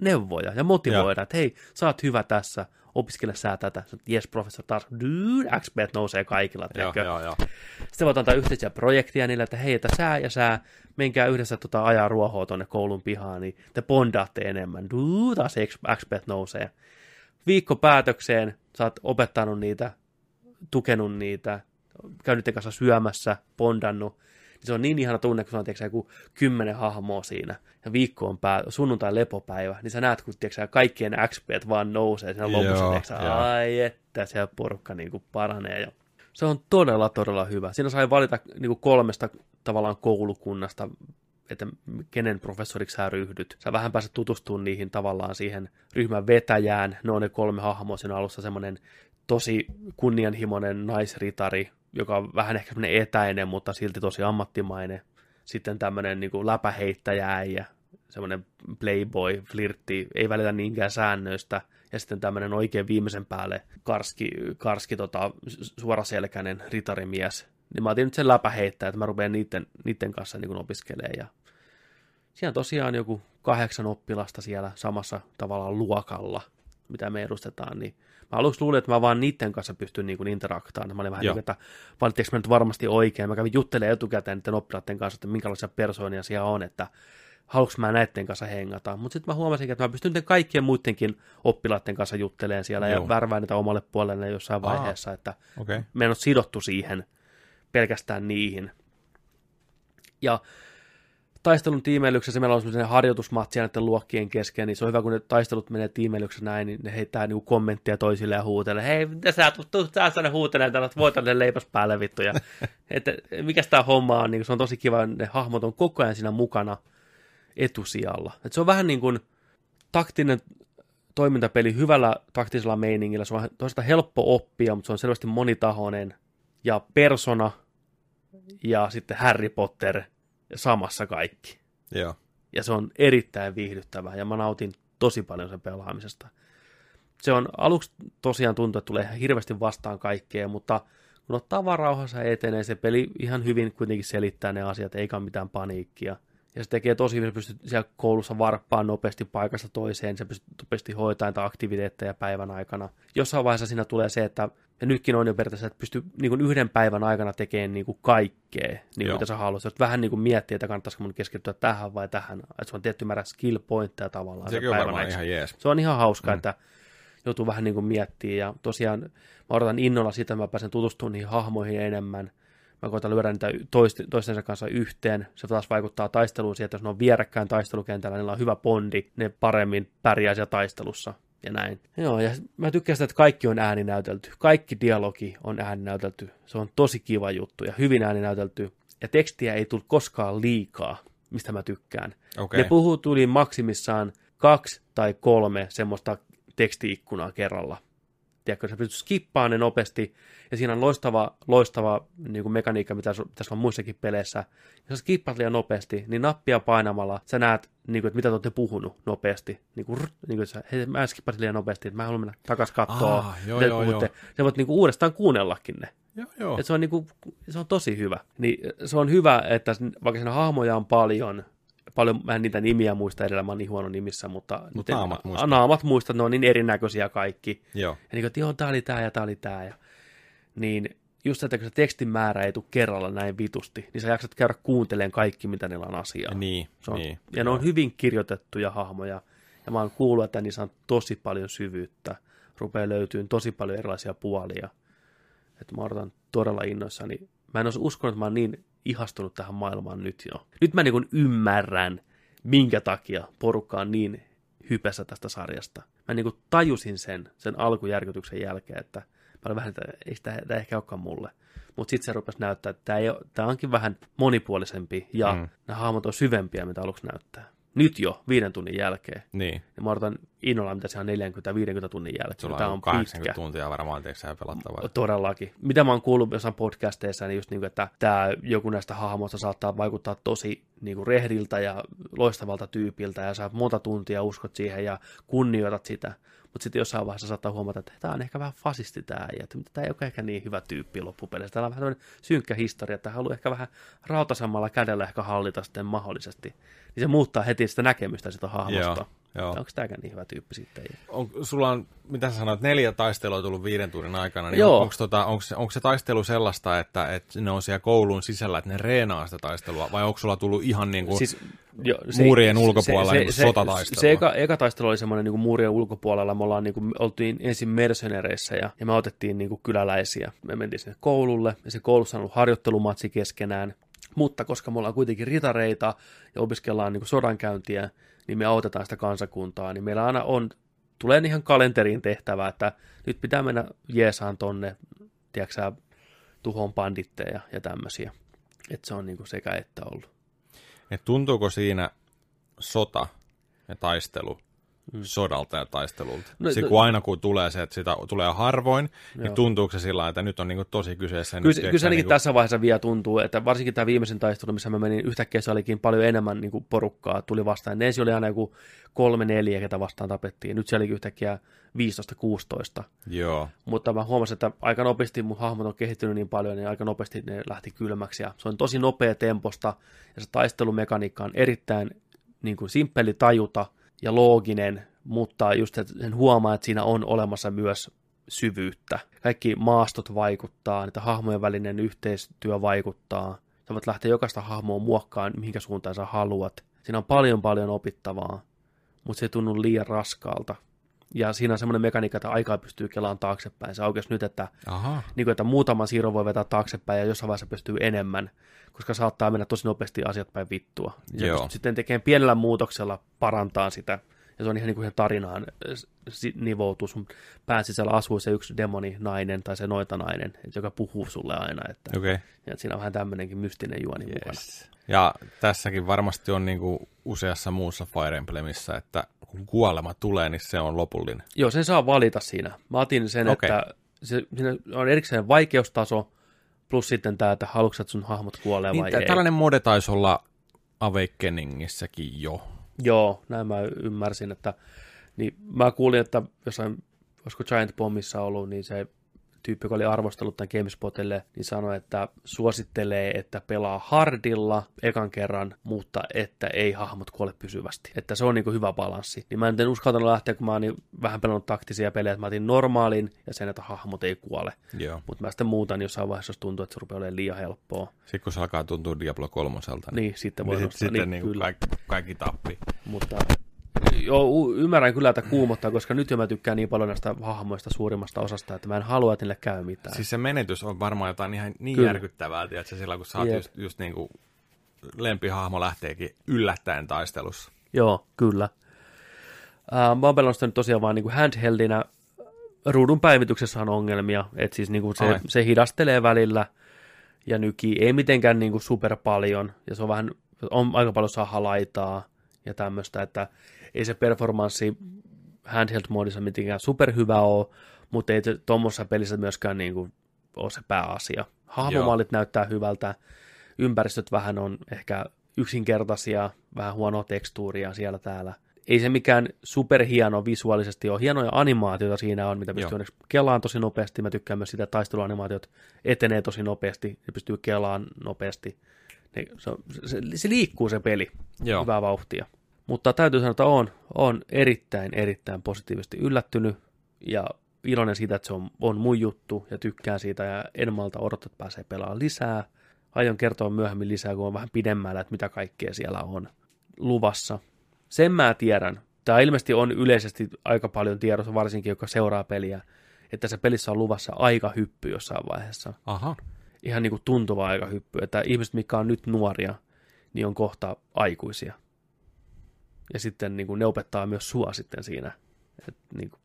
Speaker 1: neuvoja ja motivoida, että hei, sä oot hyvä tässä, opiskele sä tätä. Sä oot, yes professor, taas dude, XP nousee kaikilla,
Speaker 2: Joo,
Speaker 1: tiedätkö.
Speaker 2: joo, joo.
Speaker 1: Sitten voit antaa yhteisiä projekteja niille, että hei, että sää ja sää, menkää yhdessä tota, ajaa ruohoa tonne koulun pihaan, niin te bondaatte enemmän. Duu, taas XP nousee. Viikko päätökseen, sä oot opettanut niitä, tukenut niitä, käynyt niiden kanssa syömässä, bondannut. Niin se on niin ihana tunne, kun sulla on tiedätkö, sä, joku kymmenen hahmoa siinä, ja viikko on pää, sunnuntai lepopäivä, niin sä näet, kun tiedätkö, sä, kaikkien XP vaan nousee siinä lopussa,
Speaker 2: Joo,
Speaker 1: tiedätkö, sä,
Speaker 2: joo.
Speaker 1: ai että se porukka niin kuin paranee. Ja se on todella, todella hyvä. Siinä sai valita niin kuin kolmesta tavallaan koulukunnasta, että kenen professoriksi sä ryhdyt. Sä vähän pääset tutustumaan niihin tavallaan siihen ryhmän vetäjään. Ne on ne kolme hahmoa. Siinä on alussa semmoinen tosi kunnianhimoinen naisritari, joka on vähän ehkä semmoinen etäinen, mutta silti tosi ammattimainen. Sitten tämmöinen niin läpäheittäjääjä, semmoinen playboy, flirtti, ei välitä niinkään säännöistä. Ja sitten tämmöinen oikein viimeisen päälle karski, karski tota, s- suoraselkäinen ritarimies. Niin mä otin nyt sen läpäheittää, että mä rupean niiden, niiden kanssa niin opiskelemaan. Ja siellä on tosiaan joku kahdeksan oppilasta siellä samassa tavallaan luokalla, mitä me edustetaan, niin mä aluksi luulin, että mä vaan niiden kanssa pystyn niin interaktaan. Mä olin vähän
Speaker 2: Joo.
Speaker 1: niin kuin, että valittiinko mä nyt varmasti oikein. Mä kävin juttelemaan etukäteen niiden oppilaiden kanssa, että minkälaisia persoonia siellä on, että haluanko mä näiden kanssa hengata. Mutta sitten mä huomasin, että mä pystyn niiden kaikkien muidenkin oppilaiden kanssa juttelemaan siellä
Speaker 2: Joo.
Speaker 1: ja värvään niitä omalle puolelle jossain
Speaker 2: Aa.
Speaker 1: vaiheessa, että
Speaker 3: Okei. Okay.
Speaker 1: me en ole sidottu siihen, pelkästään niihin. Ja taistelun tiimeilyksessä meillä on sellainen harjoitusmatsia näiden luokkien kesken, niin se on hyvä, kun ne taistelut menee tiimeilyksessä näin, niin ne heittää niinku kommentteja toisille ja huutelee, hei, mitä sä tuut, tuut sä tänne huutelee, täällä voit tänne leipäs päälle vittu, ja että mikäs tää homma on, niin se on tosi kiva, ne hahmot on koko ajan siinä mukana etusijalla. Et se on vähän niin kuin taktinen toimintapeli hyvällä taktisella meiningillä. Se on vähän toisaalta helppo oppia, mutta se on selvästi monitahoinen. Ja Persona ja sitten Harry Potter samassa kaikki.
Speaker 3: Joo.
Speaker 1: Ja se on erittäin viihdyttävää ja mä nautin tosi paljon sen pelaamisesta. Se on aluksi tosiaan tuntuu, että tulee ihan hirveästi vastaan kaikkea, mutta kun ottaa vaan rauhassa ja etenee, se peli ihan hyvin kuitenkin selittää ne asiat, eikä ole mitään paniikkia. Ja se tekee tosi hyvin, sä pystyt siellä koulussa varppaan nopeasti paikasta toiseen, se pystyt nopeasti hoitamaan niitä aktiviteetteja päivän aikana. Jossain vaiheessa siinä tulee se, että ja nytkin on jo periaatteessa, että pystyy niin kuin yhden päivän aikana tekemään niin kuin kaikkea, niin
Speaker 2: Joo.
Speaker 1: kuin mitä sä haluaisit. Jos Vähän niin kuin miettiä, että kannattaisiko mun keskittyä tähän vai tähän. Että se on tietty määrä skill pointteja tavallaan. sen
Speaker 3: Sekin on
Speaker 1: päivän
Speaker 3: varmaan
Speaker 1: aikana.
Speaker 3: ihan jees.
Speaker 1: Se on ihan hauska, mm. että joutuu vähän niin kuin miettimään. Ja tosiaan mä odotan innolla sitä, että mä pääsen tutustumaan niihin hahmoihin enemmän. Mä koitan lyödä niitä toist- toistensa kanssa yhteen. Se taas vaikuttaa taisteluun siihen, että jos ne on vierekkäin taistelukentällä, niillä on hyvä bondi, ne paremmin pärjää siellä taistelussa ja näin. Joo, ja mä tykkään sitä, että kaikki on ääninäytelty. Kaikki dialogi on ääninäytelty. Se on tosi kiva juttu ja hyvin ääninäytelty. Ja tekstiä ei tule koskaan liikaa, mistä mä tykkään.
Speaker 3: Okei.
Speaker 1: Ne puhuu tuli maksimissaan kaksi tai kolme semmoista tekstiikkunaa kerralla. Tiedätkö, sä pystyt skippaamaan ne nopeasti, ja siinä on loistava, loistava niin kuin mekaniikka, mitä su- tässä on muissakin peleissä. Jos sä skippaat liian nopeasti, niin nappia painamalla sä näet, niin kuin, että mitä te olette puhunut nopeasti. Niin kuin, rrrt, niin kuin, sä, hei, mä skippasin liian nopeasti, että mä haluan mennä takaisin kattoon.
Speaker 2: Aa, joo,
Speaker 1: mitä te
Speaker 2: joo,
Speaker 1: puhutte. Sä voit niin kuin, uudestaan kuunnellakin ne.
Speaker 2: Joo, joo.
Speaker 1: Et se, on niinku, se on tosi hyvä. Niin se on hyvä, että s- vaikka siinä hahmoja on paljon, paljon mä en niitä nimiä muista edellä, mä oon niin huono nimissä, mutta niiden-
Speaker 3: naamat muistat.
Speaker 1: a- naamat muistat, ne on niin erinäköisiä kaikki.
Speaker 3: Joo.
Speaker 1: Ja niin kuin, että joo, tää oli tää ja tää oli tää. Ja, niin just se, että kun se tekstin määrä ei tule kerralla näin vitusti, niin sä jaksat käydä kuuntelemaan kaikki, mitä niillä on asiaa.
Speaker 3: Niin,
Speaker 1: Se on,
Speaker 3: niin.
Speaker 1: ja ne on hyvin kirjoitettuja hahmoja. Ja mä oon kuullut, että niissä on tosi paljon syvyyttä. Rupeaa löytyyn tosi paljon erilaisia puolia. Että mä odotan todella innoissani. Mä en olisi uskonut, että mä oon niin ihastunut tähän niinku maailmaan nyt jo. Nyt mä niin ymmärrän, minkä takia porukka on niin hypessä tästä sarjasta. Mä niin kuin tajusin sen, sen alkujärkytyksen jälkeen, että mä olin vähän, että ei sitä, tämä ehkä olekaan mulle. Mutta sitten se rupesi näyttää, että tämä, ei ole, tämä onkin vähän monipuolisempi ja
Speaker 3: Mm.
Speaker 1: mm. nämä hahmot on syvempiä, mitä aluksi näyttää. Nyt jo, viiden tunnin jälkeen.
Speaker 3: Niin.
Speaker 1: Ja mä odotan innolla, mitä se on 40-50 tunnin jälkeen.
Speaker 3: Sulla
Speaker 1: Tää
Speaker 3: on, on 80 tuntia varmaan, tiedätkö sä pelattavaa.
Speaker 1: Todellakin. Mitä mä oon kuullut jossain podcasteissa, niin just niin kuin, että tämä joku näistä hahmoista saattaa vaikuttaa tosi niin kuin rehdiltä ja loistavalta tyypiltä, ja sä monta tuntia uskot siihen ja kunnioitat sitä. Mutta sitten jossain vaiheessa saattaa huomata, että tämä on ehkä vähän fasisti tämä, ja että tämä ei ole ehkä niin hyvä tyyppi loppupeleissä. Täällä on vähän tämmöinen synkkä historia, että haluaa ehkä vähän rautasammalla kädellä ehkä hallita sitten mahdollisesti. Niin se muuttaa heti sitä näkemystä sitä hahmosta.
Speaker 3: joo.
Speaker 1: Onko tämäkään niin hyvä tyyppi sitten? Ja-
Speaker 3: On, sulla on, mitä sä sanoit, neljä taistelua tullut viiden tuurin aikana, niin
Speaker 1: Joo.
Speaker 3: onko tota, onks, onks se taistelu sellaista, että, että ne on siellä koulun sisällä, että ne reenaa sitä taistelua, vai onko sulla tullut ihan niin kuin, siis,
Speaker 1: jo,
Speaker 3: muurien ulkopuolella niinku sotataistelua.
Speaker 1: Se eka, eka taistelu oli semmoinen niin muurien ulkopuolella. Me ollaan, niin kuin, oltiin ensin mercenereissä ja, ja me otettiin niin kuin, kyläläisiä. Me mentiin sinne koululle ja se koulussa on ollut harjoittelumatsi keskenään. Mutta koska me ollaan kuitenkin ritareita ja opiskellaan niin kuin sodankäyntiä, niin me autetaan sitä kansakuntaa. Niin meillä aina on, tulee ihan kalenteriin tehtävä, että nyt pitää mennä jeesaan tonne, tiedätkö sä, tuhoon banditteja ja tämmöisiä. Että se on niin kuin sekä että ollut.
Speaker 3: että tuntuuko siinä sota ja taistelu mm. sodalta ja taistelulta? No,
Speaker 1: No,
Speaker 3: Sitten
Speaker 1: no-
Speaker 3: kun aina kun tulee se, että sitä tulee harvoin, joo. niin
Speaker 1: Joo.
Speaker 3: tuntuuko se sillä lailla, että nyt on niin kuin tosi kyseessä? ja nyt,
Speaker 1: Kyllä, se-
Speaker 3: tiedätkö
Speaker 1: kyllä se
Speaker 3: sä,
Speaker 1: ainakin
Speaker 3: niinku-
Speaker 1: tässä vaiheessa vielä tuntuu, että varsinkin tämä viimeisen taistelu, missä mä menin, yhtäkkiä se olikin paljon enemmän niin kuin porukkaa tuli vastaan. Ne ensin oli aina joku kolme, neljä, ketä vastaan tapettiin. Nyt se olikin yhtäkkiä 15-16.
Speaker 3: Joo.
Speaker 1: Mutta mä huomasin, että aika nopeasti mun hahmot on kehittynyt niin paljon, niin aika nopeasti ne lähti kylmäksi. Ja se on tosi nopea temposta ja se taistelumekaniikka on erittäin niin kuin simppeli tajuta ja looginen, mutta just että sen huomaa, että siinä on olemassa myös syvyyttä. Kaikki maastot vaikuttaa, niitä hahmojen välinen yhteistyö vaikuttaa. Sä voit lähteä jokaista hahmoa muokkaan, mihinkä suuntaan sä haluat. Siinä on paljon paljon opittavaa, mutta se ei tunnu liian raskaalta. Ja siinä on semmoinen mekaniikka, että aikaa pystyy kelaan taaksepäin. Se aukesi nyt, että
Speaker 3: Aha.
Speaker 1: niin kuin, että muutaman siirron voi vetää taaksepäin ja jossain vaiheessa pystyy enemmän, koska saattaa mennä tosi nopeasti asiat päin vittua. Ja
Speaker 3: Joo.
Speaker 1: pystyt sitten tekemään pienellä muutoksella parantaa sitä. Ja se on ihan niin kuin ihan tarinaan äh, si- nivoutuu. Sun pään sisällä asuu se yksi demoni nainen tai se noita nainen, joka puhuu sulle aina. Että,
Speaker 3: Okei. Okay.
Speaker 1: ja siinä on vähän tämmöinenkin mystinen juoni yes. mukana.
Speaker 3: Ja tässäkin varmasti on niin kuin useassa muussa Fire Emblemissä, että kun kuolema tulee, niin se on lopullinen.
Speaker 1: Joo, sen saa valita siinä. Mä otin sen,
Speaker 3: Okei.
Speaker 1: okay. että se, siinä on erikseen vaikeustaso, plus sitten tämä, että haluatko sä, että sun hahmot kuolee vai
Speaker 3: Niin, tä-
Speaker 1: ei.
Speaker 3: tällainen mode taisi olla Awakeningissäkin jo.
Speaker 1: Joo, näin mä ymmärsin, että niin mä kuulin, että jossain, olisiko Giant Bombissa ollut, niin se tyyppi, joka oli arvostellut tämän GameSpotille, niin sanoi, että suosittelee, että pelaa hardilla ekan kerran, mutta että ei hahmot kuole pysyvästi. Että se on niin hyvä balanssi. Niin mä en uskaltanut lähteä, kun mä oon niin vähän pelannut taktisia pelejä, että mä otin normaalin ja sen, että hahmot ei kuole.
Speaker 3: Joo.
Speaker 1: Mutta mä sitten muutan jossain vaiheessa, jos tuntuu, että se rupeaa olemaan liian helppoa.
Speaker 3: Sitten kun se alkaa tuntua Diablo kolmoselta, niin,
Speaker 1: Niin, sitten voi
Speaker 3: niin, sit,
Speaker 1: nostaa.
Speaker 3: sitten niin, niin
Speaker 1: kyllä.
Speaker 3: kaikki, kaikki tappi.
Speaker 1: mutta joo, u- ymmärrän kyllä, että kuumottaa, koska nyt jo mä tykkään niin paljon näistä hahmoista suurimmasta osasta, että mä en halua, että niille käy mitään. Siis...
Speaker 3: Siis se menetys on varmaan jotain ihan niin Kyllä.
Speaker 1: Kyllä.
Speaker 3: järkyttävää, tiedätkö, silloin kun sä oot
Speaker 1: Jep.
Speaker 3: just, just niin kuin lempihahmo lähteekin yllättäen taistelussa.
Speaker 1: Joo, kyllä. Ää, mä oon pelannut sitä nyt tosiaan vaan niin kuin handheldinä. Ruudun päivityksessä on ongelmia, että siis niin kuin
Speaker 3: Ai.
Speaker 1: se, se hidastelee välillä ja nyki ei mitenkään niin kuin super paljon ja se on vähän, on aika paljon saa halaitaa ja tämmöistä, että ei se performanssi handheld-moodissa mitenkään superhyvä ole, mutta ei tuommoisessa pelissä myöskään niin kuin ole se pääasia. Hahmomallit näyttää hyvältä, ympäristöt vähän on ehkä yksinkertaisia, vähän huonoa tekstuuria siellä täällä. Ei se mikään superhieno visuaalisesti ole. Hienoja animaatioita siinä on, mitä
Speaker 3: Joo.
Speaker 1: pystyy onneksi kelaan tosi nopeasti. Mä tykkään myös sitä, että taisteluanimaatiot etenee tosi nopeasti. Ne pystyy kelaan nopeasti. Ne, se, on- se, se, liikkuu se peli
Speaker 3: Joo.
Speaker 1: hyvää vauhtia. Mutta täytyy sanoa, että on, on erittäin, erittäin positiivisesti yllättynyt ja iloinen siitä, että se on, on mun juttu ja tykkään siitä ja en malta odottaa, että pääsee pelaamaan lisää. Aion kertoa myöhemmin lisää, kun on vähän pidemmällä, että mitä kaikkea siellä on luvassa. Sen mä tiedän. Tämä ilmeisesti on yleisesti aika paljon tiedossa, varsinkin joka seuraa peliä, että se pelissä on luvassa aika hyppy jossain vaiheessa
Speaker 3: Aha.
Speaker 1: ihan niin kuin tuntuva aikahyppy, että ihmiset, mikä on nyt nuoria, niin on kohta aikuisia. Ja sitten niin kuin ne opettaa myös sua sitten siinä. Et, niin kuin,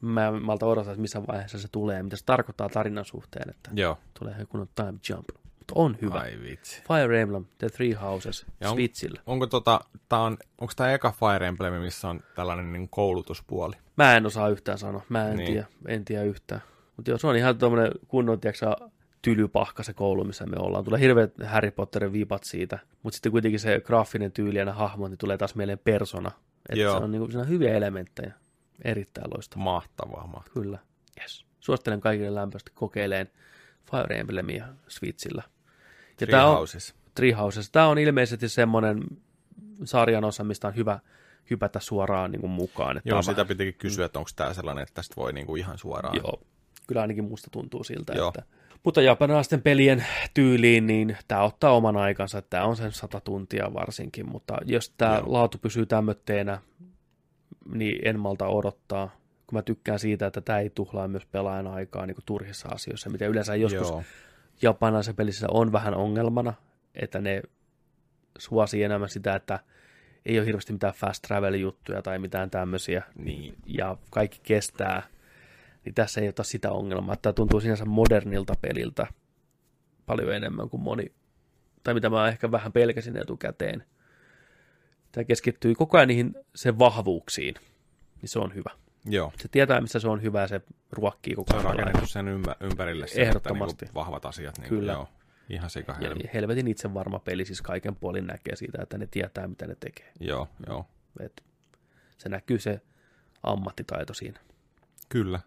Speaker 1: mä en malta odottaa, että missä vaiheessa se tulee, mitä se tarkoittaa tarinan suhteen, että
Speaker 3: Joo.
Speaker 1: tulee joku time jump. Mutta on hyvä.
Speaker 3: Ai vitsi.
Speaker 1: Fire Emblem, The Three Houses,
Speaker 3: Ja on-
Speaker 1: Switchillä.
Speaker 3: Onko tota, tää on, onko tää eka Fire Emblem, missä on tällainen niin koulutuspuoli?
Speaker 1: Mä en osaa yhtään sanoa, mä en,
Speaker 3: Niin.
Speaker 1: niin. tiedä, en tiedä yhtään. Mutta joo, se on ihan tuommoinen kunnon, tiiäksä, tylypahka se koulu, missä me ollaan. Tulee hirveät Harry Potterin vipat siitä, mutta sitten kuitenkin se graafinen tyyli ja ne hahmot, niin tulee taas mieleen persona. Et se
Speaker 3: Joo.
Speaker 1: on niinku, siinä on hyviä elementtejä. Erittäin loistava.
Speaker 3: Mahtavaa, mahtavaa.
Speaker 1: Kyllä. Yes. Suosittelen kaikille lämpöisesti kokeileen Fire Emblemia Switchillä. Ja tää on,
Speaker 3: Treehouses.
Speaker 1: Treehouses. Tämä on ilmeisesti semmoinen sarjan osa, mistä on hyvä hypätä suoraan niin kuin mukaan. Että tää
Speaker 3: Joo,
Speaker 1: on
Speaker 3: sitä pitikin kysyä, että onko tämä sellainen, että tästä voi niinku ihan suoraan.
Speaker 1: Joo, kyllä ainakin musta tuntuu siltä.
Speaker 3: Joo.
Speaker 1: Että. Mutta japanilaisten pelien tyyliin, niin tämä ottaa oman aikansa. Tämä on sen 100 tuntia varsinkin, mutta jos tämä
Speaker 3: Joo.
Speaker 1: laatu pysyy tämmötteenä, niin en malta odottaa. Kun mä tykkään siitä, että tämä ei tuhlaa myös pelaajan aikaa niin kuin turhissa asioissa, mitä yleensä joskus
Speaker 3: Joo.
Speaker 1: japanilaisessa pelissä on vähän ongelmana, että ne suosii enemmän sitä, että ei ole hirveästi mitään fast travel-juttuja tai mitään tämmöisiä,
Speaker 3: Niin.
Speaker 1: ja kaikki kestää, niin tässä ei ota sitä ongelmaa. Tämä tuntuu sinänsä modernilta peliltä paljon enemmän kuin moni, tai mitä mä ehkä vähän pelkäsin etukäteen. Tämä keskittyy koko ajan niihin sen vahvuuksiin, niin se on hyvä.
Speaker 3: Joo.
Speaker 1: Se tietää, missä se on hyvä ja se ruokkii koko
Speaker 3: Se on
Speaker 1: ajan.
Speaker 3: rakennettu sen ympä, ympärille. se, että
Speaker 1: Ehdottomasti.
Speaker 3: Niinku vahvat asiat. Niinku,
Speaker 1: Kyllä.
Speaker 3: Joo. Ihan
Speaker 1: Ja niin
Speaker 3: sikahelmi.
Speaker 1: helvetin itse varma peli, siis kaiken puolin näkee siitä, että ne tietää, mitä ne tekee.
Speaker 3: Joo, joo.
Speaker 1: Et se näkyy se ammattitaito siinä.
Speaker 3: Kyllä.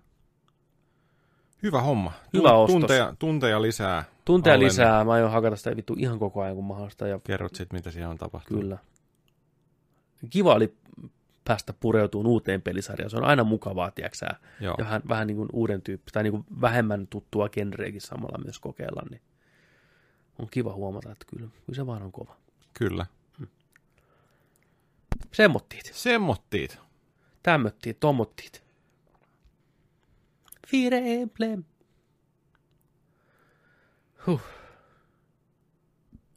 Speaker 3: Hyvä homma.
Speaker 1: Hyvä ostos.
Speaker 3: Tunteja, tunteja lisää.
Speaker 1: Tunteja
Speaker 3: Olen-
Speaker 1: lisää, mä aion hakata sitä vittu ihan koko ajan, kun mahdollista, ja
Speaker 3: Kerrot sitten, mitä siellä on tapahtunut.
Speaker 1: Kyllä. Kiva oli päästä pureutumaan uuteen pelisarjaan. Se on aina mukavaa, tiedätkö
Speaker 3: Joo.
Speaker 1: ja vähän, vähän niin kuin uuden tyyppi, tai niin kuin vähemmän tuttua genreäkin samalla myös kokeilla, niin on kiva huomata, että kyllä, kyllä se vaan on kova.
Speaker 3: Kyllä.
Speaker 1: Semmottiit,
Speaker 3: Semmottiit.
Speaker 1: tämmöttiit, tommottiit. Fire Emblem. Huh,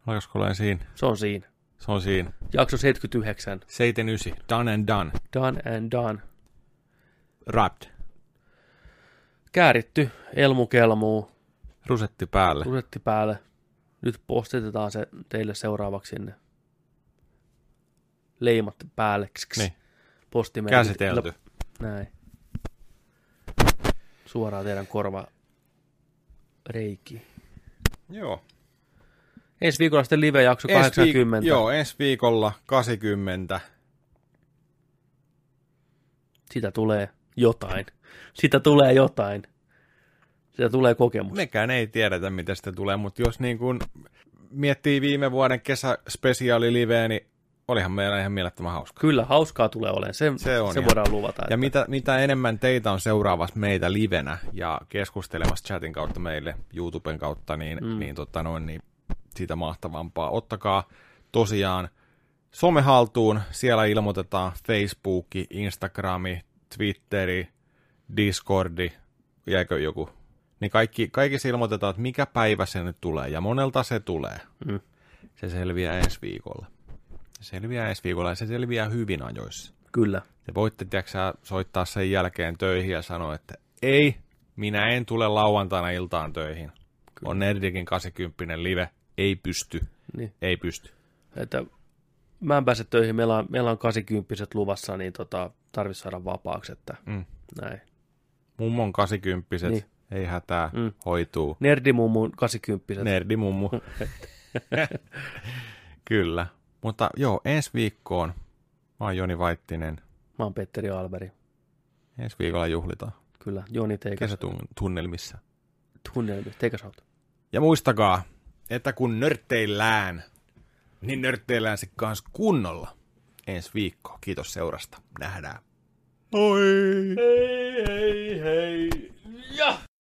Speaker 3: Alkaisiko olen siinä?
Speaker 1: se on siinä.
Speaker 3: Se on siinä.
Speaker 1: Jakso 79,
Speaker 3: 79. Done and done.
Speaker 1: done and done.
Speaker 3: Wrapped.
Speaker 1: Kääritty, elmukelmuu,
Speaker 3: Rusetti päälle.
Speaker 1: rusetti päälle. Nyt postitetaan se teille seuraavaksi sinne. Leimat päälle. Kss, kss.
Speaker 3: Niin.
Speaker 1: Postimerkit.
Speaker 3: Käsitelty.
Speaker 1: Lop- Näin. Suoraan teidän korva reiki.
Speaker 3: Joo.
Speaker 1: No Ensi viikolla sitten live-jakso
Speaker 3: Ensi viik-
Speaker 1: 80.
Speaker 3: joo, ensi viikolla 80.
Speaker 1: Sitä tulee jotain. Sitä tulee jotain. Sitä tulee kokemus.
Speaker 3: Mekään ei tiedetä, mitä sitä tulee, mutta jos niin kun miettii viime vuoden kesäspesiaaliliveä, niin olihan meillä ihan mielettömän hauska.
Speaker 1: Kyllä, hauskaa tulee olemaan. Se,
Speaker 3: Se
Speaker 1: se,
Speaker 3: on
Speaker 1: on se
Speaker 3: ihan-
Speaker 1: voidaan luvata.
Speaker 3: Ja
Speaker 1: että-
Speaker 3: mitä, mitä enemmän teitä on seuraavassa meitä livenä ja keskustelemassa chatin kautta meille, YouTuben kautta, niin, mm. niin, tota noin, niin siitä mahtavampaa. Ottakaa tosiaan some haltuun, siellä ilmoitetaan Facebook, Instagrami, Twitteri, Discordi, jääkö joku? Niin kaikki, kaikissa ilmoitetaan, että mikä päivä se nyt tulee ja monelta se tulee.
Speaker 1: Mm.
Speaker 3: Se selviää ensi viikolla. Se selviää ensi viikolla ja se selviää hyvin ajoissa.
Speaker 1: Kyllä.
Speaker 3: Te voitte, tiedätkö, soittaa sen jälkeen töihin ja sanoa, että ei, minä en tule lauantaina iltaan töihin. Kyllä. On Nerdikin 80 live, ei pysty,
Speaker 1: Niin.
Speaker 3: ei pysty.
Speaker 1: että mä en pääse töihin, meillä on, meillä on 80 luvassa, niin tota, tarvitsisi saada vapaaksi, että
Speaker 3: Mm.
Speaker 1: näin.
Speaker 3: Mummon 80 niin.
Speaker 1: Niin.
Speaker 3: ei hätää, mm.
Speaker 1: Mm.
Speaker 3: hoituu.
Speaker 1: Nerdimummun 80
Speaker 3: Nerdi mummu. Kyllä. Mutta joo, ensi viikkoon. Mä oon Joni Vaittinen.
Speaker 1: Mä oon Petteri Alveri,
Speaker 3: Ensi viikolla juhlitaan
Speaker 1: kyllä. Joni, teikäs,
Speaker 3: kesätunnelmissa.
Speaker 1: tunnelmi, teikäs out.
Speaker 3: Ja muistakaa, että kun nörtteillään, niin nörtteillään se kans kunnolla. Ensi viikko. Kiitos seurasta. Nähdään. Moi!
Speaker 1: Hei, hei, hei. Ja!